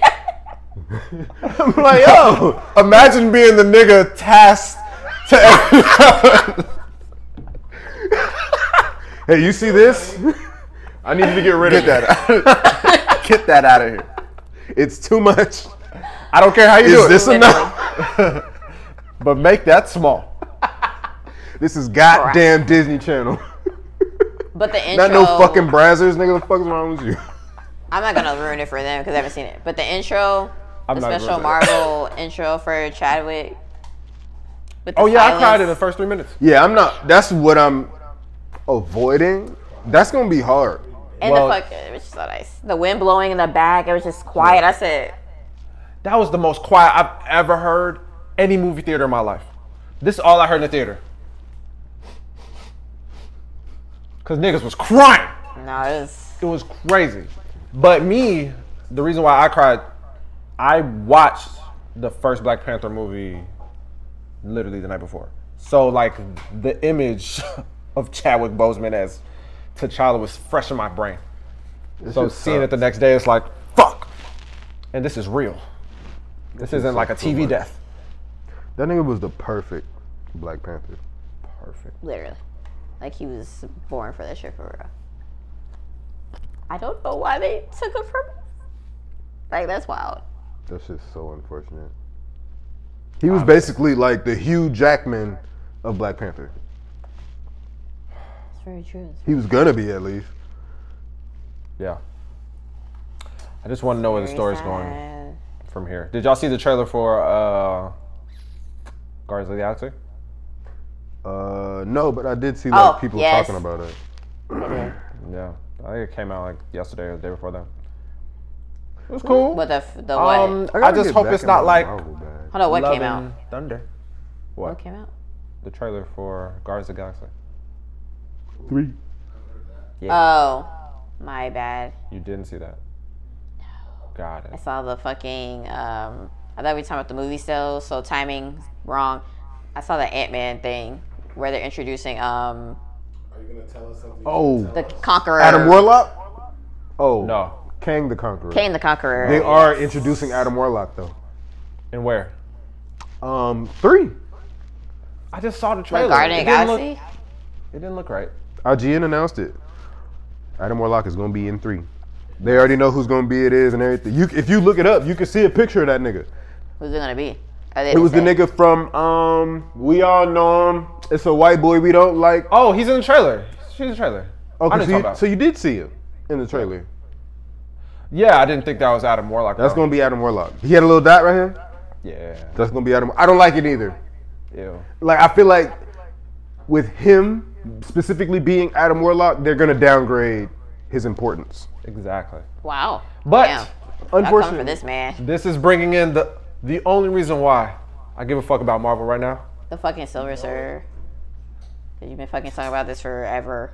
S1: I'm like, yo, imagine being the nigga tasked to. (laughs) hey, you see this? I need you to get rid of that. get that out of here. (laughs) It's too much.
S2: I don't care how you do
S1: Is
S2: it.
S1: this enough? (laughs)
S2: but make that small.
S1: this is goddamn Disney Channel. (laughs)
S3: But the intro.
S1: Not no fucking Brazzers, nigga. What the fuck is wrong with you?
S3: I'm not gonna ruin it for them because I haven't seen it. But the intro,
S2: I'm
S3: the
S2: not ruining
S3: special
S2: it.
S3: Marvel intro for Chadwick. with
S2: (laughs)
S3: the
S2: Oh yeah, I cried
S3: silence.
S2: in the first three minutes.
S1: Yeah, I'm not. That's what I'm avoiding. That's gonna be hard.
S3: And
S2: Well-
S3: the fuck, it was just so nice. The wind blowing in the back, it was just quiet. I said,
S2: That was the most quiet I've ever heard any movie theater in my life. This is all I heard in the theater. Cause niggas was crying.
S3: no, it was.
S2: It was crazy. But me, the reason why I cried, I watched the first Black Panther movie literally the night before. So like the image (laughs) of Chadwick Boseman as T'Challa was fresh in my brain. so
S1: just
S2: seeing it
S1: sucks.
S2: the next day, it's like fuck, and this is real. This isn't like a
S1: sucks so
S2: TV
S1: much.
S2: death.
S1: That nigga was the perfect Black Panther.
S2: Perfect.
S3: Literally. Like he was born for that shit for real. I don't know why they took him from Like that's wild.
S1: That's just so unfortunate. He was basically like the Hugh Jackman of Black Panther.
S3: It's very true. It's
S1: He was gonna be at least.
S2: Yeah. I just want to know where the
S3: very
S2: story's
S3: sad.
S2: going from here. Did y'all see the trailer for uh, Guardians of the Galaxy?
S1: Uh, no, but I did see like
S3: Oh,
S1: people
S3: yes.
S1: talking about it.
S2: Yeah, I think it came out like yesterday or the day before that. It was cool.
S3: But the f- the what?
S2: um, I,
S1: gotta
S2: just
S1: get
S2: hope
S1: back
S2: it's
S1: in
S2: not
S1: the
S2: like
S1: Marvel bag.
S3: Hold on, what came out?
S2: Love and Thunder.
S3: What came out?
S2: The trailer for Guardians of the Galaxy.
S1: three.
S3: Oh, my bad.
S2: You didn't see that. Got
S3: I
S2: it.
S3: saw the fucking. Um, I thought we were talking about the movie still, so timing wrong. I saw the Ant Man thing where they're introducing um
S17: Are you gonna tell us something?
S1: Oh,
S3: the Conqueror.
S1: Adam Warlock. Oh
S2: No.
S1: Kang the Conqueror.
S3: Kane the Conqueror.
S1: They are introducing Adam Warlock though.
S2: And where?
S1: Um, three.
S2: I just saw the trailer.
S3: the Guardian
S2: it,
S3: of the
S2: didn't look,
S3: Galaxy.
S2: it didn't look right.
S1: IGN announced it. Adam Warlock is gonna be in three. They already know who's gonna be it is and everything. You, if you look it up, you can see a picture of that nigga.
S3: Who's it gonna be? Are they
S1: It was the
S3: same?
S1: nigga from um, we all know him. It's a white boy we don't like.
S2: Oh, he's in the trailer. She's in the trailer.
S1: Oh,
S2: I
S1: so
S2: didn't
S1: you,
S2: talk about.
S1: so you did see him in the trailer.
S2: yeah, I didn't think that was Adam Warlock.
S1: That's gonna be Adam Warlock. He had a little dot right here.
S2: be. Yeah.
S1: That's gonna be Adam. I don't like it either.
S2: Ew.
S1: Like I feel like with him specifically being Adam Warlock, they're gonna downgrade his importance.
S2: Exactly.
S3: Wow.
S2: But
S3: Damn. Y'all come for
S1: Unfortunately,
S3: this man.
S2: this is bringing in the the only reason why I give a fuck about Marvel right now.
S3: The fucking Silver Surfer. you you've been fucking talking about this forever.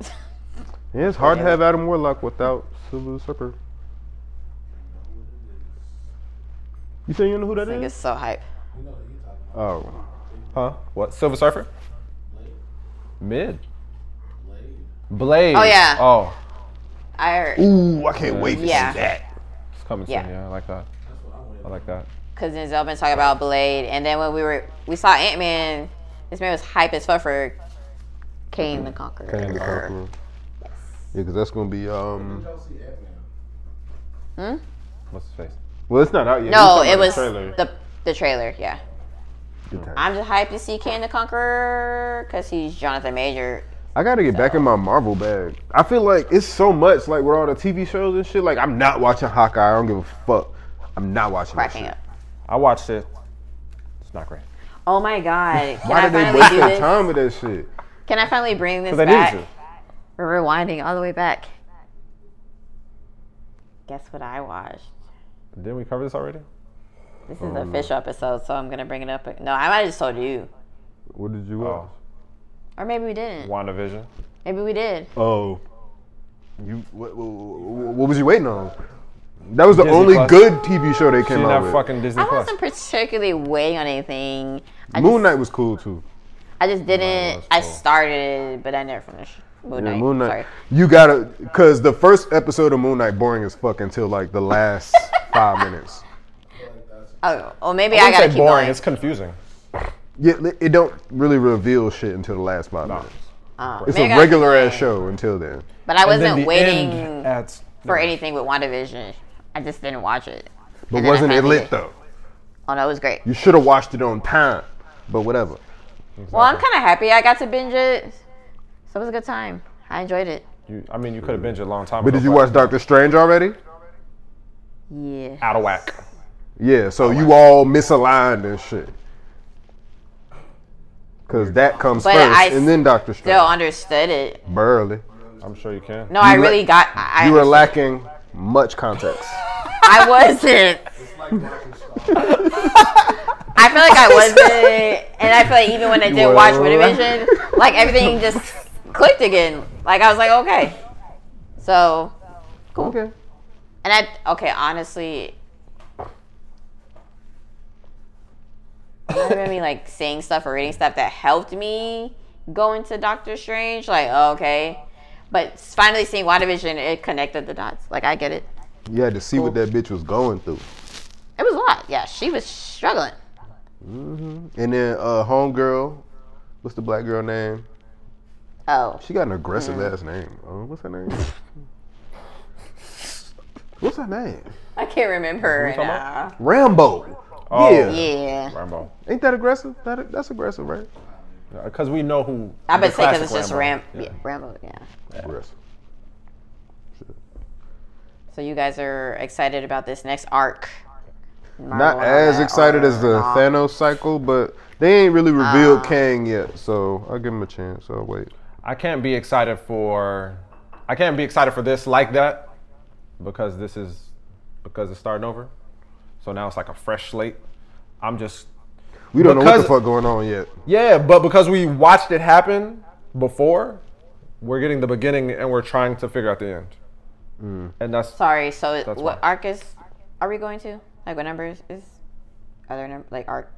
S1: yeah, it's hard to have Adam Warlock without Silver Surfer. You say you know who that
S3: I think
S1: is?
S3: it's so hype.
S1: Oh,
S2: Huh? What? Silver Surfer? Mid. Blade.
S3: Oh, yeah.
S2: Oh,
S3: I heard.
S1: ooh, I can't wait to
S3: Yeah.
S1: see that.
S2: it's coming
S3: Yeah.
S2: soon. Yeah, I like that. I like that.
S3: Cause Denzel been talking about Blade, and then when we were we saw Ant Man, this man was hype as fuck for Kane the Conqueror.
S1: Kang the Conqueror. Yeah, because that's gonna be um.
S17: Don't see Ant-Man.
S2: What's his face?
S1: Well, it's not out yet.
S3: No,
S1: We talking
S3: it
S1: about
S3: was
S1: the trailer.
S3: the the trailer. Yeah,
S1: Good times.
S3: I'm just hyped to see Kane the Conqueror, cause he's Jonathan Major.
S1: I gotta get back in my Marvel bag. I feel like it's so much like with all the TV shows and shit. Like I'm not watching Hawkeye. I don't give a fuck. I'm not watching that
S3: Cracking
S1: shit.
S3: up.
S2: I watched it. It's not great.
S3: Oh my god. Can
S1: Why
S3: I
S1: did they
S3: finally
S1: waste
S3: do
S1: their
S3: this?
S1: time with that shit?
S3: Can I finally bring this
S1: Because I needed
S3: back?
S1: to.
S3: We're rewinding all the way back. Guess what I watched?
S2: Didn't we cover this already?
S3: This
S1: Um,
S3: is a fish episode, so I'm gonna bring it up. No, I might have just told you.
S1: What did you
S2: Oh.
S1: watch?
S3: Or maybe we didn't.
S2: WandaVision.
S3: Maybe we did.
S1: Oh, you. What, what, what was you waiting on? That was the
S2: Disney
S1: only
S2: Plus.
S1: good TV show they
S2: She's
S1: came out
S2: not
S1: with.
S2: fucking Disney
S3: I
S2: Plus.
S3: wasn't particularly waiting on anything. I
S1: Moon
S3: just,
S1: Knight was cool too.
S3: I just didn't.
S1: was
S3: I
S1: cool.
S3: started it, but I never finished. Moon
S1: Yeah,
S3: Knight.
S1: Moon Knight.
S3: Sorry.
S1: You gotta, cause the first episode of Moon Knight boring as fuck until like the
S3: (laughs)
S1: last five minutes.
S3: Oh, well, maybe I,
S2: wouldn't
S3: gotta
S2: say
S3: keep
S2: boring.
S3: going.
S2: It's confusing.
S1: Yeah, it- it don't really reveal shit until the last five minutes.
S3: Uh,
S1: It's
S3: maybe I
S1: a
S3: gotta keep
S1: regular ass
S3: going.
S1: show until then.
S3: But I
S2: And then
S3: wasn't
S2: the
S3: waiting
S2: end (laughs) at-
S3: for anything with WandaVision. I just didn't watch it.
S1: But
S3: then I
S1: wasn't it
S3: finally
S1: lit
S3: did.
S1: though?
S3: Oh no, it was great.
S1: You should have watched it on time. But whatever.
S3: Well, I'm kind of happy I got to binge it. So it was a good time. I enjoyed it.
S2: You, I mean, you could have binged it a long time
S1: But
S2: ago.
S1: did you watch Doctor Strange already?
S3: Yeah.
S2: Out of whack.
S1: Yeah, so you all misaligned and shit. Cause that comes
S3: But
S1: first,
S3: I
S1: and then Doctor Strange.
S3: Still understood it.
S1: Barely.
S2: I'm sure you can.
S3: No, I
S1: You la-
S3: really got. I, I
S1: You were
S3: understood.
S1: lacking much context.
S3: I wasn't. I feel like I wasn't, and I feel like even when I did
S1: were
S3: watch
S1: la-
S3: Motivation, like everything just clicked again. Like I was like, okay, so cool.
S1: Okay.
S3: And I okay, honestly, remember me like saying stuff or reading stuff that helped me go into Doctor Strange. Like okay, but finally seeing WandaVision, it connected the dots. Like I get it.
S1: You had to see what that bitch was going through.
S3: It was a lot. Yeah, she was struggling.
S1: And then uh homegirl, what's the black girl name?
S3: Oh,
S1: She got an aggressive ass name. Oh, what's her name? what's her name?
S3: I can't remember her
S2: talking
S3: now.
S1: Rambo.
S2: Oh.
S1: yeah.
S3: Yeah,
S2: Rambo.
S1: Ain't that aggressive? That, that's aggressive, right?
S2: Because we know who.
S3: I
S2: the
S3: would say because it's
S2: classic
S3: just Ram,
S2: Rambo.
S3: yeah, Rambo. Yeah.
S1: Aggressive.
S3: So you guys are excited about this next arc.
S1: Not as excited as the
S2: Um,
S1: Thanos cycle, but they ain't really revealed Kang yet, so I'll give him a chance. I'll wait.
S2: I can't be excited for. I can't be excited for this like that, because this is because it's starting over. So now it's like a fresh slate. I'm just
S1: We don't know what
S2: Because-
S1: the fuck going on yet.
S2: Yeah, but because we watched it happen before, we're getting the beginning and we're trying to figure out the end.
S1: Mm.
S2: And that's
S3: Sorry. So it-
S2: That's
S3: what
S2: why.
S3: arc is? Are we going to like what numbers is? Are there num- like arc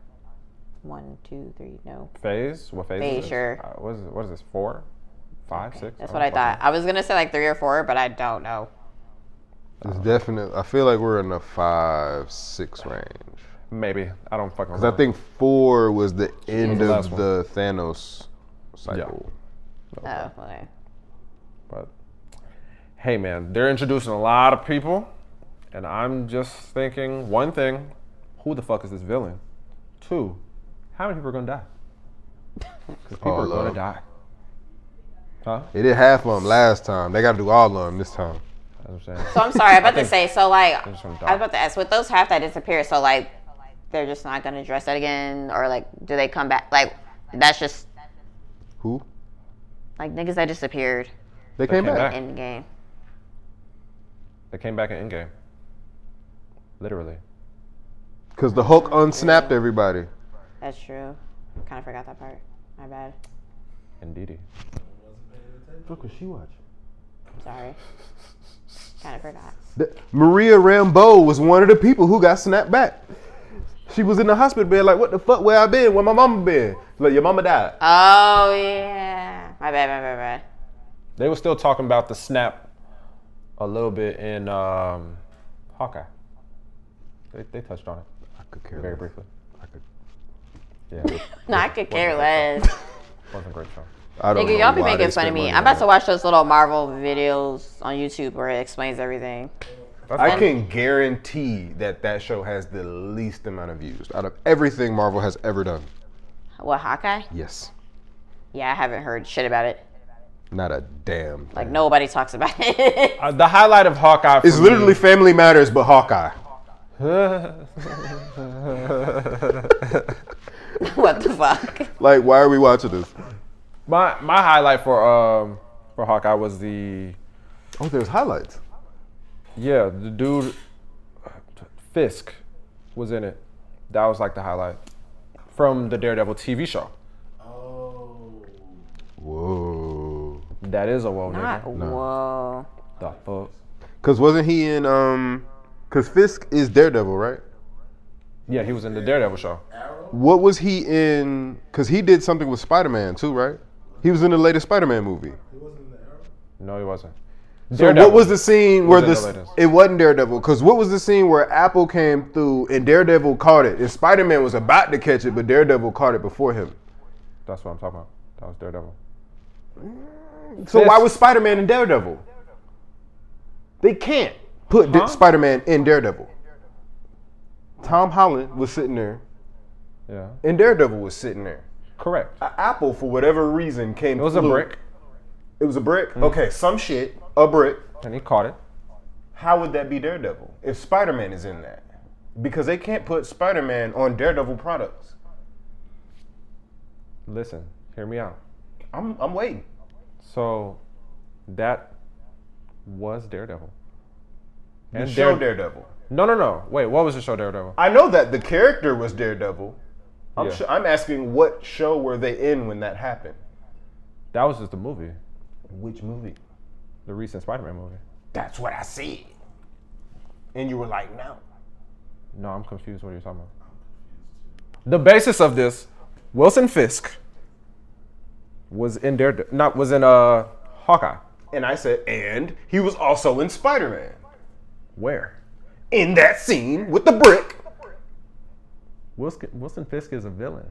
S3: one, two, three? No.
S2: phase. What phase?
S3: Phase,
S2: is this?
S3: sure.
S2: Uh, what is it? What is this? Four, five, six?
S3: That's what I thought. I was gonna say like three or four, but I don't know.
S1: It's definite. I feel like we're in the five, six range.
S2: Maybe I don't fucking.
S1: Because I think four was the end
S2: the
S1: of
S2: last one.
S1: the Thanos cycle.
S3: Oh, okay.
S2: But hey, man, they're introducing a lot of people, and I'm just thinking one thing: who the fuck is this villain? Two, how many people are gonna die? Because people
S1: All
S2: are gonna
S1: of 'em.
S2: die. Huh?
S1: They did half of them last time. They got to do all of them this time.
S2: That's what I'm saying.
S3: So I'm sorry. I'm about to say. So like, I was
S2: just gonna die.
S3: about to ask, with those half that disappeared, so like, they're just not gonna address that again, or like, do they come back? Like, that's just
S1: Who?
S3: like niggas that disappeared
S1: They, came,
S2: came
S1: back.
S2: back.
S3: in the game.
S2: They came back in Endgame. Literally.
S1: Because the Hulk unsnapped everybody.
S3: That's true. Kind of forgot that part. My bad.
S2: Indeedy.
S1: Look what she watching.
S3: Sorry. Kind of forgot.
S1: Maria Rambeau was one of the people who got snapped back. She was in the hospital bed, like, what the fuck, where I been? Where my mama been? Like, your mama died.
S3: Oh yeah. My bad. My bad. My bad.
S2: They were still talking about the snap a little bit in um, Hawkeye. They, they touched on it
S1: I could care
S2: very
S1: less.
S2: briefly.
S1: I, could,
S2: Yeah, it
S3: No, I could care less.
S2: wasn't a great show.
S1: I don't know
S3: Nigga, y'all be
S1: why they
S3: making fun of
S1: spent
S3: me.
S1: money
S3: I'm
S1: on
S3: about to
S1: that.
S3: watch those little Marvel videos on YouTube where it explains everything.
S1: I can guarantee that that show has the least amount of views out of everything Marvel has ever done.
S3: What Hawkeye?
S1: Yes.
S3: Yeah, I haven't heard shit about it.
S1: Not a damn.
S3: Like
S1: thing.
S3: nobody talks about (laughs) it.
S2: Uh, the highlight of Hawkeye. for
S1: It's
S2: me-
S1: literally Family Matters, but Hawkeye.
S3: what the
S2: (laughs)
S3: fuck?
S1: Like, why are we watching this?
S2: My my highlight for um for Hawkeye was the
S1: Oh, there's highlights.
S2: yeah the dude Fisk was in it. That was like the highlight from the Daredevil TV show.
S17: Oh.
S1: Whoa.
S2: That is a whoa
S3: Not,
S2: nigga.
S3: whoa.
S2: The fuck.
S1: Cause wasn't he in um? Cause Fisk is Daredevil, right?
S2: Yeah, he was in the Daredevil show.
S1: What was he in? Cause he did something with Spider-Man too, right? He was in the latest Spider-Man movie.
S2: No, he wasn't.
S1: So what was the scene where
S2: in the
S1: this?
S2: latest.
S1: it wasn't Daredevil. Cause what was the scene where Apple came through and Daredevil caught it, and Spider-Man was about to catch it, but Daredevil caught it before him.
S2: That's what I'm talking about. That was Daredevil.
S1: So why
S2: Fisk-
S1: was Spider-Man in Daredevil? They can't put Da- Spider-Man in Daredevil. Tom Holland was sitting there,
S2: Yeah.
S1: and Daredevil was sitting there.
S2: Correct.
S1: An apple, for whatever reason, came.
S2: It was a
S1: flew-
S2: brick, Mm-hmm.
S1: It was a brick. Okay, some shit. A brick.
S2: and he caught it.
S1: How would that be Daredevil if Spider-Man is in that? Because they can't put Spider-Man on Daredevil products.
S2: Listen, hear me out.
S1: I'm I'm waiting.
S2: So that was Daredevil.
S1: The
S2: And
S1: show
S2: Darede-
S1: Daredevil.
S2: No, no, no. Wait, what was the show Daredevil?
S1: I know that the character was Daredevil. I'm
S2: Yeah.
S1: sure, I'm asking what show were they in when that happened?
S2: That was just the movie,
S1: Which movie?
S2: the recent Spider-Man movie.
S1: That's what I said. And you were like, no.
S2: No, I'm confused. What are you talking about? The basis of this, Wilson Fisk was in Daredevil. Not was in uh Hawkeye.
S1: And I said, and he was also in Spider-Man.
S2: Where?
S1: In that scene with the brick.
S2: Wilson, Wilson Fisk is a villain.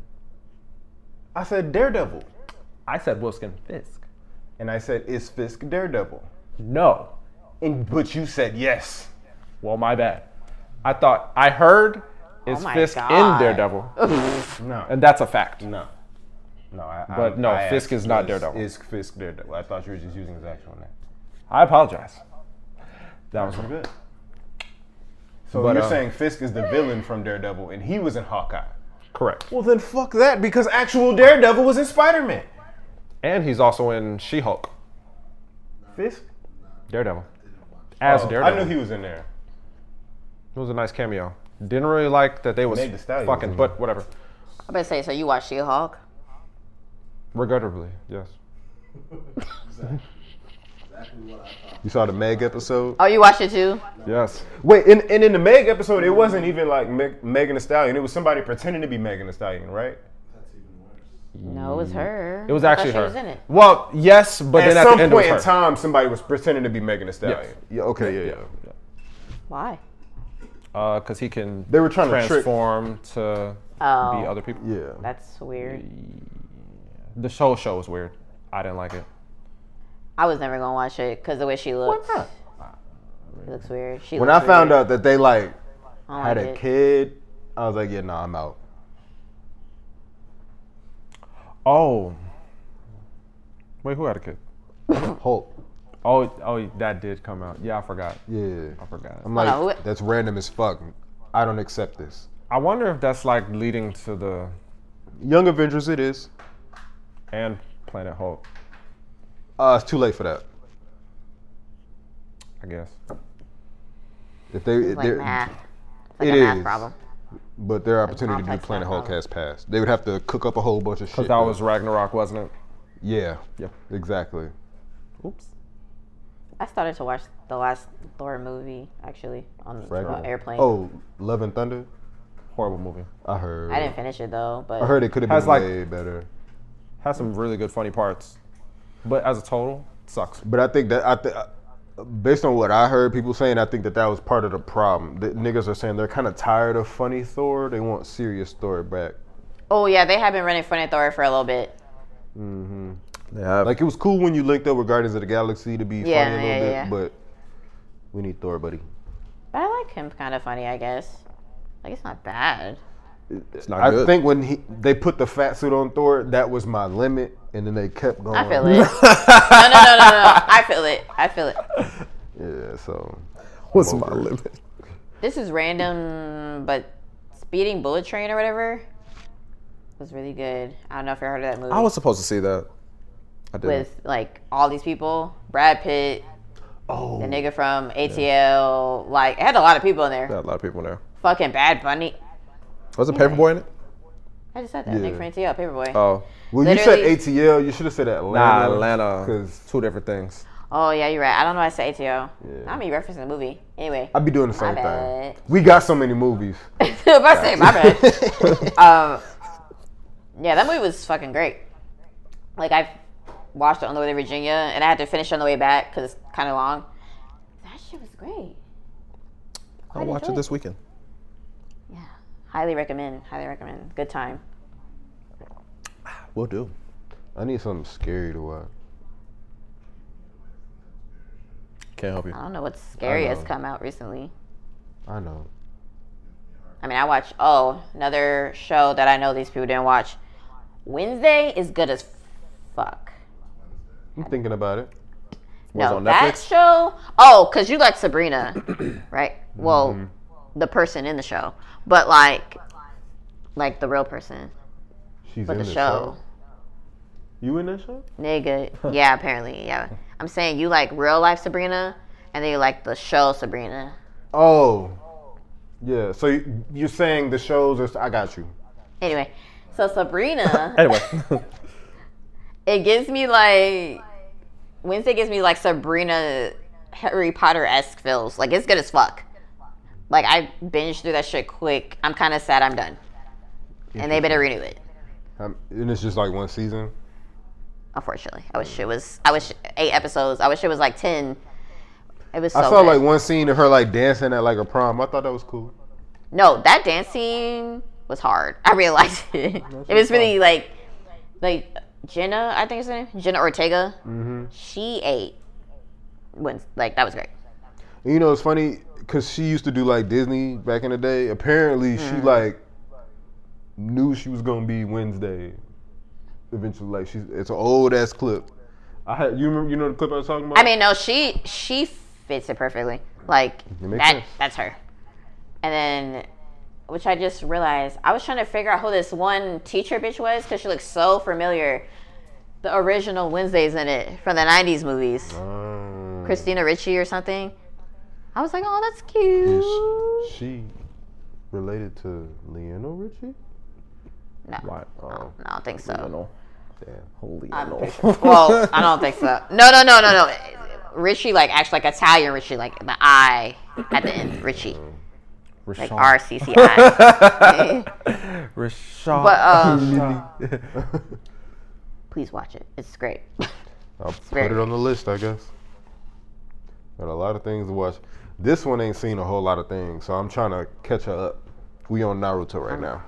S1: I said Daredevil.
S2: I said Wilson Fisk.
S1: And I said, is Fisk Daredevil?
S2: No.
S1: And but you said yes.
S2: Well, my bad. I thought I heard is
S3: Oh my
S2: Fisk
S3: God.
S2: in Daredevil,
S3: (laughs)
S1: No.
S2: and that's a fact.
S1: no. No, I, I-
S2: But no,
S1: I
S2: Fisk
S1: asked,
S2: is not Daredevil.
S1: Is Fisk Daredevil? I thought you were just using his actual name.
S2: I apologize. That was
S1: good. So
S2: But,
S1: you're
S2: uh,
S1: saying Fisk is the villain from Daredevil, and he was in Hawkeye.
S2: correct.
S1: Well, then fuck that, because actual Daredevil was in Spider-Man.
S2: And he's also in She-Hulk,
S1: Fisk.
S2: Daredevil, as
S1: Oh,
S2: Daredevil.
S1: I knew he was in there.
S2: It was a nice cameo. Didn't really like that they was
S1: Meg Thee Stallion was
S2: fucking,
S1: in
S2: but whatever.
S3: I better say, so you watch She Hulk?
S2: Regrettably, yes.
S1: You saw the Meg episode.
S3: Oh, you watch it too?
S2: Yes.
S1: Wait, and, and in the Meg episode, it wasn't even like Meg, Megan Thee Stallion. It was somebody pretending to be Megan Thee Stallion, right?
S3: No, it was her.
S2: Mm. It was
S3: I thought
S2: actually
S3: she
S2: her.
S3: Was in it.
S2: Well, yes, but
S1: At
S2: then at
S1: some
S2: the end
S1: point
S2: it
S1: in
S2: was her.
S1: time, somebody was pretending to be Megan Thee Stallion. Yeah. Okay. Yeah. Yeah.
S3: Why?
S2: Because Uh, he can.
S1: They were trying to trick-
S2: transform to
S3: Oh,
S2: be other people.
S1: Yeah.
S3: that's weird.
S2: The whole show was weird. I didn't like it.
S3: I was never gonna watch it because the way she looks.
S2: not?
S3: It looks weird. She
S1: When I found out that they like
S3: I
S1: had
S3: don't
S1: a
S3: like it.
S1: kid, I was like, yeah, nah, I'm out.
S2: Oh. Wait, who had a kid?
S1: Hulk.
S2: Oh, oh, that did come out. Yeah, I forgot.
S1: Yeah.
S2: I forgot.
S1: I'm like,
S3: Hold on, who-
S1: that's random as fuck. I don't accept this.
S2: I wonder if that's like leading to the
S1: Young Avengers, it is.
S2: and Planet Hulk.
S1: Uh, it's too late for that.
S2: I guess.
S1: If they,
S3: It's like
S1: they're-
S3: math. It's like
S1: It
S3: a math
S1: is.
S3: problem.
S1: but their opportunity to do
S3: complex
S1: Planet
S3: math
S1: Hulk
S3: problem.
S1: has passed. They would have to cook up a whole bunch of shit.
S2: Cause that
S1: though.
S2: was Ragnarok, wasn't it?
S1: yeah,
S2: Yeah.
S1: exactly.
S2: Oops.
S3: I started to watch the last Thor movie actually on the
S1: Ragnarok.
S3: airplane.
S1: Oh, Love and Thunder.
S2: Horrible movie.
S1: I heard.
S3: I didn't finish it though, but
S1: I heard it could have
S2: Has
S1: been
S2: like-
S1: way better.
S2: Has some really good funny parts, but as a total, sucks.
S1: But I think that I think. Based on what I heard people saying, I think that that was part of the problem. The niggas are saying they're kind of tired of funny Thor. They want serious Thor back.
S3: oh yeah, they have been running front of Thor for a little bit.
S1: Like it was cool when you linked up with Guardians of the Galaxy to be
S3: Yeah,
S1: funny a little
S3: yeah,
S1: bit,
S3: yeah.
S1: but we need Thor, buddy.
S3: But I like him kind of funny, I guess. Like it's not bad.
S2: It's not
S1: I
S2: good.
S1: think when he, they put the fat suit on Thor, that was my limit, and then they kept going.
S3: I feel
S18: (laughs)
S3: it. no, no, no, no, no. I feel it. I feel it.
S1: Yeah, so
S18: What's my limit?
S3: This is random, but speeding bullet train or whatever. was really good. I don't know if you heard of that movie.
S18: I was supposed to see that. I did.
S3: with like all these people, Brad Pitt,
S18: oh,
S3: the nigga from ATL, like it had a lot of people in there.
S18: got a lot of people in there.
S3: Fucking Bad Bunny.
S18: Was it Paperboy in it?
S3: I just said that nigga from ATL, Paperboy.
S18: Oh,
S1: Well,
S3: Literally-
S1: you said ATL. You should have said Atlanta.
S18: nah, Atlanta.
S1: Because
S18: Two different things.
S3: Oh yeah, you're right. I don't know why I said ATL. I'm even referencing the movie. Anyway,
S1: I'd be doing the
S3: my
S1: same thing.
S3: bad.
S1: We got so many movies.
S3: (laughs) If I say my bad. um, yeah, that movie was fucking great. Like I watched it on the way to Virginia, and I had to finish on the way back because it's kind of long. That shit was great.
S18: I'll watch it this weekend.
S3: Yeah, highly recommend. Highly recommend. Good time.
S18: We'll do.
S1: I need something scary to watch.
S18: Can't help you.
S3: I don't know what's scary has
S1: know.
S3: come out recently.
S1: I know.
S3: I mean, I watch. Oh, another show that I know these people didn't watch. Wednesday is good as fuck.
S1: I'm thinking about it.
S18: Was
S3: no,
S18: on
S3: that
S18: Netflix?
S3: show. Oh, because you like
S18: (clears throat)
S3: Sabrina, right? Well,
S18: Mm-hmm.
S3: the person in the show, but like, like the real person,
S1: She's
S3: but
S1: in
S3: the
S1: this
S3: show,
S1: You in that show?
S18: (laughs)
S3: nigga. Yeah, apparently, yeah. I'm saying you like real life Sabrina, and then you like the show Sabrina.
S1: Oh. Yeah. So you- you're saying the shows are. I got you.
S3: Anyway, so
S18: (laughs)
S3: Sabrina.
S18: (laughs)
S3: (laughs)
S18: Anyway,
S3: it gives me like Wednesday gives me like Sabrina Harry Potter esque feels. Like it's good as fuck. Like I binged through that shit quick. I'm kind of sad I'm done, and they better renew it.
S1: Um and it's just like one season.
S3: Unfortunately, I wish it was. I wish eight episodes. I wish it was like ten. It was so.
S1: I saw
S3: good.
S1: like one scene of her like dancing at like a prom. I thought that was cool.
S3: No, that dance scene was hard. I realized (laughs) it. it was really like, like Jenna, I think it's her name, Jenna Ortega.
S1: Mm-hmm.
S3: She ate. When like that was great.
S1: And you know, it's funny because she used to do like Disney back in the day. Apparently, she
S3: Mm.
S1: like knew she was gonna be Wednesday. Eventually, like she's it's an old ass clip. I had you remember you know the clip I was talking about.
S3: I mean, no, she she fits it perfectly. Like
S1: makes
S3: that
S1: sense.
S3: that's her. And then, which I just realized, I was trying to figure out who this one teacher bitch was because she looks so familiar. The original Wednesdays in it from the '90s movies,
S1: Um,
S3: Christina Ricci or something. I was like, oh, that's cute.
S1: is she related to Lionel Richie?
S3: No,
S18: why? Oh,
S3: no, I don't think so.
S18: I don't know.
S1: Damn.
S18: Holy
S3: I'm
S18: no.
S3: pretty sure- (laughs) Well, I don't think so. No, no, no, no, no. Richie like acts like Italian Richie, like the I at the end, Richie, like R C C I.
S18: Rashad.
S3: But um, (laughs) please watch it. It's great. (laughs)
S1: I'll
S3: very
S1: put it on the list, I guess. Got a lot of things to watch. This one ain't seen a whole lot of things, so I'm trying to catch her up. We on Naruto right now.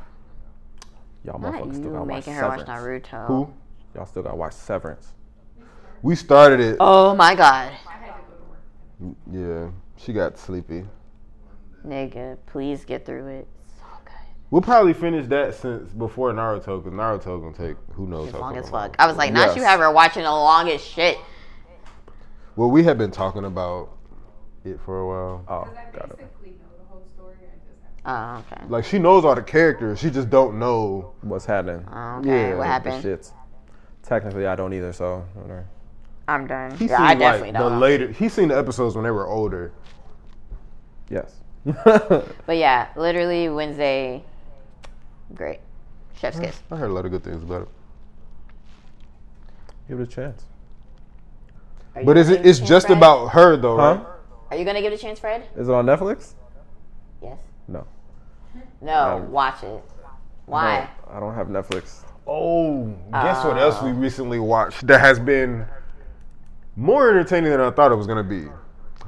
S18: Y'all
S3: Not
S18: motherfuckers still
S3: you
S18: gotta watch
S3: making her watch
S18: Severance.
S3: Naruto.
S1: Who?
S18: Y'all still gotta watch Severance.
S1: We started it.
S3: Oh my god,
S1: Yeah, she got sleepy.
S3: nigga! Please get through it. It's so good.
S1: We'll probably finish that since before Naruto, because Naruto gonna take who knows
S3: It's long as
S1: fucking
S3: fuck. I was like, not you
S1: Yes.
S3: have her watching the longest shit.
S1: Well, we have been talking about it for a while.
S18: Oh, got it.
S3: Oh, okay.
S1: Like she knows all the characters, she just don't know.
S18: What's happening?
S1: Yeah,
S3: Okay, what
S1: the
S3: Uh, happened?
S18: The shits. Technically, I don't either. So, whatever.
S3: I'm done.
S1: He
S3: yeah, I
S1: seen, like,
S3: definitely
S1: the
S3: don't.
S1: later. He seen the episodes when they were older.
S18: yes. (laughs)
S3: but yeah, literally Wednesday. Great. Chef's kiss.
S1: I heard a lot of good things about it.
S18: Give it a chance.
S3: Are you
S1: But is
S3: gonna
S1: it?
S3: give
S1: It's
S3: a chance,
S1: just
S3: Fred?
S1: about her though,
S18: Huh?
S1: right?
S3: Are you gonna give it a chance, Fred?
S18: Is it on Netflix?
S3: Yes.
S18: No.
S3: No.
S18: Um,
S3: watch it. Why?
S18: I don't have Netflix.
S1: Oh, guess what else we recently watched that has been more entertaining than I thought it was gonna be?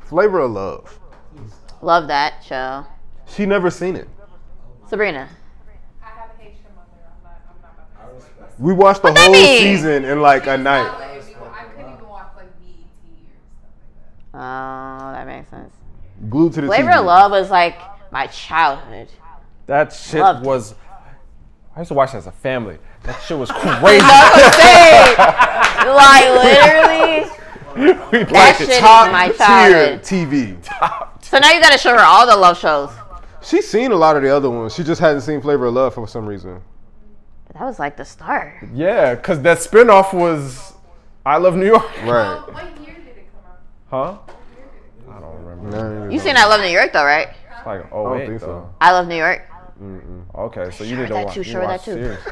S1: Flavor of Love.
S3: Love that show.
S1: She never seen it.
S3: Sabrina.
S1: We watched the
S3: that
S1: whole
S3: mean?
S1: season in like a night.
S19: E
S3: Oh, that makes sense.
S1: Glued to the
S3: Flavor
S1: TV.
S3: of Love was like my
S2: (laughs)
S3: childhood.
S18: That shit
S3: Loved it.
S18: was. I used to watch it as a family. That shit
S3: (laughs)
S18: was crazy.
S3: like literally, that shit is my
S1: Tier
S3: childhood. (laughs)
S1: TV.
S3: (laughs) So now you gotta show her all the love shows.
S1: She's seen a lot of the other ones. She just hasn't seen Flavor of Love for some reason.
S3: That was like the start.
S2: Yeah, because that spinoff was I Love New York.
S1: Right.
S19: What year did it come out?
S2: Huh?
S1: I don't remember.
S3: You seen I Love New York though, right?
S2: It's like, oh,
S1: I
S2: wait,
S1: don't think
S2: though.
S1: so.
S3: I Love New York.
S2: Okay, so you
S3: Sure
S2: didn't
S3: that
S2: watch.
S3: too,
S2: you
S3: sure that
S2: watched
S3: too. (laughs)
S2: Sears.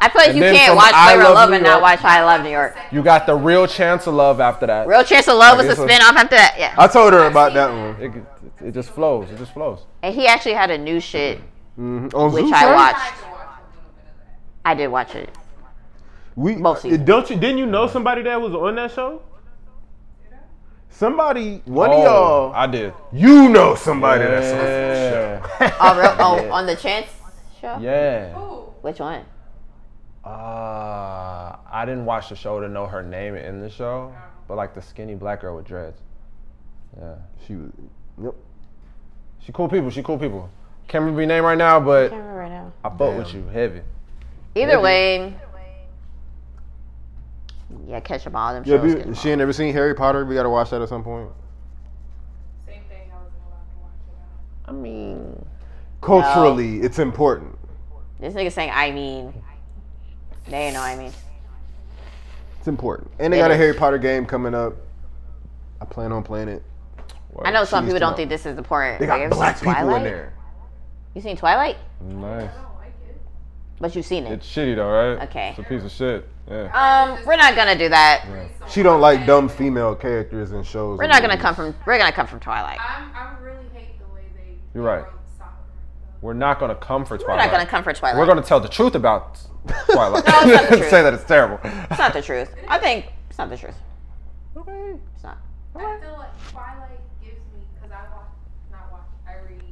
S3: I feel like you
S2: then
S3: can't
S2: from
S3: watch
S2: I
S3: Flavor of
S2: Love
S3: Love
S2: New
S3: and not
S2: York-
S3: watch I Love New York.
S2: You got the real chance of love after that.
S3: Real Chance of Love was a
S2: guess it's-
S3: spinoff after that. Yeah.
S1: I told her about that one.
S2: It, it just flows. It just flows.
S3: And he actually had a new shit,
S1: Mhm. On
S3: which
S1: Zeus,
S3: I
S1: right?
S3: watched. I did watch it.
S8: We
S3: Both seasons.
S8: don't you didn't you know somebody that was on that show? Somebody
S1: One of y'all,
S2: I did.
S1: Oh. you know somebody that's on that show.
S2: Yeah.
S3: Oh,
S2: (laughs)
S3: real, oh on the Chance show?
S2: Yeah.
S8: (laughs)
S3: Which one?
S2: Uh, I didn't watch the show to know her name in the show, but like the skinny black girl with dreads. Yeah.
S1: She was, yep.
S2: She cool people. She cool people. Can't remember your name right now, but
S3: I remember right now.
S2: I fuck with you heavy.
S3: Either way. Yeah, catch them all. Them
S1: Yeah,
S3: shows.
S1: we-
S3: catch 'em
S1: she
S3: all.
S1: ain't never seen Harry Potter. We gotta watch that at some point.
S19: Same thing. I wasn't allowed to watch it.
S3: I mean,
S1: Culturally, it's important.
S3: this nigga saying I mean. They ain't know I mean.
S1: It's important. And they
S3: It
S1: got a
S3: is.
S1: Harry Potter game coming up. I plan on playing it.
S3: I know some
S1: She
S3: people
S1: used to
S3: don't
S1: know.
S3: think this is important.
S1: They got
S3: Like, I've seen
S1: black people
S3: Twilight.
S1: in there.
S3: You seen Twilight?
S2: Nice.
S3: But you've seen it.
S2: It's shitty though, right?
S3: Okay.
S2: It's a piece of shit. Yeah.
S3: Um, we're not gonna do that.
S1: She don't like dumb female characters in shows.
S3: We're not gonna
S1: (laughs)
S3: come from. We're gonna come from Twilight.
S19: I'm, I really hate the way they.
S2: You're right.
S19: wrote Sokka.
S2: We're not gonna come for
S3: We're
S2: Twilight.
S3: not gonna come for Twilight.
S2: We're gonna tell the truth about Twilight.
S3: (laughs) No, it's not
S1: (laughs)
S3: the truth.
S2: Say that it's terrible.
S3: It's not the truth. I think it's not the truth. It's not.
S19: I feel like Twilight gives me because I watch, not watch, I read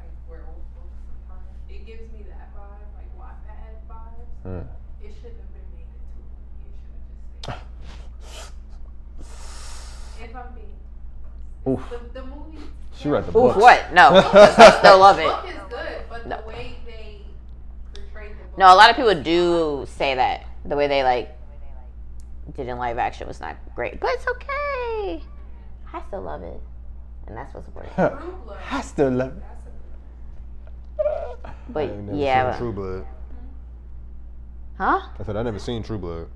S19: like werewolf books sometimes. It gives me that vibe, like Wattpad vibes.
S2: Mm.
S19: It shouldn't have been made into. a movie. It should have just stayed. if I'm being,
S2: Oof.
S19: the, the movie
S2: She
S19: (laughs)
S2: read the
S3: Ooh,
S2: book.
S1: (laughs)
S3: what? No, (laughs) I still love it.
S19: book is good, but
S3: No.
S19: the way they portrayed the book.
S3: No, a lot of people do say that the way they like did in live action was not great, but it's okay. I still love it, and that's what's important.
S19: True Blood,
S2: I still love it.
S19: that's a-
S3: But
S1: Never
S3: yeah,
S1: seen True Blood.
S3: huh?
S1: I said I never seen True Blood.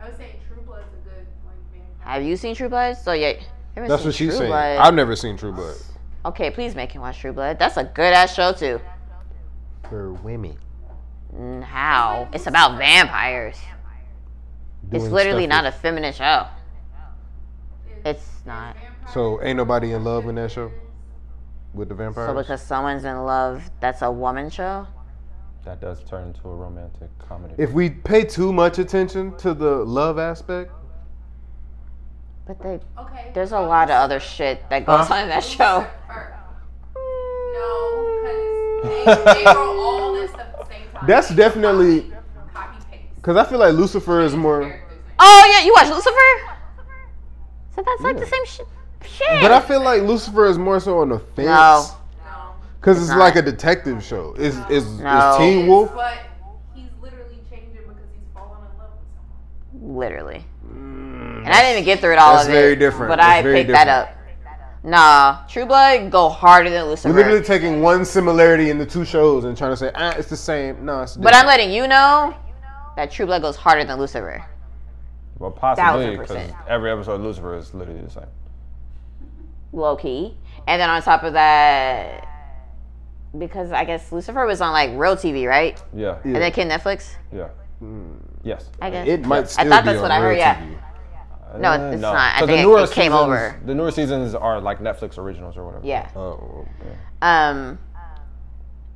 S19: I would say True Blood's a good like man.
S3: Have you seen True Blood? So yeah, you haven't
S1: That's
S3: seen
S1: what she's
S3: True
S1: saying.
S3: Blood.
S1: I've never seen True Blood.
S3: Okay, please make him watch True Blood. That's a good ass show too.
S1: For women,
S3: Mm, How? It's about vampires. It's
S1: Doing
S3: literally
S1: stuff
S3: not a
S1: with-
S3: feminine show. It's not.
S1: So ain't nobody in love in that show with the vampires.
S3: So because someone's in love, that's a woman show.
S2: That does turn into a romantic comedy.
S1: if we pay too much attention to the love aspect,
S3: But they,
S19: Okay.
S3: there's a lot of other shit that goes on in that show.
S19: Or- No, because they, they wrote all this stuff at the same time.
S1: that's definitely
S19: copy paste.
S1: because I feel like Lucifer is more.
S3: Oh yeah, you watch Lucifer? So that's like the same shit. Shit.
S1: Hmm. But I feel like Lucifer is more so on the fence.
S3: No.
S19: No,
S1: Because it's
S3: not.
S1: like a detective show. It's, it's,
S3: No.
S1: it's Teen Wolf.
S19: but he's literally changing because he's falling in love with someone.
S3: literally. and I didn't even get through it all
S1: that's
S3: of it.
S1: very different.
S3: But
S1: That's
S3: I
S1: very
S3: picked that
S1: different.
S3: up. Nah, True Blood go harder than Lucifer.
S1: We're literally taking one similarity in the two shows and trying to say, ah, it's the same. No, it's different.
S3: But I'm letting you know that True Blood goes harder than Lucifer.
S2: well, possibly
S3: Thousand
S2: because
S3: percent.
S2: every episode of Lucifer is literally the same.
S3: Low key. And then on top of that, because I guess Lucifer was on like real TV, right?
S2: Yeah.
S3: And then came Netflix.
S2: Yeah. Yes.
S3: I guess.
S1: Mm, it might still
S3: thought
S1: be
S3: that's
S1: on
S3: what I heard,
S1: real
S3: yeah.
S1: TV.
S3: No,
S2: Uh,
S3: it's not. I
S2: 'Cause
S3: think it-
S2: newer
S3: it came
S2: seasons-
S3: over.
S2: The newer seasons are like Netflix originals or whatever.
S3: yeah.
S1: Oh,
S3: Um.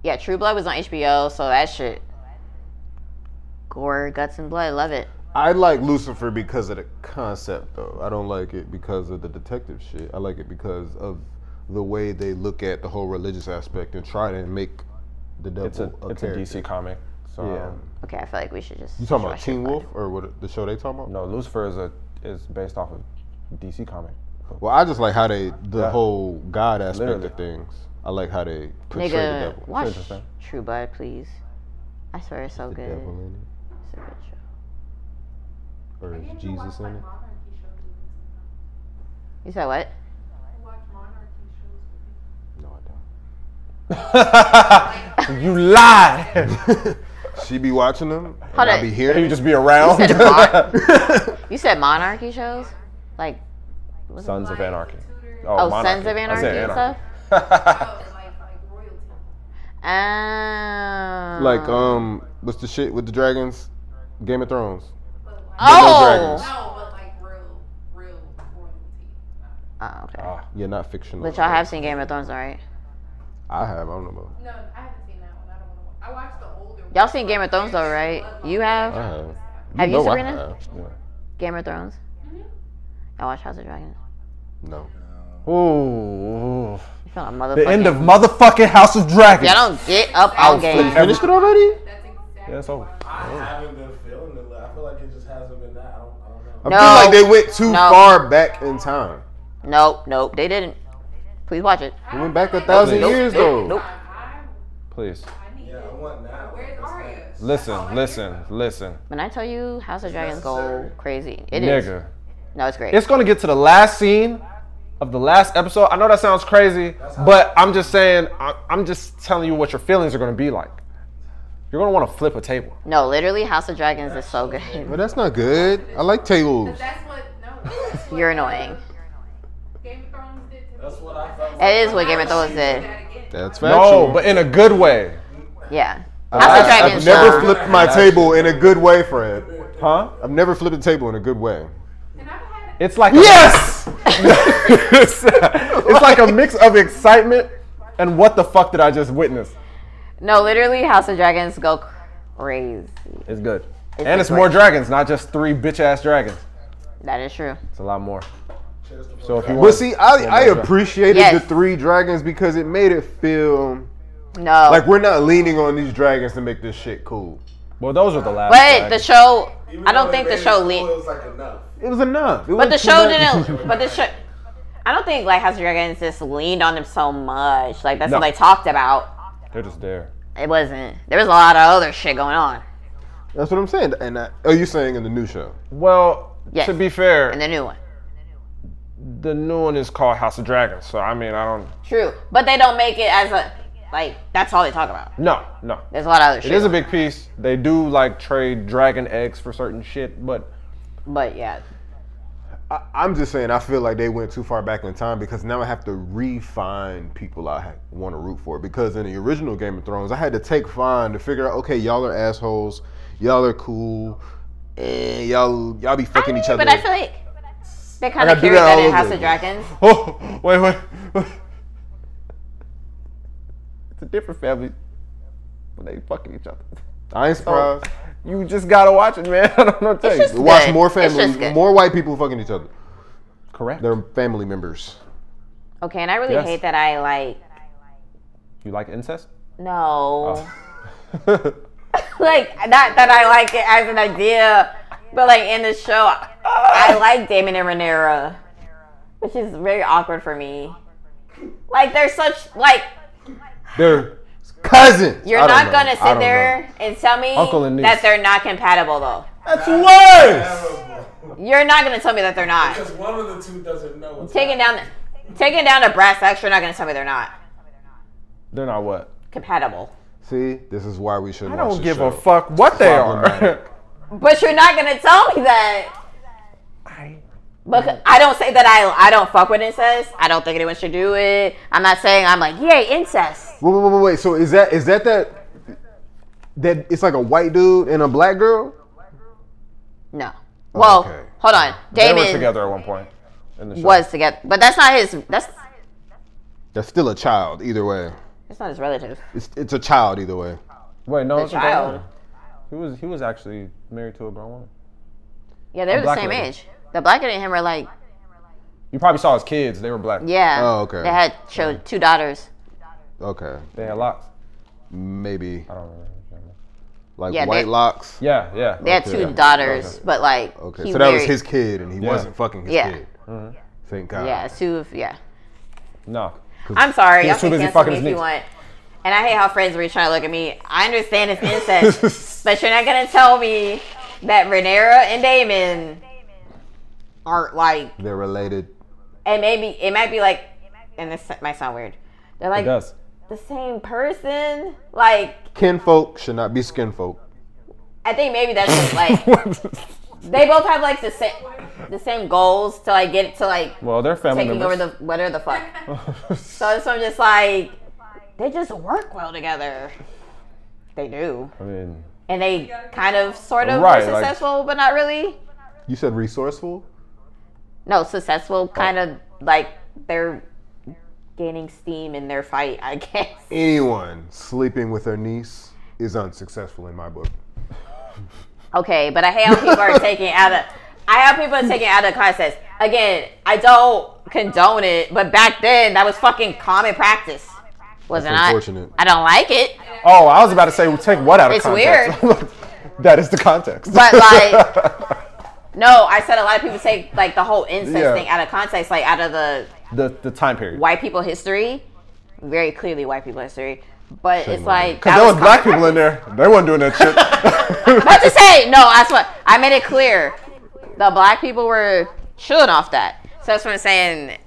S3: Yeah, True Blood was on HBO, so that shit. Gore, guts, and blood. Love it.
S1: I like Lucifer because of the concept, though. I don't like it because of the detective shit. I like it because of the way they look at the whole religious aspect and try to make the devil
S2: It's a it's a
S1: character.
S2: DC comic. So
S1: Yeah.
S2: um,
S3: Okay, I feel like we should just.
S1: You talking about Teen Wolf or what the show they talking about?
S2: no, Lucifer is a is based off of DC comic.
S1: Well, I just like how they the
S2: Yeah.
S1: whole God aspect
S2: Literally.
S1: of things. I like how they portray the
S3: Nigga,
S1: devil.
S3: watch
S2: interesting.
S3: True Blood, please. I swear it's so good.
S1: Devil in it,
S3: It's a good show.
S1: or is Jesus in it?
S19: Monarchy shows.
S3: You said what?
S19: I watch monarchy
S1: (laughs)
S19: shows.
S1: No, I (laughs)
S2: you lie.
S1: don't. (laughs) She be watching them.
S3: Hold
S1: and I
S3: on.
S1: be hearing.
S2: You just be
S1: Oh,
S2: around.
S3: You
S2: (laughs)
S3: said mon- You said monarchy shows, like was it
S2: Sons of Anarchy.
S3: Oh,
S2: Monarchy.
S3: Sons of
S2: I
S3: Anarchy
S2: said
S3: and
S2: Anarchy.
S3: stuff.
S2: (laughs)
S3: Um,
S1: like um, what's the shit with the dragons? Game of Thrones.
S3: oh,
S19: No, but like real, real royalty.
S3: oh okay.
S1: Yeah, not fictional.
S3: But y'all have seen Game of Thrones, all right?
S1: I have. I don't know about.
S19: No, I haven't seen that one. I don't want to. I watched the older one.
S3: Y'all seen Game of Thrones though, right? You have
S1: I have.
S3: Have you,
S1: know I
S3: Sabrina?
S1: have. Yeah.
S3: Game of Thrones. I watch House of Dragons.
S1: No.
S2: Ooh.
S3: You feel like motherfucking.
S2: The end of motherfucking House of Dragons.
S3: Y'all don't get up on
S1: You
S3: game.
S1: finished it already?
S2: Yeah, it's over.
S17: I haven't been feeling it. like, I feel like it just hasn't been that. I don't, I don't know.
S1: I feel like
S3: No.
S1: they went too
S3: No.
S1: far back in time.
S3: Nope, nope, they didn't. Please watch it.
S1: We went back a thousand
S2: Nope,
S1: years though.
S3: (laughs) Nope.
S2: Please.
S17: Yeah, I want now.
S19: Where's Arya?
S2: Listen, listen, listen.
S3: When I tell you House of Dragons go
S17: necessary.
S3: crazy, it is.
S2: Nigga.
S3: No, it's great.
S2: It's gonna get to the last scene of the last episode. I know that sounds crazy, but I'm just saying, I- I'm just telling you what your feelings are gonna be like. You're gonna wanna flip a table.
S3: no, literally, House of Dragons is so good. (laughs)
S1: But that's not good. I like tables.
S19: That's what. No.
S3: (laughs)
S19: That's what
S3: You're annoying.
S19: Game of Thrones did to
S17: That's
S19: me.
S17: what I felt. Like.
S3: It is what Game of Thrones did.
S19: That again.
S1: That's factual.
S2: No, but in a good way.
S3: Yeah.
S1: I,
S3: House of
S1: have
S3: Dragons.
S1: Uh, never
S3: um,
S1: flipped my table in a good way, Fred.
S2: Huh?
S1: I've never flipped a table in a good way.
S19: And I've had
S2: It's like
S1: Yes!
S2: it's, (laughs) it's like a mix of excitement and what the fuck did I just witness?
S3: No, literally, House of Dragons go crazy.
S2: It's good. and it's
S3: great.
S2: more dragons, not just three bitch ass dragons.
S3: That is true.
S2: It's a lot more. So if you
S1: But
S2: want,
S1: see, I, I appreciated
S3: Yes.
S1: the three dragons because it made it feel
S3: No.
S1: like we're not leaning on these dragons to make this shit cool.
S2: well, those are the last.
S3: but the
S2: dragons.
S3: show,
S17: Even
S3: I don't
S17: though
S3: think
S17: they
S3: the
S17: made
S3: show
S17: it
S3: leaked.
S17: cool, It was like enough.
S1: It was enough. It
S3: But
S1: wasn't
S3: the
S1: too
S3: show
S1: (laughs) much.
S3: didn't. But the show. I don't think like House of Dragons just leaned on them so much. Like that's
S2: No.
S3: what they talked about.
S2: They're just there.
S3: It wasn't. There was a lot of other shit going on.
S1: That's what I'm saying. And I, oh, you saying in the new show?
S2: Well,
S3: Yes.
S2: to be fair,
S3: And the new one.
S2: the new one is called House of Dragons. So I mean, I don't.
S3: True, but they don't make it as a like. That's all they talk about.
S2: No, no.
S3: There's a lot of other shit.
S2: It is a big piece. They do like trade dragon eggs for certain shit, but
S3: But yeah,
S1: I, I'm just saying. I feel like they went too far back in time because now I have to refine people I want to root for. Because in the original Game of Thrones, I had to take fine to figure out. Okay, y'all are assholes. Y'all are cool. And y'all y'all be fucking each other.
S3: but I feel like they kind
S1: gotta
S3: of
S1: do
S3: carried
S1: that all
S3: that, in
S1: over
S3: House of
S1: again.
S3: Dragons.
S2: oh wait, wait. wait. it's a different family when they fucking each other.
S1: I ain't surprised.
S2: You just gotta watch it, man. (laughs) I don't know what to tell
S3: It's
S2: you.
S3: just-
S1: Watch
S3: good.
S1: more
S3: It's just
S1: family,
S3: good.
S1: more white people fucking each other.
S2: Correct.
S1: They're family members.
S2: (laughs)
S3: Okay, and I really
S2: Yes.
S3: hate that I like.
S2: You like incest?
S3: No,
S1: Oh.
S2: Oh.
S3: (laughs) like not that I like it as an idea, but like in the show, I- I like Damon and Renera, which is very awkward for me. Like they're such like
S1: They're cousins.
S3: you're
S1: I don't
S3: not
S1: know.
S3: gonna
S1: I
S3: sit
S1: don't
S3: there and tell me
S2: Uncle and niece.
S3: that they're not compatible though.
S2: That's worse.
S17: Terrible.
S3: You're not gonna tell me that they're not.
S17: Because one of the two doesn't know what's
S3: Taking down, taking down a brass axe. You're not gonna tell me they're not
S2: They're not what?
S3: compatible.
S1: know. See, this is why we should.
S2: I don't give a fuck what they
S1: Problematic.
S2: are.
S3: But you're not gonna tell me that.
S2: I-
S3: Because I don't say that I I don't fuck with incest. I don't think anyone should do it. I'm not saying I'm like yay incest.
S1: Wait, wait, wait, wait, wait. So is that is that that that it's like a white dude and a black girl?
S3: No. Well,
S1: Okay.
S3: hold on.
S2: (laughs) They
S3: Damon
S2: were together at one point. In the show.
S3: was together, but that's not his. That's
S1: That's still a child either way.
S3: that's not his relative.
S1: It's it's a child either way.
S2: Wait, no,
S3: The
S2: it's a grown
S3: child.
S2: woman. He was he was actually married to a grown woman.
S3: Yeah, they're
S2: The
S3: the,
S2: black
S3: same
S2: lady.
S3: age. The black lady and him were like
S2: You probably saw his kids. They were black.
S3: yeah.
S1: Oh, okay.
S3: They had cho- two daughters.
S1: Okay,
S2: They had locks.
S1: maybe
S2: I don't remember. I don't remember.
S1: like
S3: Yeah,
S1: white
S3: they-
S1: locks.
S2: Yeah, yeah.
S3: They had
S1: Okay.
S3: two daughters, but like
S1: Okay,
S3: he
S1: so that was
S3: married-
S1: his kid, and he
S2: Yeah. Mm-hmm.
S1: wasn't fucking his
S3: Yeah.
S1: kid. Thank God.
S3: Yeah, two of yeah.
S2: No.
S3: I'm sorry.
S2: He
S3: Y'all
S2: was
S3: can
S2: too busy
S3: cancel
S2: fucking
S3: me if
S2: his
S3: you
S2: niece.
S3: want. And I hate how friends were trying to look at me. I understand
S2: (laughs)
S3: it's incest, but you're not gonna tell me that Renera and Damon aren't like.
S1: They're related.
S3: And maybe it might be like, and this might sound weird. They're
S2: It
S3: like
S2: does.
S3: the same person. Like
S1: Kinfolk should not be skinfolk.
S3: I think maybe that's just
S2: (laughs)
S3: like they both have like the same the same goals to like get to like
S2: Well, they're family
S3: taking over
S2: members.
S3: the whatever the fuck. (laughs) so it's I'm just like they just work well together. They do,
S1: I mean,
S3: and they kind of sort of
S1: Right,
S3: were
S1: like-
S3: successful, but not really.
S1: you said resourceful.
S3: No,
S1: Oh.
S3: successful kind of like they're gaining steam in their fight. I guess.
S1: Anyone sleeping with their niece is unsuccessful in my book.
S3: (laughs) Okay, but I hate how people
S1: (laughs)
S3: are taking out of. I have people are taking out of context. Again, I don't condone it, but back then that was fucking common practice, was it
S1: That's
S3: not?
S1: unfortunate.
S3: I don't like it,
S2: Oh, I was about to say, take what out of
S3: It's
S2: (laughs) context? weird. that is the context.
S3: but like,
S1: (laughs)
S3: no, I said a lot of people take like the whole incest
S2: Yeah.
S3: thing out of context, like out of the
S2: the the time period.
S3: white people history, very clearly white people history. But it's like
S2: Because
S3: that
S2: there was
S3: was
S2: black people in there. They weren't doing that shit.
S3: (laughs) But to say no, that's what I made it clear. The black people were chilling off that. So that's what I'm saying.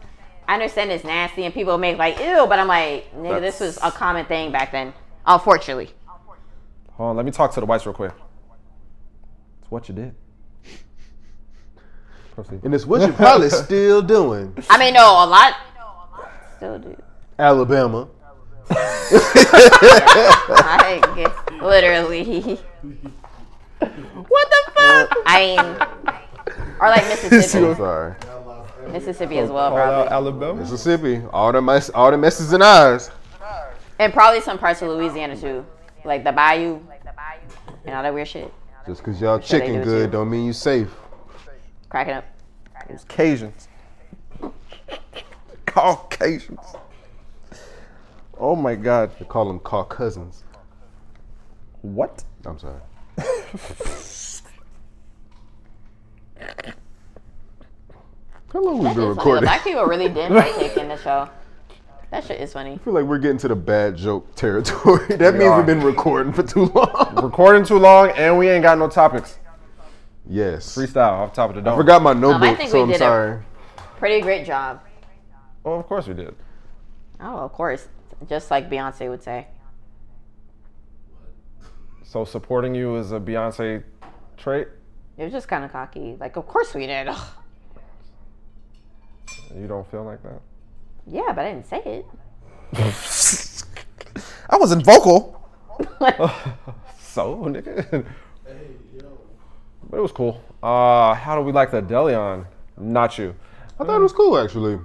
S3: I understand it's nasty and people make like ew, but I'm like, nigga, this was a common thing back then. Unfortunately.
S2: Hold on, let me talk to the whites real quick. It's what you did. Proceed.
S1: And it's what you're probably still doing,
S3: I mean no, a lot still do.
S1: Alabama.
S3: I guess literally. what the fuck? I mean or
S2: (laughs)
S1: (laughs)
S3: like
S1: I'm
S3: Mississippi.
S1: sorry.
S3: Mississippi as well,
S2: oh, Call
S3: probably.
S2: out Alabama.
S1: Mississippi, all the mess, all the messes and eyes.
S3: And probably some parts of Louisiana too. Like the bayou. And all that weird shit.
S1: Just cause y'all
S3: sure they
S1: chicken
S3: do
S1: good
S3: too.
S1: don't mean you safe.
S3: Cracking up.
S2: Cajuns. Caucasians. Oh my God.
S1: They call them car cousins.
S2: What?
S1: I'm sorry. How long we been
S3: It's funny, the
S1: recording? (laughs)
S3: Black
S1: I
S3: people really didn't partake in the show. That shit is funny.
S1: feel like we're getting to the bad joke territory. (laughs) That means
S2: are.
S1: we've been recording for too long.
S2: Recording too long and we ain't got no topics.
S1: yes. I
S2: Freestyle off top of the dome.
S1: forgot my notebook,
S3: Um, think we
S1: so I'm
S3: did it.
S1: sorry.
S3: Pretty great job.
S2: Oh, of course we did.
S3: Oh, of course. Just like Beyonce would say.
S2: So supporting you is a Beyonce trait.
S3: It was just kind of cocky. Like, of course we did. Ugh.
S2: You don't feel like that.
S3: yeah, but I didn't say it.
S2: (laughs)
S3: (laughs)
S2: I wasn't vocal. so nigga. (laughs)
S17: Hey, yo.
S2: But it was cool. Uh, how do we like the Delion? Not you.
S1: I thought it was cool actually.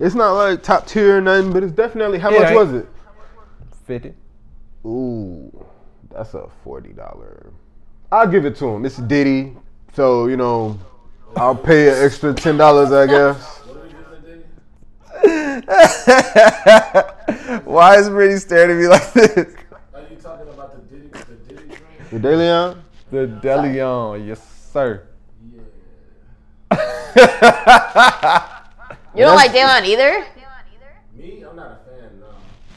S1: It's not like top tier or nothing, but it's definitely how
S2: Yeah,
S1: much
S2: I-
S1: was it?
S2: Fifty.
S1: Ooh, that's a forty dollar. I'll give it to him. It's Diddy, so you know, I'll pay an extra ten dollars, I guess.
S2: (laughs) Why is Brittany staring at me like this?
S17: Are you talking about the Diddy, the Diddy drink?
S1: The Deleon.
S2: The Delion, yes sir.
S17: Yeah.
S3: You don't like Daylon either?
S17: Me, I'm not a fan. No.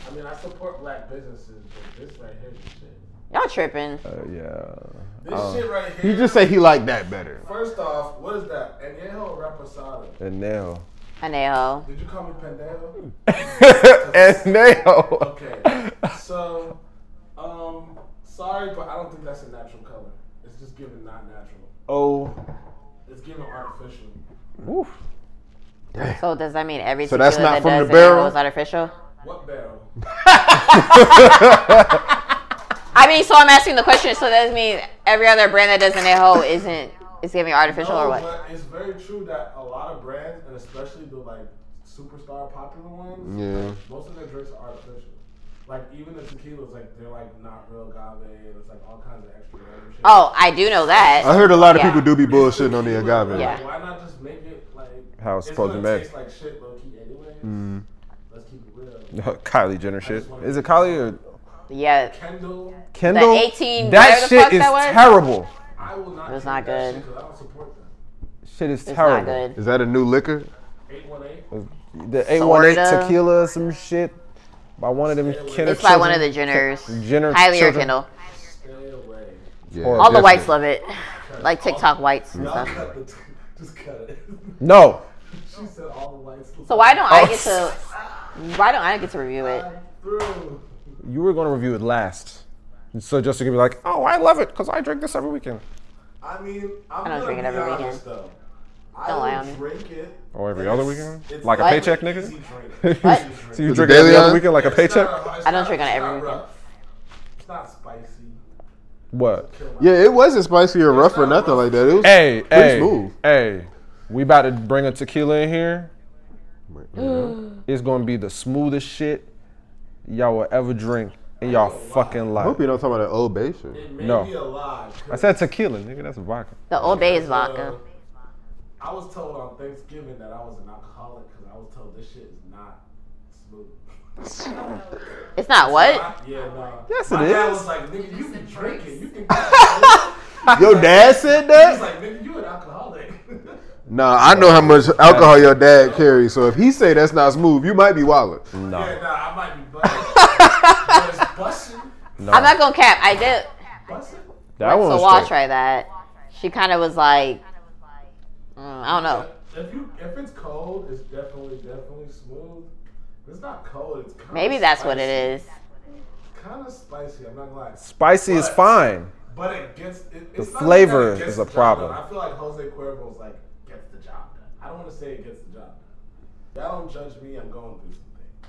S17: I mean, I support black businesses, but this right here is shit.
S3: Y'all tripping.
S2: Uh, yeah.
S17: This shit right here.
S1: Oh. He just say he liked that better.
S17: First off, what is that? Anejo Reposado.
S2: And now.
S3: Anejo.
S17: Did you call me Pendejo?
S2: (laughs) and now.
S17: Okay. so, um, sorry, but I don't think that's a natural color. It's just given not natural.
S2: Oh.
S17: It's given artificial.
S2: Woof.
S3: So does that mean every
S1: So that's
S3: tequila
S1: not
S3: that
S1: from
S3: does
S1: the
S3: it
S1: barrel?
S3: was artificial?
S17: What barrel?
S3: I mean, so I'm asking the question. So that means every other brand that does Anejo isn't is giving artificial or what?
S17: Oh, but it's very true that a lot of brands, and especially the like superstar popular ones,
S1: (laughs) Yeah.
S17: most of their drinks are artificial. Like even the tequilas, like they're like not real agave, and it's like all kinds of extra random shit.
S3: Oh, I do know that.
S1: I heard a lot of
S3: Yeah.
S1: people do be bullshitting on the agave.
S3: Yeah.
S17: Why not just make it like
S2: How it's supposed to Mm.
S17: gonna
S2: be.
S17: taste like shit low key anyways. Let's keep it real.
S2: (laughs) Kylie Jenner shit. Is it Kylie or
S3: Yeah.
S17: Kendall,
S2: Kendall?
S3: 18
S2: that
S3: whatever the
S2: shit
S3: fuck
S2: is
S3: that was?
S2: terrible.
S17: I will not.
S3: It was
S17: drink
S3: not
S17: that
S3: good.
S17: shit 'cause I don't support them.
S2: Shit is
S3: It's
S2: terrible.
S3: not good.
S1: Is that a new liquor?
S17: Eight one eight.
S2: Oh. The 818
S3: Sorta.
S2: tequila, some shit by one of them Kenner
S3: It's by one of
S2: children.
S3: the Jenners.
S2: Jenner
S3: Kylie or
S2: children.
S3: Kendall.
S17: Stay away.
S1: Yeah,
S3: All
S1: definitely.
S3: the whites love it. Like TikTok whites and
S17: Y'all
S3: stuff.
S17: cut the. T- (laughs) just cut
S2: (laughs)
S17: it.
S2: No.
S17: she said all the lights.
S3: So why don't I get to why don't I get to review it?
S17: Through.
S2: You were going to review it last. So just to be like, oh, I love it because I drink this every weekend
S17: I mean, I'm
S3: I don't
S17: gonna
S3: drink it
S17: be
S3: every
S17: honest,
S3: weekend.
S17: Though.
S3: Don't
S17: I
S3: lie
S17: will
S3: on me.
S17: drink it.
S2: or Oh, every
S17: and
S2: other
S17: it's-
S2: weekend,
S17: it's
S2: like a
S17: not
S2: paycheck,
S17: an
S2: nigga.
S17: easy
S2: (laughs)
S17: drink.
S3: What?
S2: so you
S1: Is it
S2: drink it every
S1: daily uh,
S2: other
S1: on?
S2: weekend like a
S17: It's
S2: paycheck.
S17: not- it's
S3: I don't
S17: not-
S3: drink on
S17: it's
S3: every
S17: not
S3: weekend.
S17: rough. It's not spicy.
S2: What?
S1: Yeah, it wasn't spicy or rough or nothing like that. It was
S2: Hey,
S1: pretty
S2: hey,
S1: smooth.
S2: hey. We about to bring a tequila in here. It's gonna be the smoothest shit y'all will ever drink in y'all fucking
S1: I
S2: life.
S1: hope you don't talk about that old bay shit.
S17: (laughs) It may
S2: No.
S17: be a lie. 'cause
S2: I said tequila, nigga. That's vodka.
S3: The Old Bay is vodka.
S17: Uh, I was told on Thanksgiving that I was an alcoholic because I was told this shit is not smooth.
S3: It's not what?
S17: I- yeah, no.
S2: Yes,
S17: My
S2: it
S17: dad
S2: is.
S17: was like, nigga, you can drink it. You
S3: (laughs)
S17: can. He's
S1: Your dad said that?
S17: like, nigga, you an alcoholic. (laughs)
S1: Nah, I know how much alcohol your dad carries. So if he say that's not smooth, you might be wildin'.
S17: Yeah, nah, I might be busting. Just busting.
S3: I'm not gonna cap. I did.
S17: Busting?
S2: That
S3: so
S2: one's
S3: Wall
S2: straight.
S3: try that. She kind of was like, mm, I don't know.
S17: If you if it's cold, it's definitely definitely smooth. If it's not cold, it's kind
S3: Maybe that's what it is.
S17: Kind of spicy. I'm not gonna lie.
S2: Spicy is
S17: But-
S2: fine.
S17: But it gets it, it's not that
S2: flavor
S17: it gets
S2: is
S17: the
S2: a
S17: job
S2: problem.
S17: done. I feel like Jose Cuervo's like gets the job done. I don't want to say it gets the job done. Y'all don't judge me. I'm going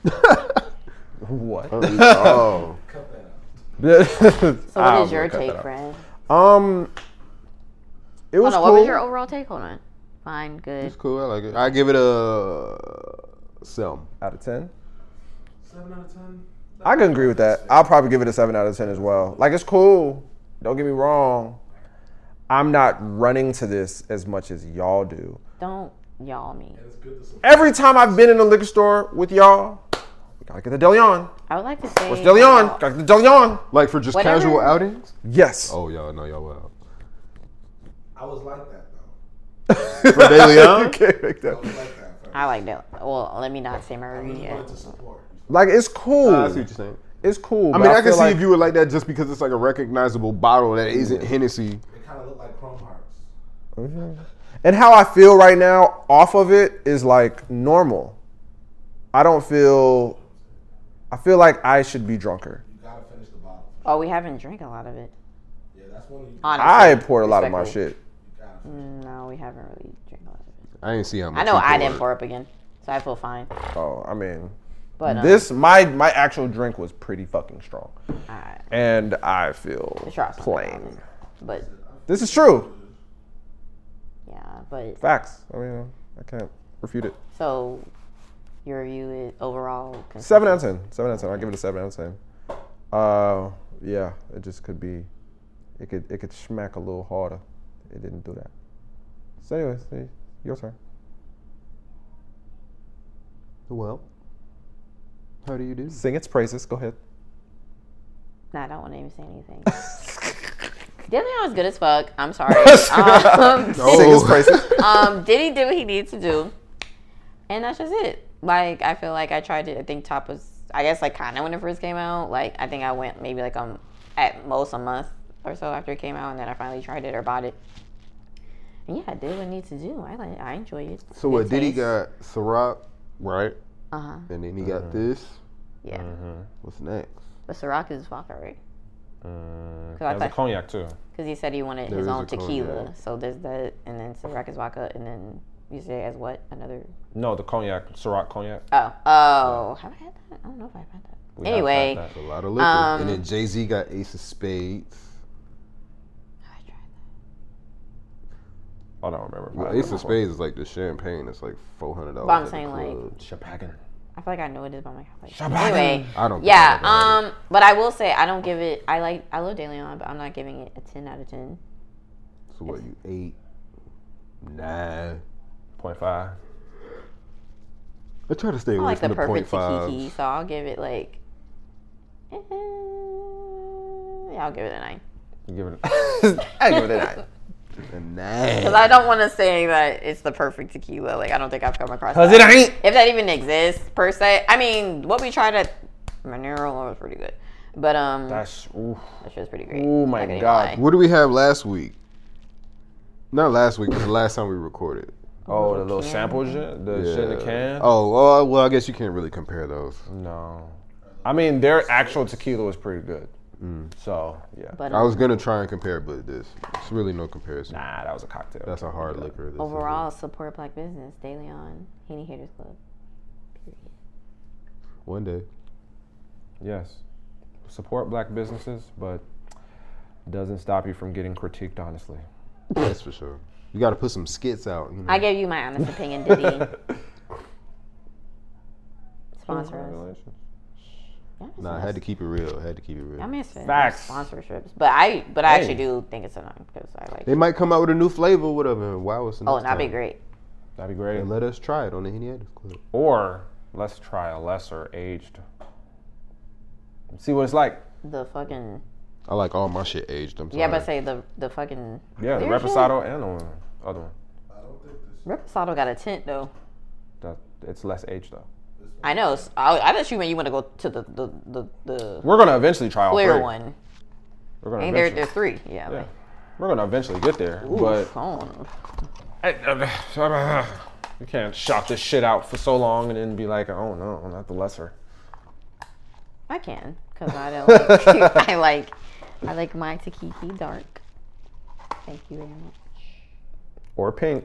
S17: through something.
S2: What? (laughs)
S1: Oh.
S17: Cut that out.
S3: So what is your take, friend?
S2: Um, it
S3: Hold
S2: was
S3: on.
S2: cool.
S3: What was your overall take? Hold on. Fine. Good.
S1: It's cool. I like it. I give it a seven.
S2: out of ten?
S17: Seven out of ten.
S2: I can agree with that. I'll probably give it a seven out of ten as well. Like it's cool. Don't get me wrong. I'm not running to this as much as y'all do.
S3: Don't y'all me.
S17: And it's good to support.
S2: Every time I've been in a liquor store with y'all, we gotta get the Deleon.
S3: I would like to say.
S2: What's Deleon? Gotta get the Deleon.
S1: Like for just
S3: Whatever.
S1: casual outings?
S2: Yes.
S1: Oh y'all know y'all well.
S17: I was like that though.
S1: For (laughs) daily
S2: You
S1: on?
S2: can't make that.
S17: I was like that. First.
S3: I like that. Well, let me not say my
S17: I
S3: review
S17: just
S3: yet.
S17: wanted to support.
S2: Like it's cool.
S1: Ah, I see what you're saying.
S2: It's cool.
S1: I
S2: but
S1: mean, I, can
S2: feel
S1: see
S2: like-
S1: if you would like that just because it's like a recognizable bottle that isn't Hennessy.
S17: It kind of looked like Chrome Hearts.
S2: And how I feel right now off of it is like normal. I don't feel. I feel like I should be drunker.
S17: You gotta finish the bottle.
S3: Oh, we haven't drank a lot of it.
S17: Yeah, that's one of you.
S3: Honestly,
S2: I poured a lot of my
S3: respectfully.
S2: shit.
S17: you gotta finish.
S3: No, we haven't really drank a lot of it.
S1: I didn't see how much.
S3: I know
S1: you
S3: I didn't
S1: poured.
S3: pour up again, so I feel fine.
S2: Oh, I mean,
S3: But um,
S2: this my my actual drink was pretty fucking strong,
S3: alright,
S2: and I feel
S3: it's your option,
S2: plain.
S3: But
S2: This is true.
S3: yeah, but
S2: Facts. I mean, I can't refute it.
S3: so your review is overall. Cons-
S2: Seven out of ten. Seven out of ten. I'll give it a seven out of ten. Uh, yeah, it just could be, it could it could smack a little harder. It didn't do that. So, anyways, eh, your turn.
S1: Well, how do you do?
S2: Sing its praises. Go ahead.
S3: Nah, I don't want to even say anything. (laughs) Diddy was good as fuck. I'm sorry. (laughs) Um,
S2: (laughs) Sing its
S20: (laughs)
S2: praises.
S3: um, Diddy did what he needed to do, and that's just it. Like I feel like I tried to. I think Top was. I guess like kind of when it first came out. Like I think I went maybe like um at most a month or so after it came out, and then I finally tried it or bought it. And yeah, I did what I needed to do. I like. I enjoy it.
S1: So what? Diddy got Ciroc, right?
S3: Uh huh.
S1: And then he got this.
S3: Yeah.
S1: What's next? Uh,
S3: But Ciroc is vodka, right?
S20: Mm,
S3: I
S20: there's a
S3: thought-
S20: cognac too.
S3: Because he said he wanted
S1: There
S3: his
S1: is a
S3: own
S1: cognac.
S3: tequila. So there's that, and then Ciroc is vodka, and then you say as what another
S20: No, the cognac, Ciroc cognac.
S3: Oh, oh, have I had that? I don't know if I've had that.
S20: We have
S3: anyway,
S20: had
S1: It's
S20: that.
S1: a lot of liquor.
S3: Um,
S1: and then Jay Z got Ace of Spades.
S3: have I tried that?
S20: I don't remember.
S1: Well, Ace of Spades is like the champagne. It's like four hundred dollars.
S3: But I'm saying,
S20: (laughs)
S3: like,
S20: Champagne.
S3: I feel like I know it is by my like, Anyway,
S1: I don't.
S3: yeah,
S1: care about it.
S3: um, but I will say I don't give it. I like I love De Leon, but I'm not giving it a ten out of ten.
S1: So what? You eight, nine.
S20: Point five.
S1: I try to stay
S3: I
S1: away
S3: like
S1: from
S3: the
S1: the, point
S3: perfect
S1: five.
S3: Takiki, so I'll give it like. eh, yeah, I'll give it a nine
S20: You give it.
S2: I give it a nine.
S1: (laughs) A nine.
S3: because I don't want to say that it's the perfect tequila. Like I don't think I've come across.
S20: Cause
S3: that.
S20: it ain't.
S3: if that even exists per se. I mean, what we tried at Monero was pretty good, but um, that
S20: That's oof.
S3: shit was pretty great.
S2: Oh my
S3: Not gonna even
S2: God.
S3: lie.
S1: What do we have last week? Not last week, but the last time we recorded.
S20: Oh, the little sample shit, the shit in the
S1: Yeah.
S20: can.
S1: Oh, well, well, I guess you can't really compare those.
S20: No, I mean their actual tequila was pretty good.
S1: Mm.
S2: So yeah,
S3: But
S1: I
S3: um,
S1: was gonna try and compare, it, but this it's really no comparison.
S2: nah, that was a cocktail.
S1: That's a hard liquor. This is a-
S3: overall, support black business daily on Henny Haters Club.
S1: one day.
S2: Yes. Support black businesses, but doesn't stop you from getting critiqued,
S3: (laughs)
S2: honestly.
S1: That's for sure. You got to put some skits out. You know.
S3: I gave you my honest
S2: (laughs)
S3: opinion, Diddy. (laughs) Sponsor us.
S1: nah, I had to keep it real. I had to keep it real.
S3: I'm interested in
S2: Facts.
S3: sponsorships, but I but I
S2: Hey.
S3: actually do think it's annoying because I like.
S1: they might come out with a new flavor, or whatever. and Wow, it's
S3: Oh, and that'd be great.
S2: That'd be great.
S1: And let us try it on the Henny Haters Club.
S2: Or let's try a lesser aged. See what it's like.
S3: The fucking
S1: I like all my shit aged. I'm sorry.
S3: yeah, but say the the fucking
S2: Yeah, the
S3: There's
S2: reposado and the one- other one.
S17: I don't think this
S3: Reposado got a tint though.
S2: That it's less aged though.
S3: I know. s- I, I thought you meant you want to go to the the the, the
S2: We're gonna eventually try all
S3: clear
S2: three.
S3: one.
S2: We're gonna
S3: Ain't there
S2: eventually,
S3: there three? Yeah.
S2: Yeah.
S3: Like,
S2: we're gonna eventually get there.
S3: ooh,
S2: But
S3: phone.
S2: you can't shop this shit out for so long and then be like, oh no, not the lesser.
S3: I can because I don't. Like, (laughs) I like I like my Takiki dark. Thank you very much.
S2: Or pink.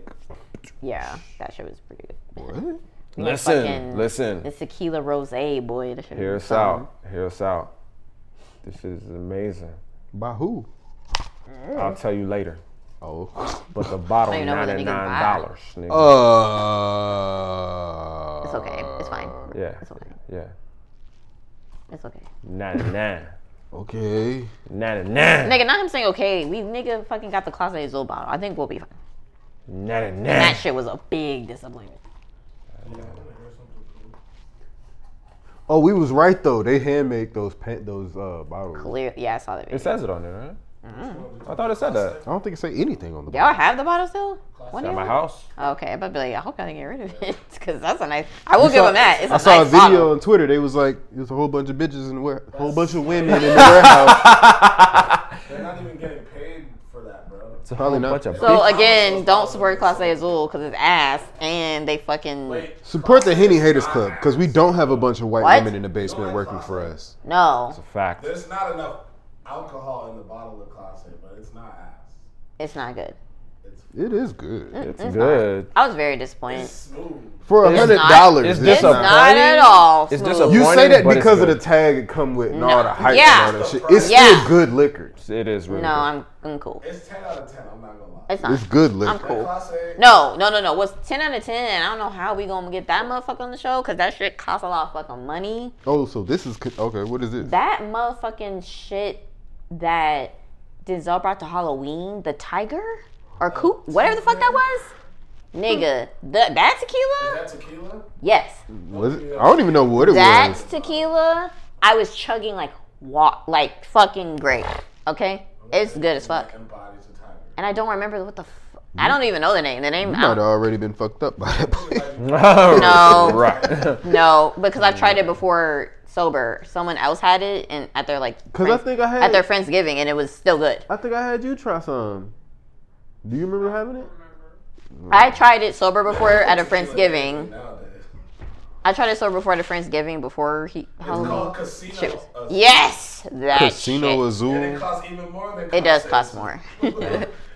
S3: Yeah, that shit was pretty good.
S1: What?
S2: Listen,
S3: fucking-
S2: listen.
S3: It's tequila rose, boy. That shit
S2: Hear
S3: was
S2: us
S3: bomb.
S2: out. Hear us out. This is amazing.
S1: By who?
S2: I'll tell you later.
S1: (laughs) Oh.
S2: But the bottle
S3: I don't
S2: ninety
S3: even Mm. know who the nigga's
S2: nine dollars, nigga.
S3: Oh.
S1: Uh.
S3: It's okay. It's fine.
S2: yeah,
S3: It's okay.
S2: yeah,
S3: It's okay.
S2: ninety nine,
S1: Okay.
S2: ninety nine,
S3: Nigga, not him saying okay. We nigga fucking got the Clase Azul bottle. I think we'll be fine.
S2: ninety
S3: That
S2: nine.
S3: shit was a big disappointment.
S1: Oh, we was right though. They hand make those pa- those uh bottles.
S3: Clear. Yeah, I saw that
S2: It
S3: video.
S2: says it on there, right?
S3: Mm.
S2: I thought it said that.
S1: I don't think it say anything on the.
S3: Y'all have the bottle still? What
S2: At
S3: is
S2: my
S3: it?
S2: house.
S3: Okay, I'm about to be like, I hope I didn't get rid of it (laughs) because that's a nice. I will give him that. It's a
S1: I saw
S3: nice
S1: a video
S3: bottle.
S1: on Twitter. They was like, "There's a whole bunch of bitches in the ware- whole bunch of women in the
S3: (laughs)
S1: warehouse."
S17: They're not even getting paid for that, bro.
S2: It's a
S1: Probably
S2: whole
S1: not.
S2: bunch of
S3: Oh, So uh,
S2: bitch-
S3: again, don't support Clase Azul because it's ass and they fucking
S17: Wait,
S1: Support the Henny Haters Club because we don't have a bunch of white
S3: What?
S1: women in the basement working for us.
S3: no.
S2: It's a fact.
S17: there's not enough alcohol in the bottle of Class A, but it's not ass.
S3: It's not good.
S1: It is good
S2: It's good.
S3: I was very disappointed.
S17: It's smooth.
S1: for a
S2: It's
S1: hundred
S3: not-
S1: dollars.
S2: It's
S1: it's
S3: not
S1: not-
S2: disappointing.
S3: at all
S2: It's
S3: smooth.
S2: disappointing.
S1: You say that
S2: but it's
S1: because of the
S2: good.
S1: tag it come with and all the hype
S3: Yeah.
S1: and all that shit. It's
S3: Yeah.
S1: still good liquor.
S2: It is really.
S3: No,
S2: (laughs)
S3: I'm, (laughs) I'm cool.
S17: It's 10 out of 10, I'm not gonna lie.
S3: It's not.
S1: It's good
S3: I'm
S1: liquor.
S3: cool.
S17: Class A,
S3: No, no, no, no. What's 10 out of 10? And I don't know how we gonna get that motherfucker on the show because that shit costs a lot of fucking money.
S1: Oh, so this is co- okay. What is this?
S3: That motherfucking shit that Denzel brought to Halloween, the tiger or coop, whatever the fuck that was, nigga. The, that
S17: is
S3: tequila?
S17: that tequila?
S3: Yes,
S1: Was it? I don't even know what it
S3: that
S1: was.
S3: tequila. I was chugging like walk, like fucking great. Okay, it's good as fuck.
S17: Embodies a tiger.
S3: And I don't remember what the. F- I don't even know the name. The name.
S1: You
S3: I
S1: might have
S3: don't,
S1: already been fucked up by that point.
S3: No.
S2: (laughs) right.
S3: no, because I've tried it before sober. Someone else had it, and at their like.
S1: Because I
S3: friends-
S1: think I
S3: at
S1: had.
S3: their Friendsgiving, and it was still good.
S1: I think I had you try some. Do you remember having it?
S3: I tried it sober before at a Friendsgiving.
S17: Nowadays.
S3: I tried it sober before at a Friendsgiving before he
S17: Oh,
S3: Halloween.
S17: casino.
S3: Shit was-
S17: Uh,
S3: Yes, that shit.
S1: Casino
S17: It
S1: Azul. Oh,
S17: costs even more than
S3: It does cost
S17: Class A.
S3: more.
S17: (laughs)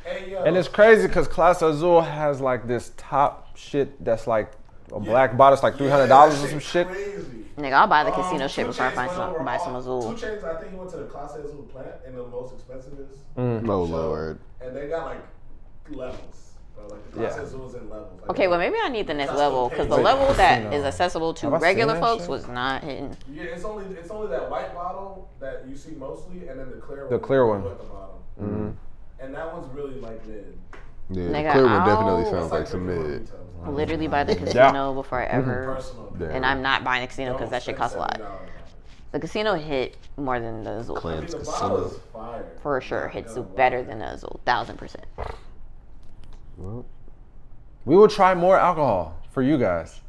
S17: Hey,
S2: (laughs)
S17: yo.
S2: And it's crazy because Class Azul has like this top shit that's like a black bottle. It's like three hundred dollars or some shit.
S17: Crazy.
S3: Nigga, I'll buy the
S17: Um,
S3: casino shit
S17: Two
S3: before I
S17: Chainz
S3: find
S17: went
S3: some,
S17: over
S3: buy
S17: all-
S3: some Azul.
S17: Two Chainz, I think he went to the Class A Azul plant and the most expensive is.
S2: Mm.
S1: No, Lord.
S17: And they got like levels. Bro. Like the Class
S2: Yeah.
S17: A Azul is in levels. Like,
S3: Okay, well maybe I need the next
S17: That's
S3: level
S17: the
S3: because the
S17: page.
S3: level that
S2: Casino.
S3: is accessible to
S2: Have I seen
S3: regular
S2: that
S3: folks
S2: shit?
S3: was not hitting.
S17: Yeah, it's only it's only that white bottle that you see mostly, and then the clear one.
S2: The clear
S17: with
S2: one.
S17: blue At the bottom.
S18: Mm-hmm.
S17: And that one's really like mid.
S1: Yeah,
S3: Nigga,
S1: the
S3: oh.
S1: clear one definitely
S3: ow.
S1: sounds like some
S17: drinking
S1: mid.
S17: Mojito.
S3: Literally buy the casino before I ever.
S17: Personal.
S1: Yeah.
S3: And I'm not buying a casino because that shit costs a lot.
S17: $70.
S3: The casino hit more than the Azul.
S17: I mean,
S1: Clams
S17: the bottle
S1: Casino.
S17: is fire.
S3: For sure, hits you better than the Azul, thousand percent.
S1: Well,
S2: We will try more alcohol for you guys.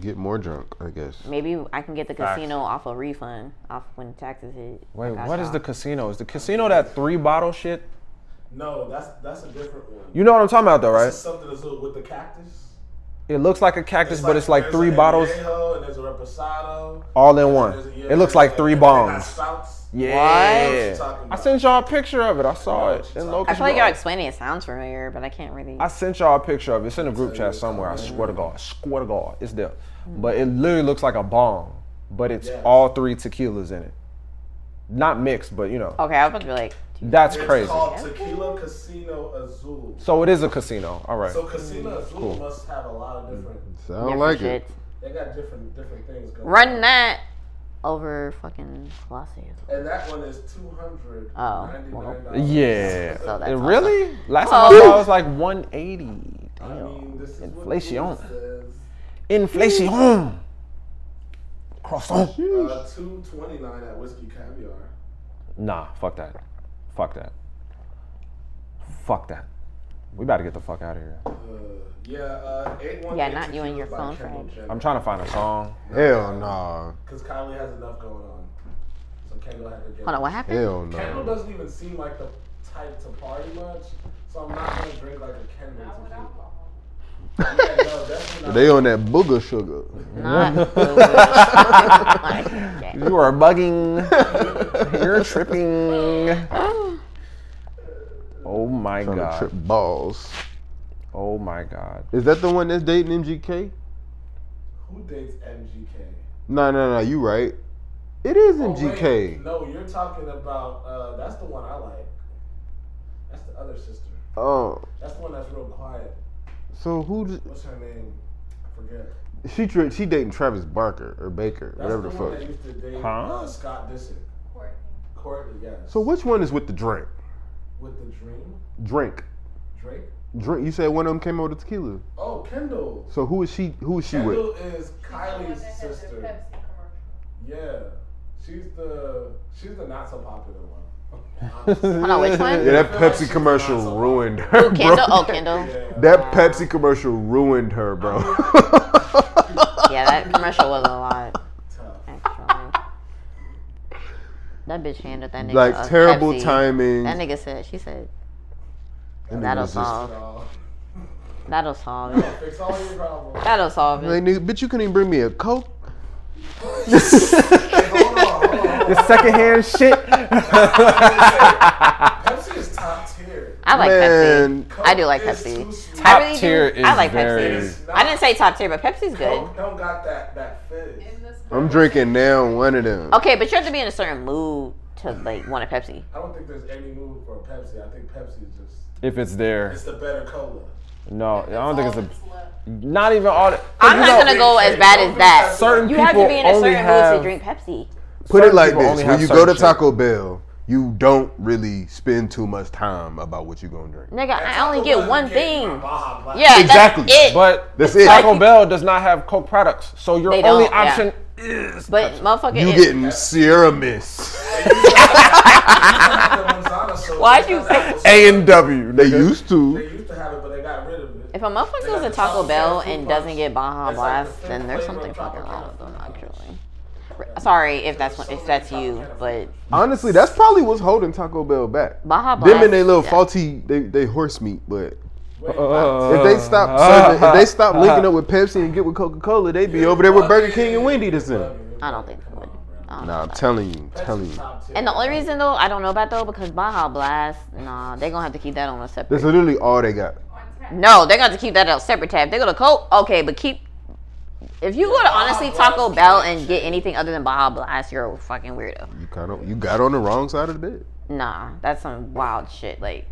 S1: get more drunk, I guess.
S3: Maybe I can get the
S2: Facts.
S3: casino off a refund off when taxes hit. Oh
S2: Wait,
S3: Like I
S2: what is
S3: saw.
S2: the casino? Is the casino that three bottle shit?
S17: No, that's that's a different one.
S2: You know what I'm talking about though,
S17: This
S2: right?
S17: is something that's with the cactus.
S18: It looks like a cactus, but it's like
S17: there's
S18: three
S17: an
S18: bottles
S17: añejo and there's a reposado.
S18: all in one.
S17: There's a- yeah,
S18: It looks
S17: there's-
S18: like
S17: and
S18: three
S17: they got
S18: bombs.
S17: spouts.
S18: Yeah.
S17: What you talking
S2: I
S17: about?
S2: sent y'all a picture of it. I saw it in
S3: I
S2: Locust
S3: feel like y'all
S2: Grove.
S3: explaining it sounds familiar, but I can't really.
S2: I sent y'all a picture of it. It's in a
S17: Oh,
S2: group chat somewhere. I swear to God. I swear to God. It's there. But it literally looks like a bomb. But it's
S17: Mm. Yes.
S2: all three tequilas in it. Not mixed, but you know.
S3: Okay, I was about to be like,
S2: That's
S17: It's
S2: crazy.
S17: called Tequila Casino Azul.
S2: So it is a casino. All right.
S17: So Casino Azul must have a lot of different.
S1: Sound
S3: different
S1: like
S3: shit.
S1: it.
S17: They got different different things going.
S3: Run
S17: on.
S3: that over fucking Colosseum.
S17: And that one is two hundred
S3: Oh,
S17: ninety nine
S3: well,
S17: dollars.
S2: yeah.
S3: So that's
S2: It
S3: awesome.
S2: really? Last time I
S3: Oh.
S2: saw it was like 180.
S17: I mean,
S2: Damn.
S17: this is uh,
S2: Inflation.
S17: What Google
S2: Inflation. Cross on.
S17: says. uh, two twenty nine at Whiskey Caviar.
S2: Nah, fuck that. Fuck that. Fuck that. We about to get the fuck out of here.
S17: Uh, yeah. Uh, eight one.
S3: Yeah, not you and your phone friend.
S2: I'm trying to find a song.
S1: Hell nah.
S17: Because Kylie has enough going on, so Kendall had to get.
S3: Hold on, what happened?
S1: Hell
S17: Kendall
S1: no.
S17: doesn't even seem like the type to party much, so I'm not gonna drink like a Kendall.
S19: Not with
S17: tequila.
S19: alcohol.
S17: Yeah, no, definitely not.
S1: They on that booger sugar.
S3: Not.
S2: (laughs)
S3: Like,
S2: You are
S3: (laughs)
S2: bugging. You're tripping. Oh my
S1: Trying to trip
S2: god.
S1: balls.
S2: Oh my
S3: (laughs)
S2: god.
S1: Is that the one that's dating MGK?
S17: Who dates MGK?
S1: No, no, no. You right. It is
S17: Oh,
S1: MGK.
S17: wait, no, you're talking about uh, that's the one I like. That's the other sister.
S1: Oh,
S17: That's the one that's real quiet.
S1: so who? d-
S17: What's her name? I forget.
S1: She tra- she dating Travis Barker or Baker,
S17: That's
S1: whatever the
S17: one
S1: fuck.
S17: that used to date
S2: Huh?
S17: uh, Scott Disick.
S19: Courtney.
S17: Courtney, yes.
S1: So which one is with the drink?
S17: With the dream,
S1: Drink,
S17: Drake.
S1: drink. You said one of them came over the tequila.
S17: Oh, Kendall.
S1: So who is she? Who is she with?
S17: Kendall is Kylie's sister. Yeah, she's the she's the not so popular one. Honestly.
S3: Hold
S1: (laughs)
S3: on, which one?
S1: Yeah, that Pepsi commercial ruined her, bro.
S3: Kendall? Oh, Kendall.
S17: yeah.
S1: That Pepsi commercial ruined her, bro.
S3: Yeah, that commercial wasn't a lot,
S17: Tough.
S3: actually. That bitch handed that nigga
S1: (laughs) like
S3: a
S1: terrible
S3: Pepsi.
S1: timing.
S3: That nigga said, she said,
S1: That nigga
S3: that'll
S1: was just-
S3: solve.
S17: So,
S3: That'll solve it.
S17: fix all your
S3: (laughs)
S17: problems.
S3: That'll solve
S1: Like,
S3: it.
S1: nigga, bitch, you couldn't even bring me a coke.
S17: Hold on, hold on.
S2: The secondhand
S3: (laughs)
S2: shit.
S17: Pepsi is top tier.
S3: I like Pepsi.
S1: Man,
S3: I do like
S17: It's
S3: Pepsi.
S17: too sweet.
S3: I really
S2: tier
S3: do.
S2: is
S3: I like
S2: very-
S3: Pepsi. I didn't say top tier, but Pepsi's good.
S17: Coke don't got that that fizz.
S19: In this
S1: I'm drinking now one of them.
S3: Okay, but you have to be in a certain mood to like want a Pepsi.
S17: I don't think there's any move for Pepsi. I think Pepsi is just
S2: If it's there.
S17: it's the better cola.
S2: No, I don't think it's a.
S19: It's left.
S2: Not even all. The,
S3: I'm
S2: you
S3: not
S2: know,
S3: gonna go as bad as that.
S2: Certain
S3: you have to
S2: people
S3: be in a
S2: only
S3: certain
S2: have-
S3: mood to drink Pepsi.
S1: Put it
S2: certain
S1: like
S2: people
S1: this:
S2: only
S1: when
S2: have
S1: you go to
S2: certain shit.
S1: Taco Bell, you don't really spend too much time about what you're gonna drink.
S3: Nigga, I only
S17: Taco
S3: get
S17: Bell,
S3: one
S17: you get
S3: thing.
S17: Baja Blast.
S3: Yeah,
S1: Exactly,
S3: That's it. But,
S2: But
S1: That's it.
S2: Taco Bell does not have Coke products, so your
S3: They
S2: only
S3: don't, yeah.
S2: option is.
S3: motherfucker,
S1: you
S3: it-
S1: getting Sierra Mist.
S17: The Manzana soda,
S3: Why'd you
S17: that's
S3: say-
S17: apple
S1: A and W. They used
S17: They
S1: to.
S17: used to have it, but they got rid of it.
S3: if a motherfucker goes to Taco Bell and doesn't get Baja Blast, then there's something fucking wrong with them. Actually, R- sorry if that's what- if that's you, but
S1: Honestly, that's probably what's holding Taco Bell back.
S3: Baja Blast.
S1: Them and they little
S3: yeah.
S1: faulty, they, they horse meat. But
S17: Wait,
S1: if
S2: Uh,
S1: they stop, serving, if they stop linking up with Pepsi and get with Coca Cola, they be over there with Burger King and Wendy this in.
S3: I don't think they would. I don't
S1: Nah, I'm
S3: know.
S1: telling you, I'm
S17: Pepsi's
S1: telling you.
S17: top tier.
S3: um, And the only reason though I don't know about though because Baja Blast, nah, they gonna have to keep that on a separate.
S1: That's literally all they got.
S19: On tap.
S3: No, they're gonna have to keep that on a separate tab. They go to Coke, okay, but keep. If you go to honestly Taco Bell and get anything other than Baja Blast, you're a fucking weirdo.
S1: You kind of you got on the wrong side of the bed.
S3: Nah, that's some wild shit. Like,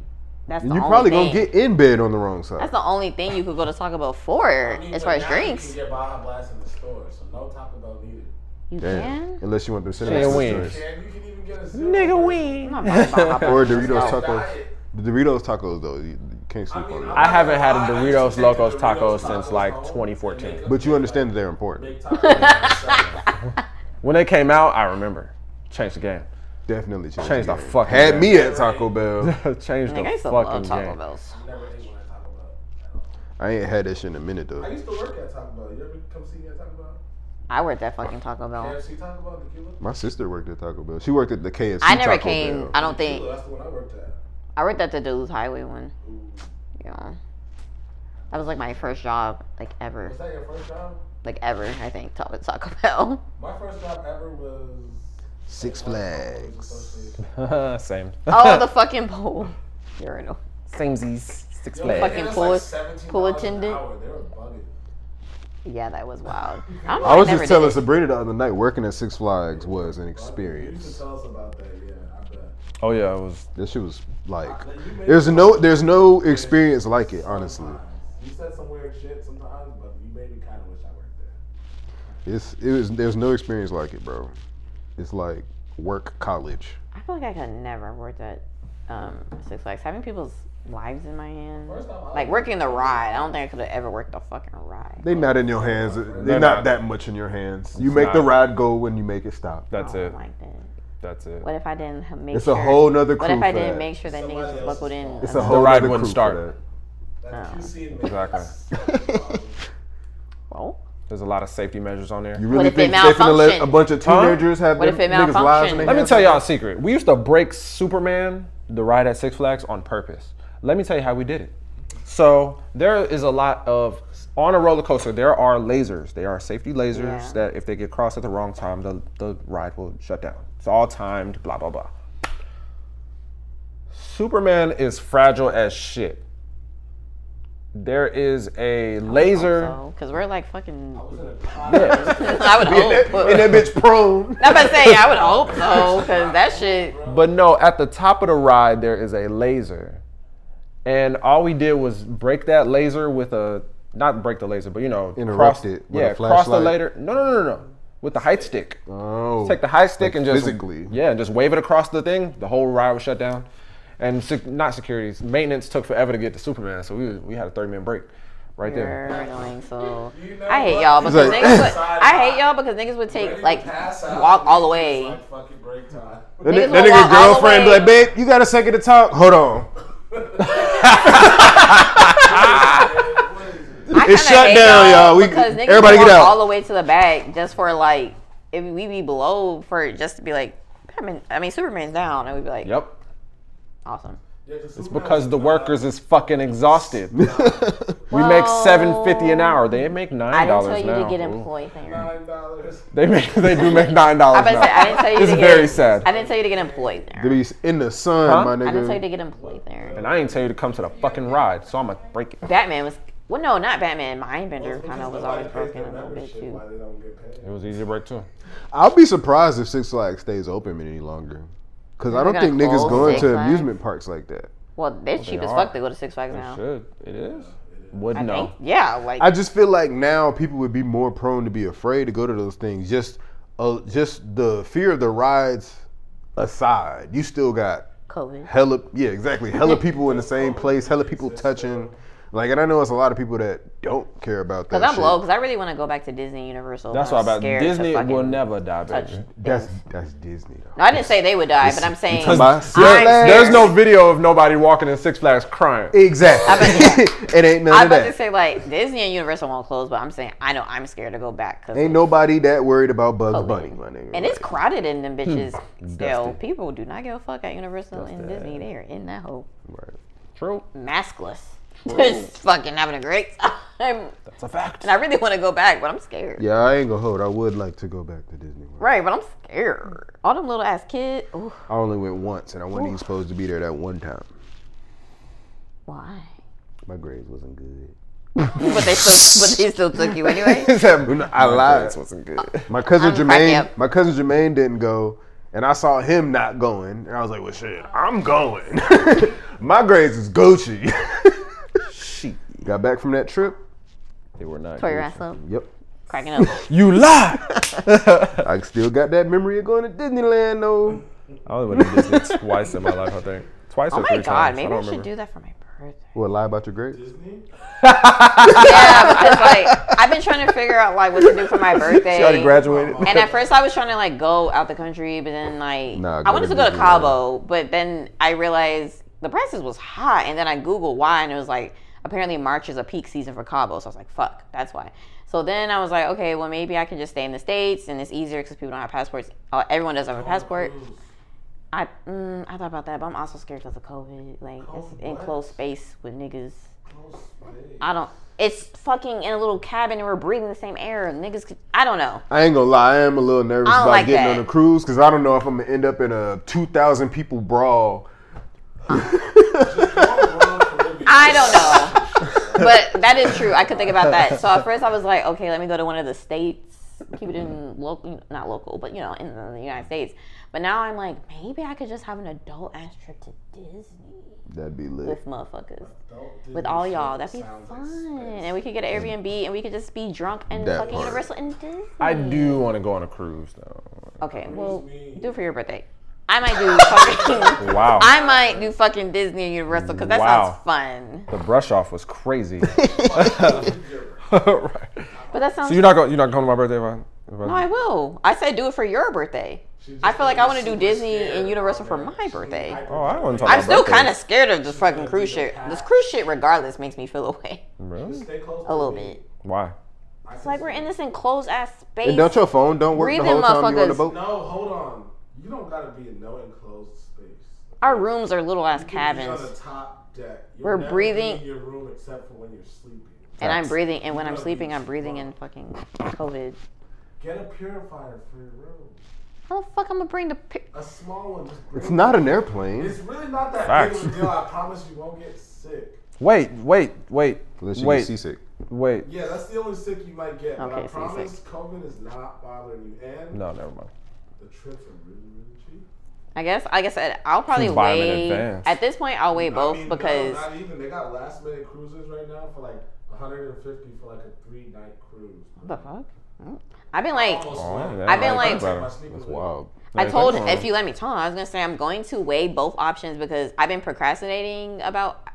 S3: that's the
S1: You
S3: only
S1: probably
S3: thing.
S1: gonna get in bed on the wrong side.
S3: That's the only thing you could go to Taco Bell for,
S17: I mean,
S3: as
S17: but
S3: far as
S17: now You
S3: drinks.
S17: can get Baja Blast in the store, so no Taco Bell needed.
S3: You
S1: Damn.
S3: can.
S1: Unless you want the
S2: Chicken
S1: cinnamon
S2: wings.
S1: wings
S17: And you can even get a
S2: Nigga,
S17: we.
S2: we.
S3: I'm not about Baja
S1: or
S3: Blast.
S1: Doritos
S17: No.
S1: tacos.
S17: Diet.
S1: The Doritos tacos though, you, you can't sleep
S17: I mean,
S1: on
S17: I'm
S1: them.
S2: I haven't had a
S17: not gonna lie, I used
S2: Doritos
S17: to take
S2: Locos
S17: the
S2: Tacos
S17: Doritos
S2: since
S17: Tacos
S2: like
S17: home and
S2: 2014.
S17: make a
S1: But you understand that they're important.
S17: big taco and sell it.
S2: When they came out, I remember. Changed the game. (laughs)
S1: Definitely changed,
S2: Changed the
S1: game.
S2: fucking
S1: Had
S2: game.
S1: me at Taco Bell.
S2: Changed
S3: Nigga, I
S2: the
S3: used to
S2: fucking
S3: love Taco
S2: game.
S3: Bells.
S17: Never ate one at Taco Bell. at all.
S1: I ain't had that shit in a minute
S17: I
S1: though.
S17: used to work at Taco Bell. You ever come see me at Taco Bell?
S3: I worked at fucking Taco Bell.
S17: KFC Taco Bell, tequila?
S1: My sister worked at Taco Bell. She worked at the KFC.
S3: I never
S1: Taco
S3: came.
S1: Bell.
S3: I don't
S17: Tequila,
S3: think
S17: that's the one I worked at.
S3: I worked at the Duluth Highway one. Yeah. That's That was like my first job, like ever,
S17: Was that your first job?
S3: like ever. I think talk at Taco (laughs) Bell.
S17: My first job ever was
S1: Six Flags.
S2: (laughs)
S18: Same.
S3: Oh, the fucking pool urinal.
S18: Samesies. Six
S3: fucking
S17: fucking
S3: pool-
S17: pool,
S3: pool attendant.
S17: They were bugging.
S3: Yeah, that was wild. I, don't know,
S1: I was
S3: never
S1: just telling
S3: did it.
S1: Sabrina the other night working at Six Flags was an
S17: You should
S1: experience.
S17: tell us about that. Yeah, I bet.
S18: Oh yeah, it was.
S1: This shit was like
S17: Like, you made
S1: there's
S17: me
S1: no there's no experience like it, honestly.
S17: sometimes. You said some weird shit sometimes, but you made me kind of wish I worked there.
S1: It's it was there's no experience like it, bro. It's like work college.
S3: I feel like I could never work at um, Six Flags. Having people's lives in my hands,
S17: First off, I
S3: like
S17: was-
S3: working the ride. I don't think I could have ever worked the fucking ride.
S1: They not in your hands. They
S2: They're
S1: not
S2: not.
S1: that much in your hands. You make the
S2: not.
S1: ride go when you make it stop.
S2: That's
S3: I don't
S2: it.
S3: Like that.
S2: That's it.
S3: Oh What if I didn't ha- make?
S1: It's a
S3: sure,
S1: whole nother crew.
S3: What if I
S1: for
S3: didn't
S1: that.
S3: make sure that niggas was buckled in?
S1: It's a
S3: enough?
S1: whole
S2: ride
S1: nother
S2: wouldn't
S1: crew
S2: start.
S1: for
S17: That's
S3: Oh.
S17: QC and
S2: Exactly.
S3: (laughs)
S1: that.
S3: Well,
S2: There's a lot of safety measures on there.
S1: You really
S3: if it
S1: think they finna let a
S3: malfunctioned?
S1: bunch of
S2: Huh?
S1: teenagers have
S3: What
S1: them
S3: if it
S1: niggas' lives in
S3: malfunctioned?
S1: their
S2: Let me
S1: hands?
S2: tell y'all a secret. We used to break Superman, the ride at Six Flags, on purpose. Let me tell you how we did it. So there is a lot of on a roller coaster. There are lasers. There are safety lasers
S3: Yeah.
S2: that if they get crossed at the wrong time, the the ride will shut down. It's all timed. Blah blah blah. Superman is fragile as shit. There is a laser.
S3: because we're like fucking. (laughs)
S2: Yeah.
S3: I
S1: (laughs)
S3: would hope.
S1: And that bitch prone.
S3: I'm about to say I would hope so, because that shit.
S2: But no, at the top of the ride there is a laser, and all we did was break that laser with a not break the laser, but you know, cross
S1: Interrupt it with
S2: yeah,
S1: a
S2: cross the
S1: flashlight.
S2: later. No, no, no, no, no, with the height stick.
S1: Oh.
S2: Take the high stick and just
S1: physically.
S2: yeah, and just wave it across the thing. The whole ride was shut down, and sec- not securities maintenance took forever to get to Superman, so we we had a thirty minute break right there.
S3: You're annoying, so
S17: You know
S3: I hate
S17: what?
S3: y'all because
S1: like-
S3: niggas
S17: (laughs)
S3: would, I hate y'all because niggas would take like walk all the way.
S17: Like fucking break
S3: (laughs)
S17: time.
S1: That, ni-
S3: Niggas will
S1: that nigga
S3: walk all the
S1: girlfriend be
S3: way.
S1: like, babe, you got a second to talk? Hold on.
S3: Ah.
S17: (laughs)
S3: I kinda
S1: shut
S3: hate
S1: down, y'all. We-
S3: because niggas
S1: everybody
S3: would
S1: get
S3: walk
S1: out.
S3: all the way to the back just for like if we be below for just to be like Superman. I mean Superman's down, and we'd be like,
S2: Yep,
S3: awesome.
S17: It's
S2: because the workers is fucking
S1: (laughs)
S2: exhausted. we make seven fifty an hour. They make
S3: I
S2: nine
S3: didn't
S2: dollars now.
S3: tell you to get
S2: Ooh.
S3: employed there.
S17: Nine dollars.
S2: They make they do make nine
S3: I
S2: dollars.
S3: about to say I didn't tell you.
S2: It's
S3: to
S2: very
S3: get,
S2: sad.
S3: I didn't tell you to get employed there.
S1: They be in the sun,
S2: Huh?
S1: my
S3: I didn't tell you
S1: nigga.
S3: to get employed there.
S2: And I ain't tell you to come to the fucking ride, so I'ma break it.
S3: Batman was well, no, not Batman. Mindbender kind of was always broken a little bit too.
S17: Why they don't get paid?
S2: It was easy to break too.
S1: I'll be surprised if Six Flags stays open any longer. Because I
S3: They're
S1: don't think
S3: gonna
S1: niggas
S3: close
S1: going
S3: Six
S1: to
S3: Flags?
S1: amusement parks like that.
S3: Well, they're cheap as
S2: are. Oh,
S3: fuck. They go to Six Flags
S2: It
S3: now.
S2: should. It is. Would
S3: I
S2: know.
S3: think. Yeah, like
S1: I just feel like now people would be more prone to be afraid to go to those things. Just, uh, just the fear of the rides aside, you still got
S3: COVID.
S1: hella yeah exactly
S3: (laughs)
S1: hella people in the same place hella people touching like and i know it's a lot of people that don't care about that
S3: Cause I'm
S1: shit.
S3: low. Cause I really want to go back to Disney Universal.
S2: That's
S3: but
S2: why
S3: I'm
S2: about
S3: scared to
S2: Disney
S3: fucking
S2: will never die, baby.
S3: touch
S1: that's that's disney though
S3: No, I didn't say they would die, but I'm saying
S1: Because
S2: (laughs)
S1: my-
S3: scared.
S2: There's no video of nobody walking in Six Flags crying.
S1: exactly (laughs) it ain't none
S3: I was
S1: of
S3: about to
S1: that
S3: say like Disney and Universal won't close, but I'm saying I know I'm scared to go back. Cause
S1: ain't nobody that worried about bugs
S3: COVID.
S1: bunny my nigga
S3: Oh,
S1: Hmm.
S3: and it's crowded in them bitches. Still,
S2: Dusty.
S3: people do not give a fuck at Universal and Disney. They are in that hole
S1: Right.
S2: True.
S3: maskless, (laughs) just fucking having a great time.
S2: That's a fact.
S3: And I really want to go back, but I'm scared.
S1: yeah i ain't gonna hold i would like to go back to disney world
S3: Right, but I'm scared. All them little ass kids. Ooh,
S1: i only went once and i wasn't even supposed to be there that one time
S3: why?
S1: my grades wasn't
S3: (laughs)
S1: good
S3: But they still, but they still took you anyway.
S1: (laughs) i lied
S18: This wasn't good.
S1: My cousin
S3: I'm cracking
S1: Jermaine,
S3: up.
S1: my cousin Jermaine didn't go, and I saw him not going, and I was like, "Well, shit, I'm going. (laughs) my grades is Gucci." (laughs)
S2: She.
S1: Got back from that trip.
S2: They were not.
S3: Tore your
S2: good.
S3: ass up,
S1: Yep,
S3: cracking up.
S2: You lie.
S1: I still got that memory of going to Disneyland though.
S2: I only went to Disney (laughs) twice in my life. I think twice
S3: Oh
S2: or three
S3: my god,
S2: times.
S3: maybe I,
S2: I, don't
S3: should
S2: remember.
S3: do that for my birthday.
S1: (laughs) What lie about your grades?
S3: Yeah, because like I've been trying to figure out like what to do for my birthday.
S1: She already graduated.
S3: And at first I was trying to like go out the country, but then like
S1: Nah,
S3: I
S1: go
S3: wanted
S1: to
S3: to go to
S1: Disneyland.
S3: Cabo, but then I realized the prices was high, and then I googled why, and it was like apparently March is a peak season for Cabo, so I was like, fuck, that's why. So then I was like, okay, well maybe I can just stay in the states, and it's easier because people don't have passports. Uh, everyone doesn't have a passport. I mm, I thought about that, but I'm also scared because of COVID. Like it's in close space with niggas. I don't. it's fucking in a little cabin and we're breathing the same air. Niggas, could, I don't know.
S1: I ain't gonna lie, I am a little nervous
S3: I don't
S1: about
S3: like
S1: getting
S3: that.
S1: on a cruise because I don't know if I'm gonna end up in a 2,000 people brawl.
S3: I don't know. but that is true. I could think about that. So at first I was like, okay, let me go to one of the states. Keep it in local, not local, but you know, in the United States. But now I'm like, maybe I could just have an adult ass trip to Disney
S1: (laughs) That'd be lit.
S3: with motherfuckers, with all y'all. That'd be fun, and we could get an Airbnb and we could just be drunk and
S1: That
S3: fucking
S1: part.
S3: Universal and Disney.
S2: I do want to go on a cruise though.
S3: Okay, well, do it for your birthday. I might do
S2: (laughs)
S3: fucking.
S2: Wow.
S3: I might do fucking Disney and Universal because that
S2: Wow.
S3: sounds fun.
S2: The brush off was crazy. (laughs)
S3: (laughs)
S2: right.
S3: But that sounds.
S2: So you're not going. You're not going to my birthday, if I, if I-
S3: no, I will. I said do it for your birthday. I feel like I want to do Disney and Universal for my birthday.
S2: Oh, I wasn't talking
S3: I'm
S2: about
S3: still
S2: birthdays.
S3: kind of scared of this fucking cruise shit. This cruise shit, regardless, makes me feel (laughs) away
S2: Really?
S3: a little bit.
S2: Why?
S3: It's like we're in this enclosed ass space.
S1: And don't your phone don't work the
S3: Breathing
S1: whole time you're on the
S3: motherfuckers.
S1: boat?
S17: No, hold on. You don't gotta be in no enclosed space.
S3: Our rooms are little ass
S17: You can be on
S3: cabins,
S17: the top deck. You'll
S3: We're
S17: never be
S3: breathing-
S17: in your room except for when you're sleeping.
S3: and I'm breathing. And when I'm
S17: Gotta be
S3: sleeping, I'm breathing
S17: smart.
S3: in fucking COVID.
S17: Get a purifier for your room.
S3: How the fuck I'm gonna bring the pic?
S17: A small one. Just bring
S1: It's
S17: it.
S1: not an airplane.
S17: It's really not that
S2: Facts.
S17: big of a deal. I promise you won't get sick.
S2: Wait, wait, wait,
S1: Unless you get
S2: wait,
S1: seasick.
S2: wait.
S17: Yeah, that's the only sick you might get. but
S3: Okay,
S17: I
S3: so you're
S17: promise COVID is not bothering you. And
S2: No, never mind.
S17: the trips are really, really cheap.
S3: I guess, like I said, I'll probably
S2: Just buy 'em in
S3: wait.
S2: advance.
S3: At this point, I'll wait both
S17: I mean, no,
S3: because
S17: not even. They got last minute cruises right now for like 150 for like a three night cruise.
S3: what the fuck? Mm. I've been like,
S17: Almost
S2: man,
S3: I've been
S2: Oh, I
S3: like-
S2: think about it.
S17: sneakers
S1: That's
S17: with me.
S1: wild.
S3: I
S2: Like,
S3: told
S2: that's
S3: if you let me talk, I was gonna say I'm going to weigh both options because I've been procrastinating about.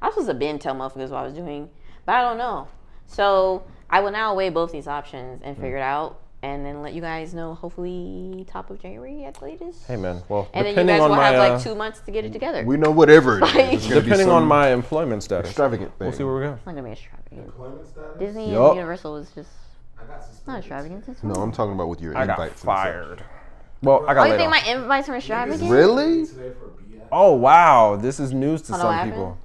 S3: I was supposed to been tell motherfuckers what I was doing, but I don't know. So I will now weigh both these options
S2: Mm.
S3: and figure it out, and then let you guys know. Hopefully, top of January at the latest.
S2: Hey man, well,
S3: and then you
S2: depending
S3: guys
S2: on
S3: will
S2: my
S3: have
S2: uh,
S3: like two months to get it together.
S1: We know whatever it is. It's gonna be
S2: depending
S1: some
S2: on my employment status,
S1: extravagant thing.
S2: we'll see where we go.
S3: it's not gonna be extravagant.
S17: Employment status?
S3: Disney
S2: Yup.
S3: and Universal is just
S17: I got
S3: not
S17: suspended.
S3: extravagant. It's
S1: no,
S3: fine.
S1: I'm talking about with your
S2: I
S1: invite.
S2: got fired. Well, I
S3: Oh,
S2: got
S3: you
S2: laid
S3: think
S2: off.
S3: my invites were extravagant?
S1: Really?
S17: Today for BS.
S2: Oh wow, this is news to
S3: Hold on, what
S2: some
S3: happened?
S2: people.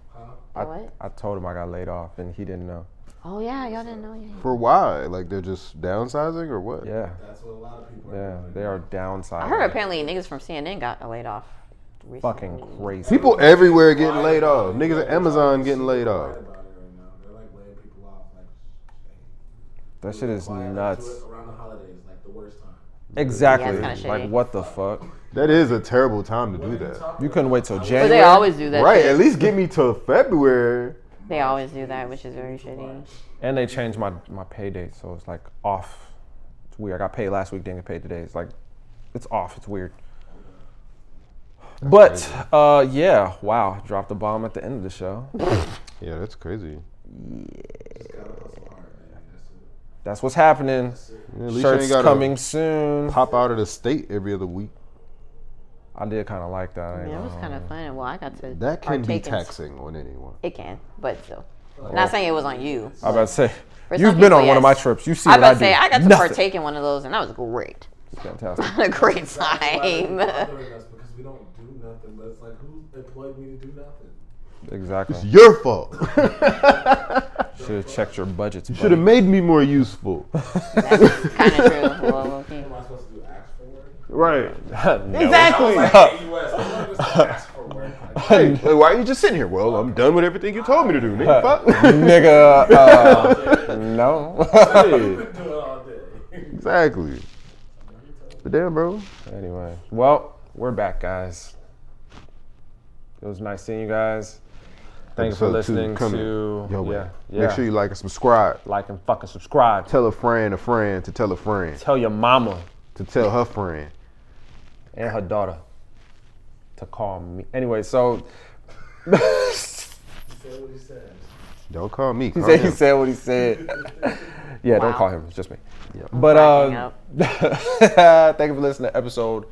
S3: Oh, what?
S2: I told him I got laid off, and he didn't know.
S3: Oh yeah, y'all didn't know. Yeah.
S1: For why? Like they're just downsizing or what?
S2: Yeah,
S17: That's what a lot of people
S2: yeah,
S17: are doing.
S2: they are downsizing.
S3: I heard apparently niggas from CNN got laid off. Recently.
S2: fucking crazy.
S1: People everywhere getting
S17: Right.
S1: laid off. Niggas at
S17: Right.
S1: Amazon getting
S17: Super
S1: laid
S17: right
S1: off.
S17: about it right now. They're like laying people off. Like,
S2: that shit is
S17: quiet, like, do
S2: nuts.
S17: it Around the holidays, like the worst time.
S2: Exactly.
S3: Yeah, it's kinda
S2: like
S3: shitty.
S2: what the fuck?
S1: That is a terrible time to do
S17: What are you
S1: that.
S17: talking
S2: You couldn't wait till
S3: But
S2: January.
S3: they always do that.
S1: Right,
S3: shit.
S1: at least get me to February.
S3: They always do that, which is very shitty.
S2: And they changed my my pay date, so it's like off. It's weird. I got paid last week, didn't get paid today. It's like it's off. It's weird. But uh, yeah, wow, dropped the bomb at the end of the show.
S1: Yeah, that's crazy.
S17: Just gotta hustle hard, man. That's it.
S2: That's what's happening.
S1: Yeah, at least you
S2: Shirts
S1: ain't gotta
S2: coming soon.
S1: Pop out of the state every other week.
S2: I did kind of like that. I ain't
S3: Yeah, it was
S2: gonna
S3: kind of fun. Well, I got to.
S1: That can be
S3: partake in-
S1: taxing on anyone.
S3: It can, but still. Not saying it was on you.
S2: lie. I about to say,
S3: For
S2: you've
S3: some
S2: been
S3: people,
S2: on one of my
S3: yes.
S2: trips. You see
S3: I
S2: what I
S3: about
S2: do.
S3: to say I got to
S2: Nothing.
S3: partake in one of those, and that was great. (laughs)
S2: Fantastic.
S3: What a great
S17: Why are they
S3: time.
S17: bothering us? Because we don't do nothing. But it's like, who employed me to do nothing?
S2: Exactly.
S1: Your
S3: (laughs)
S1: fault.
S2: Should have checked your budgets.
S1: Should
S2: (laughs)
S1: have made me more useful.
S3: That's (laughs) kind
S1: (laughs)
S3: of true. Well, low key.
S17: Am I supposed to do ask for work?
S1: right.
S17: I was
S2: Exactly.
S17: like, hey, US, I'm not supposed to ask for work. Like,
S1: Hey, like, why are you just sitting here? Well, I'm done with everything you told me to do, nigga. Fuck.
S2: Nigga,
S1: (laughs)
S2: uh, no.
S1: Hey,
S17: I've been doing it all day.
S1: (laughs)
S17: (laughs)
S1: exactly. But damn, bro.
S2: Anyway, well, we're back, guys. It was nice seeing you guys. Thanks for
S1: Episode two
S2: listening
S1: coming
S2: to yeah,
S1: Yo, yeah,
S2: yeah.
S1: Make sure you like and subscribe.
S2: like and fucking subscribe.
S1: Tell a friend, a friend, to tell a friend,
S2: Tell your mama
S1: to tell her friend.
S2: and her daughter to call me. Anyway, so (laughs)
S17: Say what he said.
S1: Don't call me.
S2: he
S1: Call
S2: said, he
S1: him.
S2: said what he said. yeah, don't
S3: Wow.
S2: call him. It's just me. But
S3: Cracking
S2: uh, (laughs) thank you for listening to episode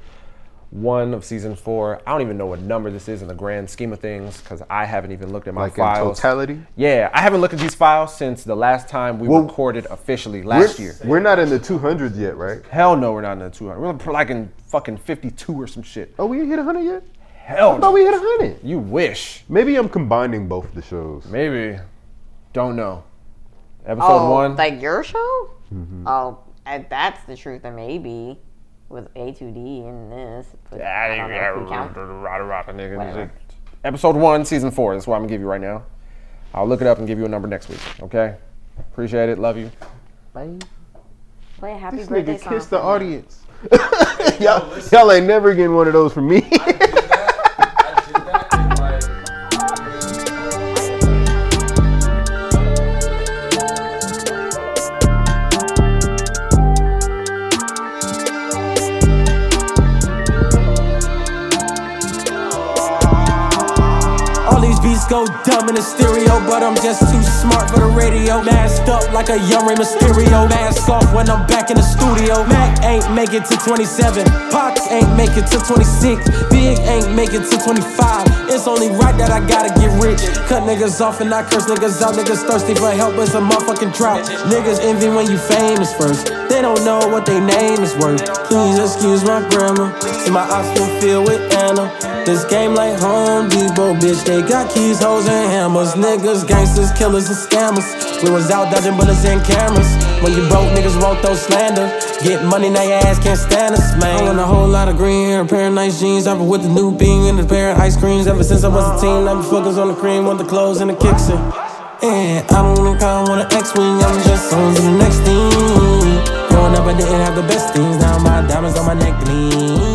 S2: one of season four. I don't even know what number this is in the grand scheme of things because I haven't even looked at my
S1: like in
S2: files.
S1: totality.
S2: Yeah, I haven't looked at these files since the last time we
S1: Well,
S2: recorded officially last
S1: we're,
S2: year.
S1: We're not in the 200s yet, right?
S2: Hell no, we're not in the 200. We're like in fucking 52 or some shit.
S1: Oh, we hit 100 yet?
S2: Hell
S1: I thought
S2: no.
S1: we hit 100.
S2: You wish.
S1: Maybe I'm combining both the shows.
S2: Maybe. Don't know.
S18: Episode
S3: oh,
S18: one.
S3: like your show? Oh, and that's the truth. Or maybe with A2D and this. but I don't know if we count. Whatever.
S18: Episode one, season four. That's what I'm gonna give you right now. I'll look it up and give you a number next week. Okay. Appreciate it. Love you.
S3: Play a happy birthday song.
S1: Kiss the audience. (laughs) y'all, y'all ain't never getting one of those from me.
S17: I did that in like.
S4: All these beats go dumb in the stereo, but I'm just too smart for the radio. Masked up like a young Ray Mysterio. Mask off when I'm back in the studio. Mac ain't make it to 27. Pac ain't make it to 26. Big ain't make it to 25. It's only right that I gotta get rich. Cut niggas off and I curse niggas out. Niggas thirsty for help, it's a motherfucking drought. Niggas envy when you famous first. They don't know what they name is worth. Please excuse my grammar. See my ops been filled with Anna. This game like Home Depot, bitch. They got keys, hoes, and hammers. Niggas, gangsters, killers, and scammers. We was out dodging bullets and cameras. When you broke, niggas won't throw slander. Get money, now your ass can't stand us, man. I want a whole lot of green hair, a pair of nice jeans. I've been with a new bean and a pair of ice creams. Ever since I was a teen, I've been focused on the cream, want the clothes and the kicks. And yeah, I don't wanna call, want an X-Wing. I'm just on to the next thing. Growing up, I didn't have the best things. Now my diamonds on my neck gleam.